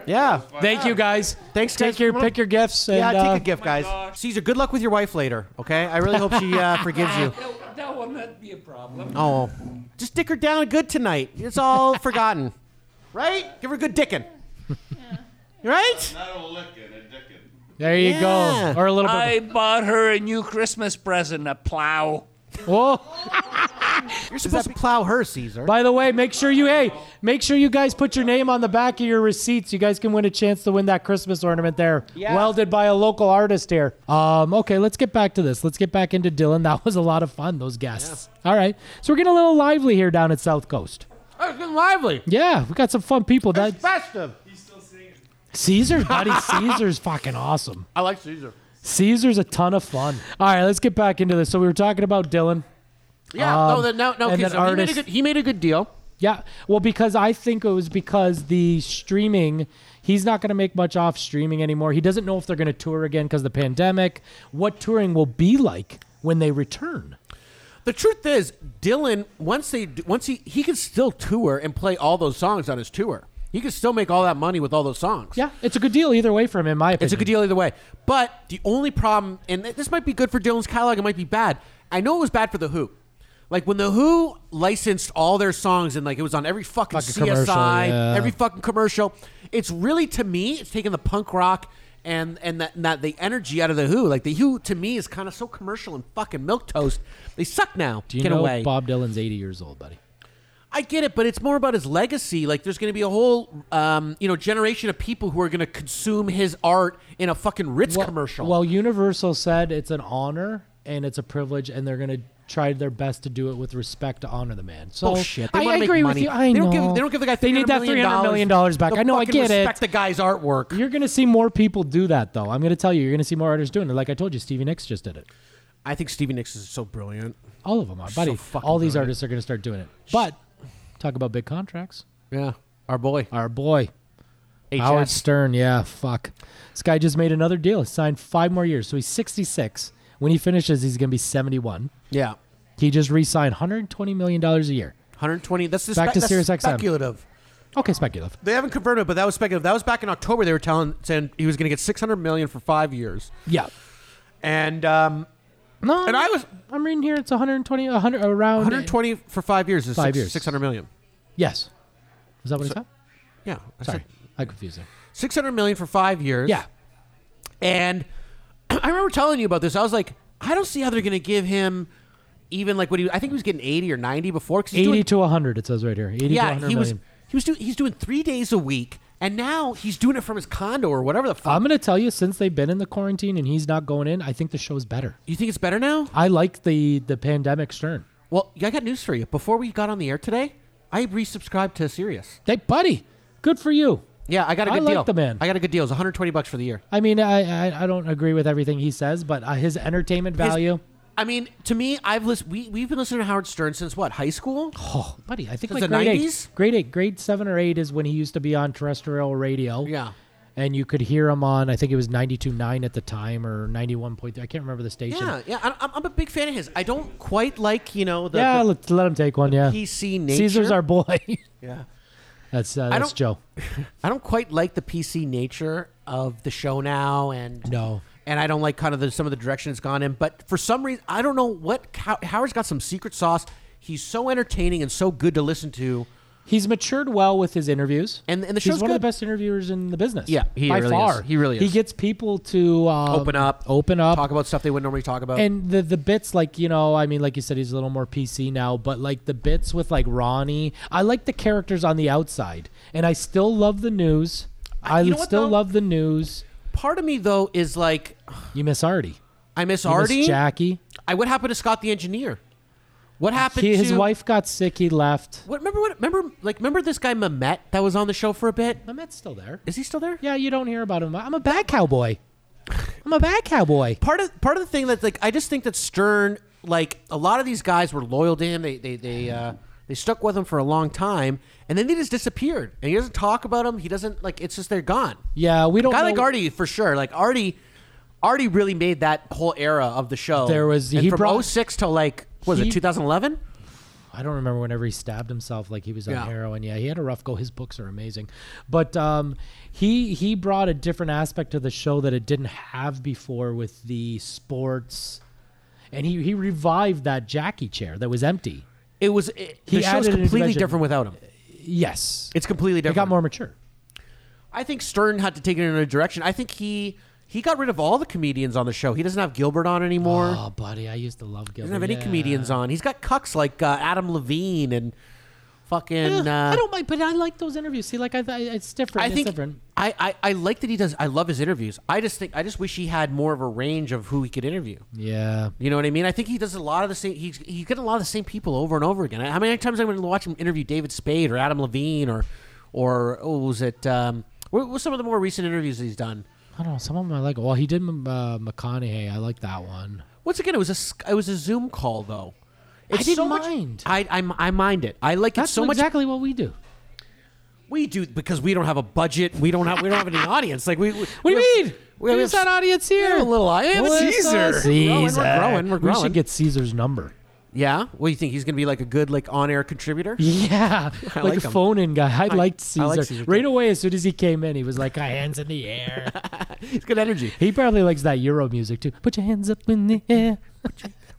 Yeah. Thank you, guys. Thanks, Take guys, your for- pick your gifts. And, yeah, take uh, a gift, guys. Caesar, good luck with your wife later. Okay, I really hope she uh, forgives you. That, that will not be a problem. Oh, just dick her down good tonight. It's all forgotten, right? Give her a good dickin'. Right? Not a licking, a dicking. There you Yeah. go. Or a little I bit. bought her a new Christmas present, a plow. Whoa. You're supposed to plow her, Caesar. Oh, By the way, make sure you hey, make sure you guys put your name on the back of your receipts. You guys can win a chance to win that Christmas ornament there, Yeah. welded by a local artist here. Um, okay, let's get back to this. Let's get back into Dylan. That was a lot of fun. Those guests. All right, so we're getting a little lively here down at South Coast. Oh, it's been lively. Yeah, we got some fun people. That Festive. Caesar, buddy, Caesar's fucking awesome. I like Caesar. Caesar's a ton of fun. All right, let's get back into this. So we were talking about Dylan. Yeah. Um, no, that, no, no. okay, and then so he, made a artist- good, he made a good deal. Yeah. Well, because I think it was because the streaming, he's not going to make much off streaming anymore. He doesn't know if they're going to tour again because of the pandemic, what touring will be like when they return. The truth is, Dylan, once they d- once he he can still tour and play all those songs on his tour. He can still make all that money with all those songs. Yeah. It's a good deal either way for him, in my opinion. It's a good deal either way. But the only problem, and th- this might be good for Dylan's catalog, it might be bad. I know it was bad for The Who. Like when The Who licensed all their songs and like it was on every fucking, Fucking CSI, commercial, yeah. every fucking commercial. It's really, to me, it's taken the punk rock and and that, and that the energy out of the Who, like the Who, to me is kind of so commercial and fucking milk toast. They suck now. Do you Get know away. Bob Dylan's 80 years old, buddy? I get it, but it's more about his legacy. Like, there's going to be a whole, um, you know, generation of people who are going to consume his art in a fucking Ritz commercial. Well, Universal said it's an honor and it's a privilege, and they're going to try their best to do it with respect to honor the man. So Bullshit. They I wanna make agree money. with you. I They don't know. give- they don't give the guy They need that $300 million $300 million dollars back. to I know. I fucking get it. respect the guy's artwork. You're going to see more people do that, though. I'm going to tell you. You're going to see more artists doing it. Like I told you, Stevie Nicks just did it. I think Stevie Nicks is so brilliant. All of them are, buddy. All these artists are going to start doing it. But talk about big contracts. Yeah, our boy, our boy, HS. Howard Stern. Yeah, fuck. This guy just made another deal. He signed five more years, so he's 66. When he finishes, he's going to be 71. Yeah. He just re-signed 120 million dollars a year. 120. That's just Back spe- to that's Sirius XM. speculative. Okay, speculative. They haven't confirmed it, but that was speculative. That was back in October. They were telling saying he was going to get 600 million for five years. Yeah. And um, no, and I was I'm reading here. It's 120, 100 around 120 for five years is Five six- years. 600 million. Yes. Is that what So- it said? Yeah. I Sorry, said- I confused it. 600 million for five years. Yeah. And I remember telling you about this. I was like, I don't see how they're going to give him even like what he, I think he was getting 80 or 90 before. 'cause he's 80 doing- to 100. It says right here. 80 to yeah, 100 he was, million. he was doing, he's doing three days a week and now he's doing it from his condo or whatever the fuck. I'm gonna tell you, since they've been in the quarantine and he's not going in, I think the show's better. You think it's better now? I like the the pandemic Stern. Well, I got news for you. Before we got on the air today, I resubscribed to Sirius. Hey, buddy, good for you. Yeah, I got a I good like deal. the man. I got a good deal. It's 120 bucks for the year. I mean, I I, I don't agree with everything he says, but uh, his entertainment value. I mean, to me, I've listened. We we've been listening to Howard Stern since what? High school? Oh, buddy, I think Since like the grade '90s? eight, grade eight, grade seven or eight is when he used to be on terrestrial radio. Yeah. And you could hear him on, I think it was 92.9 at the time or 91.3. I can't remember the station. Yeah, yeah. I- I'm, I'm a big fan of his. I don't quite like you know the. yeah, the- let, let him take one. Yeah. PC Caesar's nature. our boy. yeah. That's uh, I that's don't- Joe. I don't quite like the PC nature of the show now, and No. and I don't like kind of the, some of the direction it's gone in. But for some reason, I don't know what How- Howard's got some secret sauce. He's so entertaining and so good to listen to. He's matured well with his interviews, and and the He's show's one good. of the best interviewers in the business. Yeah, he by really far. is. He really He is. gets people to um, open up, open up, talk about stuff they wouldn't normally talk about. and the the bits like you know i mean like you said he's a little more pc now but like the bits with like ronnie i like the characters on the outside and i still love the news i you know what, still though? love the news part of me though is like, you miss artie I miss You miss Artie. jackie I what happened to Scott the engineer? What happened he, to his wife got sick he left What remember what remember like remember this guy Mamet that was on the show for a bit? Mamet's still there. Is he still there? yeah you don't hear about him i'm a bad cowboy i'm a bad cowboy Part of part of the thing that like I just think that Stern like a lot of these guys were loyal to him. They they they uh, they stuck with him for a long time and then they just disappeared. And he doesn't talk about him. He doesn't like it's just they're gone. yeah we A don't guy know. like Artie for sure. Like Artie Artie really made that whole era of the show. There was- and he from brought- 06 till like what was He- it 2011? I don't remember whenever he stabbed himself, like he was on Yeah. heroin. Yeah, he had a rough go. His books are amazing, but um, he he brought a different aspect to the show that it didn't have before with the sports, and he he revived that Jackie chair that was empty. It was it, He the show's added an completely dimension. different without him. Yes, It's completely it different. got more mature. I think Stern had to take it in a direction. I think he he got rid of all the comedians on the show. He doesn't have Gilbert on anymore. Oh, buddy, I used to love he Gilbert. doesn't have any Yeah. comedians on. He's got cucks like uh, Adam Levine and fucking. Yeah, uh, I don't mind, but I like those interviews. See, like I, I it's different. I it's think different. I, I I like that he does. I love his interviews. I just think I just wish he had more of a range of who he could interview. Yeah, You know what I mean? I think he does a lot of the same. He's he's getting a lot of the same people over and over again. How many times I'm going to watch him interview David Spade or Adam Levine or or oh, was it um, what what's some of the more recent interviews that he's done? I don't know. Some of them I like. Well, he did uh, McConaughey. I like that one. Once again, it was a sk- it was a Zoom call though. I didn't so much- mind. I, I I mind it. I like That's it so much. exactly what we do. We do because we don't have a budget. We don't have we don't have any audience. Like we. we What do you mean? We have, we Who's have that audience here? a little audience. Well, it's, uh, Caesar. We're growing. We're growing. We should get Caesar's number. yeah. What do you think? He's going to be like a good like on air contributor. Yeah, I like, like a him. phone-in guy. I, I- liked I Caesar. like Caesar, too. right away, as soon as he came in, he was like, "I hands in the air." He's good energy. he probably likes that Euro music too. Put your hands up in the air.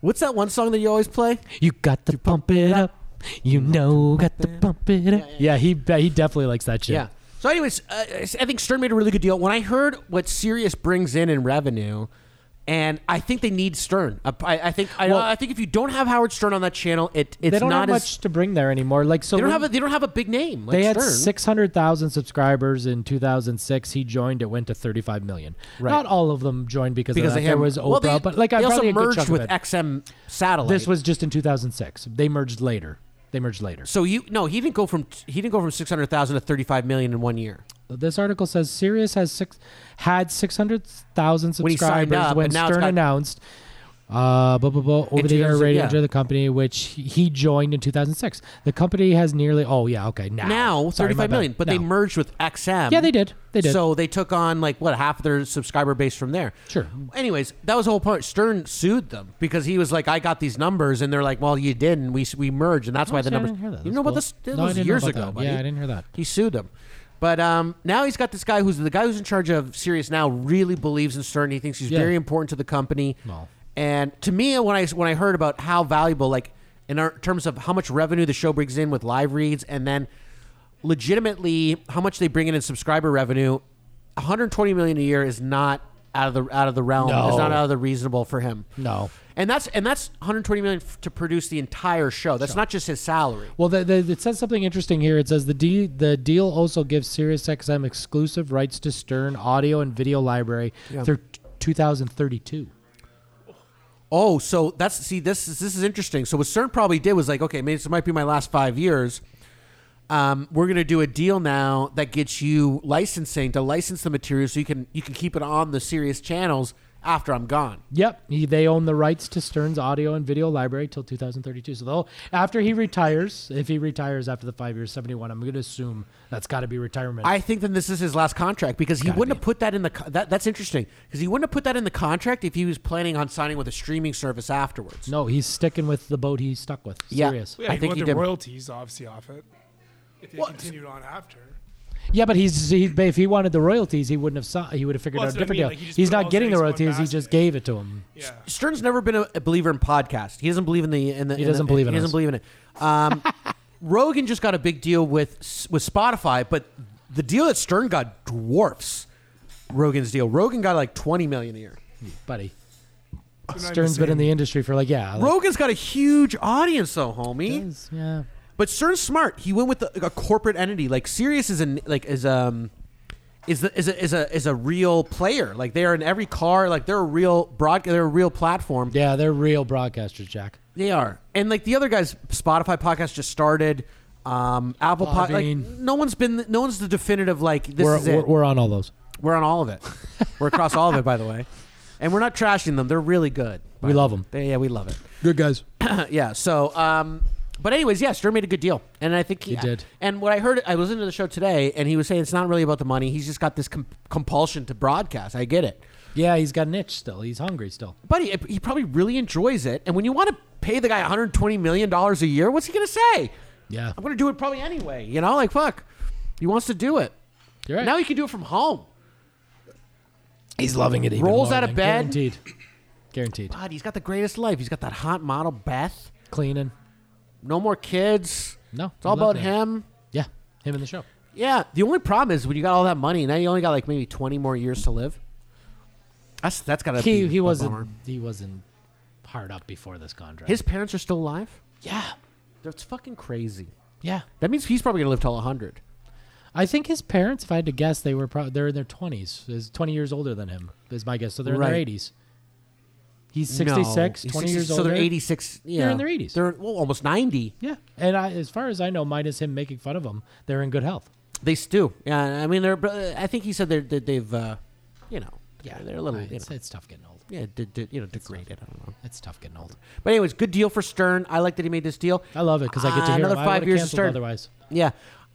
What's that one song that you always play? You got to pump it up. You know, got to pump it up. Yeah, he he definitely likes that shit. Yeah. So, anyways, uh, I think Stern made a really good deal. When I heard what Sirius brings in in revenue, and I think they need Stern. I, I think I, Well- I think if you don't have Howard Stern on that channel, it it's they don't not have as much to bring there anymore. Like so, they don't when- have a, they don't have a big name. Like they had Stern. six hundred thousand subscribers in two thousand six. He joined. It went to thirty five million. Right. Not all of them joined because, because of that. they there had- was Oprah, well, they- but like I they probably also a good merged chunk with of it. XM Satellite. This was just in two thousand six. They merged later. They merged later. so you no he didn't go from he didn't go from six hundred thousand to thirty five million in one year. This article says Sirius has six had six hundred thousand When he subscribers signed when, up, and now it's Stern got- announced uh, blah blah blah over the air 2000, radio yeah. to the company, which he- he joined in two thousand six. The company has nearly oh yeah okay now Now Sorry, thirty my five bad. million, but they Now. merged with XM. Yeah, they did. They did. So they took on like what half of their subscriber base from there. Sure. Anyways, that was the whole point. Stern sued them because he was like, "I got these numbers," and they're like, "Well, you didn't. We we merged, and that's why Oh, see, the I numbers." didn't hear that. You That's know cool. about this? That No, I was didn't know years about ago. that. buddy. Yeah, I didn't hear that. He sued them, but um, now he's got this guy who's the guy who's in charge of Sirius now. Really believes in Stern. He thinks he's Yeah. very important to the company. Well. And to me, when I when I heard about how valuable, like in our, terms of how much revenue the show brings in with live reads, and then legitimately how much they bring in in subscriber revenue, 120 million a year is not out of the out of the realm. No. It's not out of the reasonable for him. No. And that's and that's 120 million f- to produce the entire show. That's not just his salary. Well, the, the, it says something interesting here. It says the de- the deal also gives SiriusXM exclusive rights to Stern audio and video library Yeah. through t- 2032. Oh, so that's see this is this is interesting. So what CERN probably did was like, okay, maybe this might be my last five years. Um, we're gonna do a deal now that gets you licensing to license the material so you can you can keep it on the serious channels after I'm gone. Yep, he, they own the rights to Stern's audio and video library till 2032. So they'll after he retires, if he retires after the five years, 71, I'm going to assume that's got to be retirement. I think then this is his last contract because he wouldn't have put that in the co- that, that's interesting because he wouldn't have put that in the contract if he was planning on signing with a streaming service afterwards. no, he's sticking with the boat he's stuck with. Yeah. Serious. Yeah, I I think think he the did. royalties obviously off it. If they continued on after. Yeah, but he's he, if he wanted the royalties, he wouldn't have saw, he would have figured Well, out a that's what I different mean, like, deal. he just he's put all not his getting the eggs in one royalties. He just gave it to him. Stern's never been a, a believer in podcasts. He doesn't believe in the in the. He in the- doesn't believe in He doesn't us. believe in it. Um, Rogan just got a big deal with S- with Spotify, but the deal that Stern got dwarfs Rogan's deal. Rogan got like twenty million a year, buddy. not even Stern's been in saying- the industry for like yeah, like, Rogan's got a huge audience though, homie. yeah. But Stern's smart. He went with the, a corporate entity. Like Sirius is an like is um is the, is a, is a is a real player. Like they are in every car. Like they're a real broad. They're a real platform. yeah, they're real broadcasters, Jack. They are. And like the other guys, Spotify podcast just started. Um, Apple podcast. Like, Podbean. no one's been. No one's the definitive. Like this we're, is we're, it. we're on all those. We're on all of it. we're across all of it, by the way. And we're not trashing them. They're really good. by We the love way. 'em. They, yeah, we love it. Good guys. yeah. So, um, but anyways, yeah, Stern made a good deal, and I think he, He did. And what I heard, I listened to the show today, and he was saying it's not really about the money. He's just got this com- compulsion to broadcast. I get it, Yeah, he's got an itch still. He's hungry still. but he, he probably really enjoys it. And when you want to pay the guy 120 million dollars a year, what's he gonna say? Yeah. I'm gonna do it probably anyway. You know, like fuck, he wants to do it. You're right. Now he can do it from home. He's loving it. even Rolls more out of than- bed. Guaranteed. Guaranteed. God, he's got the greatest life. He's got that hot model Beth. Cleaning. No more kids. No, it's all we love about that. him. Yeah, him and the show. Yeah. The only problem is when you got all that money, now you only got like maybe twenty more years to live. That's that's gotta He be he a wasn't bummer. he wasn't hard up before this contract. His parents are still alive. yeah That's fucking crazy. yeah. That means he's probably gonna live till hundred. I think his parents, if I had to guess, they were pro- they're in their twenties. Is twenty years older than him is my guess. So they're in Right. their eighties. He's No. 66, He's 20 60 years so older. they're 86 They're yeah. in their 80s. They're well, almost ninety. yeah. And I, as far as I know, minus him making fun of them, they're in good health. They still. Yeah. I mean, they're. but uh, I think he said they're, that they've. Uh, you know. Yeah, They're a little. you It's, know. it's tough getting old. yeah, de- de- you know, degraded. I don't know. It's tough getting old. But anyways, good deal for Stern. I like that he made this deal. I love it because I get to Uh, hear another him. I five would've years to canceled Stern. Otherwise, Yeah.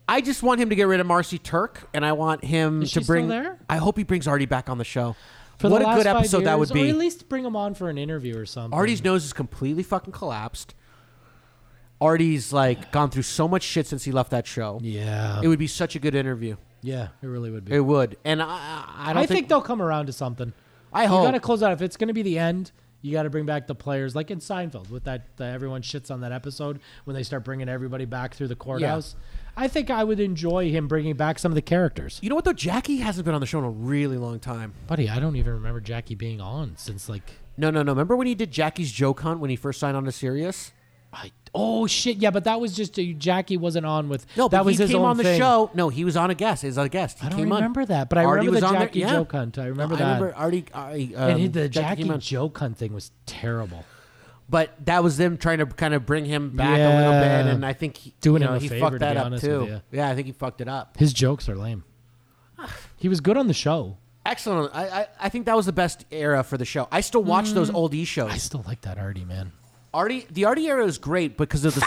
I just want him to get rid of Marcy Turk, and I want him Is to she still bring. there? I hope he brings Artie back on the show. for what the a last good five episode that would years, Or be. at least bring him on for an interview or something. Artie's nose is completely fucking collapsed. Artie's like gone through so much shit since he left that show. Yeah. it would be such a good interview. yeah, it really would be. It would, and I- I, I don't think, they'll come around to something. I You hope. gotta close out. If it's gonna be the end, you gotta bring back the players, like in Seinfeld, with that the, everyone shits on that episode when they start bringing everybody back through the courthouse. I think I would enjoy him bringing back some of the characters. You know what though? Jackie hasn't been on the show in a really long time. Buddy, I don't even remember Jackie being on since like. No, no, no. Remember when he did Jackie's joke hunt when he first signed on to Sirius? Oh shit! Yeah, but that was just a, Jackie wasn't on with. No, that but was he his came own on the thing. show. No, he was on a guest. He was on a guest. He I don't came on. remember that, but I Artie remember was the on there- Jackie yeah. joke hunt. I remember I that. remember Artie. Artie um, and he, the Jackie Jackie, came on. joke hunt thing was terrible. But that was them trying to kind of bring him back a little Yeah. bit, and I think he, Doing you him know, a he favor, to fucked that be up honest too. with you. Yeah, I think he fucked it up. His jokes are lame. he was good on the show. Excellent. I, I I think that was the best era for the show. I still watch those Mm. old E shows. I still like that Artie man. Artie, the Artie era is great because of the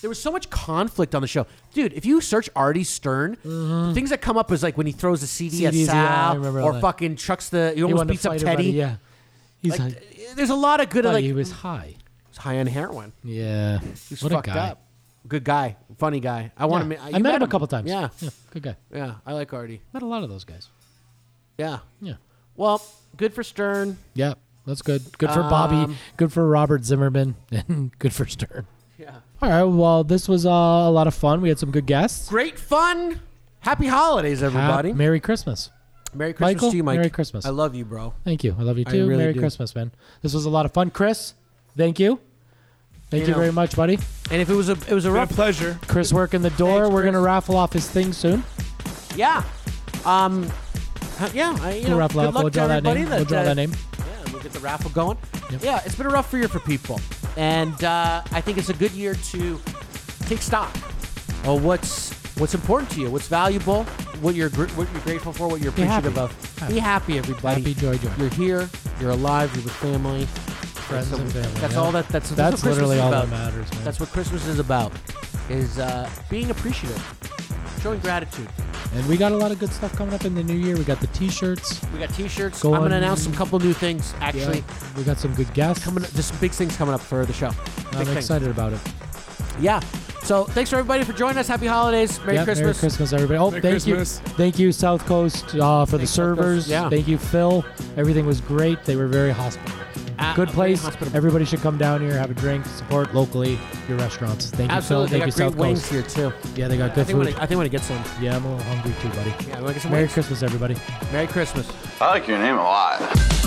There was so much conflict on the show, dude. If you search Artie Stern, the things that come up is like when he throws a CD CDs, at Mm-hmm. yeah, I Sal, remember all or that. fucking chucks the. He He almost wanted to beats up fight Teddy. everybody, yeah. He's Like, like, There's a lot of good. Buddy, Like he was high. He's high on heroin. Yeah, He was what fucked a guy. up. Good guy, funny guy. I want Yeah. to. I you met him a couple times. Yeah. Yeah, good guy. Yeah, I like Artie. Met a lot of those guys. Yeah. Yeah. Well, good for Stern. Yeah, that's good. Good for Bobby. Um, Good for Robert Zimmerman. And good for Stern. Yeah. All right. Well, this was uh, a lot of fun. We had some good guests. Great fun. Happy holidays, everybody. Ha- Merry Christmas. Merry Christmas Michael, to you, Mike. Merry Christmas. I love you, bro. Thank you. I love you I too. really Merry do. Christmas, man. This was a lot of fun, Chris. Thank you. Thank You you, know. very much, buddy. And if it was a it was a rough pleasure. Chris working the door. We're gonna raffle off his thing soon. Yeah. Um. huh, Yeah. I, you We'll know, raffle good off. luck We'll to draw that everybody uh, name. We'll draw that name. Yeah, we'll get the raffle going. Yeah, it's been a rough year for people, and uh, I think it's a good year to take stock of what's what's important to you, what's valuable, what you're gr- what you're grateful for, what you're Be appreciative happy. of. Happy. Be happy, everybody. Happy, joy, joy. You're here. You're alive. You're with family, friends, and family, That's yeah. all that. That's that's, That's what Christmas literally is all that about. matters, man. That's what Christmas is about. Is uh, being appreciative, showing gratitude. And we got a lot of good stuff coming up in the new year. We got the T-shirts. We got T-shirts. Go I'm gonna on- announce some couple new things. Actually, Yeah, we got some good guests. coming. Just big things coming up for the show. I'm Big things. excited about it. Yeah. So thanks for everybody for joining us. Happy holidays. Merry Yeah, Christmas. Merry Christmas, everybody. Oh, Merry thank Christmas. you, thank you, South Coast, uh, for the South Coast. servers. Yeah. Thank you, Phil. Everything was great. They were very hospitable. Ah, Good very place. hospitable. Everybody should come down here, have a drink, support locally your restaurants. Thank you, Absolutely. Phil. Thank they you, got great South wings Coast. here too. Yeah, they got good I think food. When I, I think when it gets some. Yeah, I'm a little hungry too, buddy. Yeah, we want to get some Merry wings. Christmas, everybody. Merry Christmas. I like your name a lot.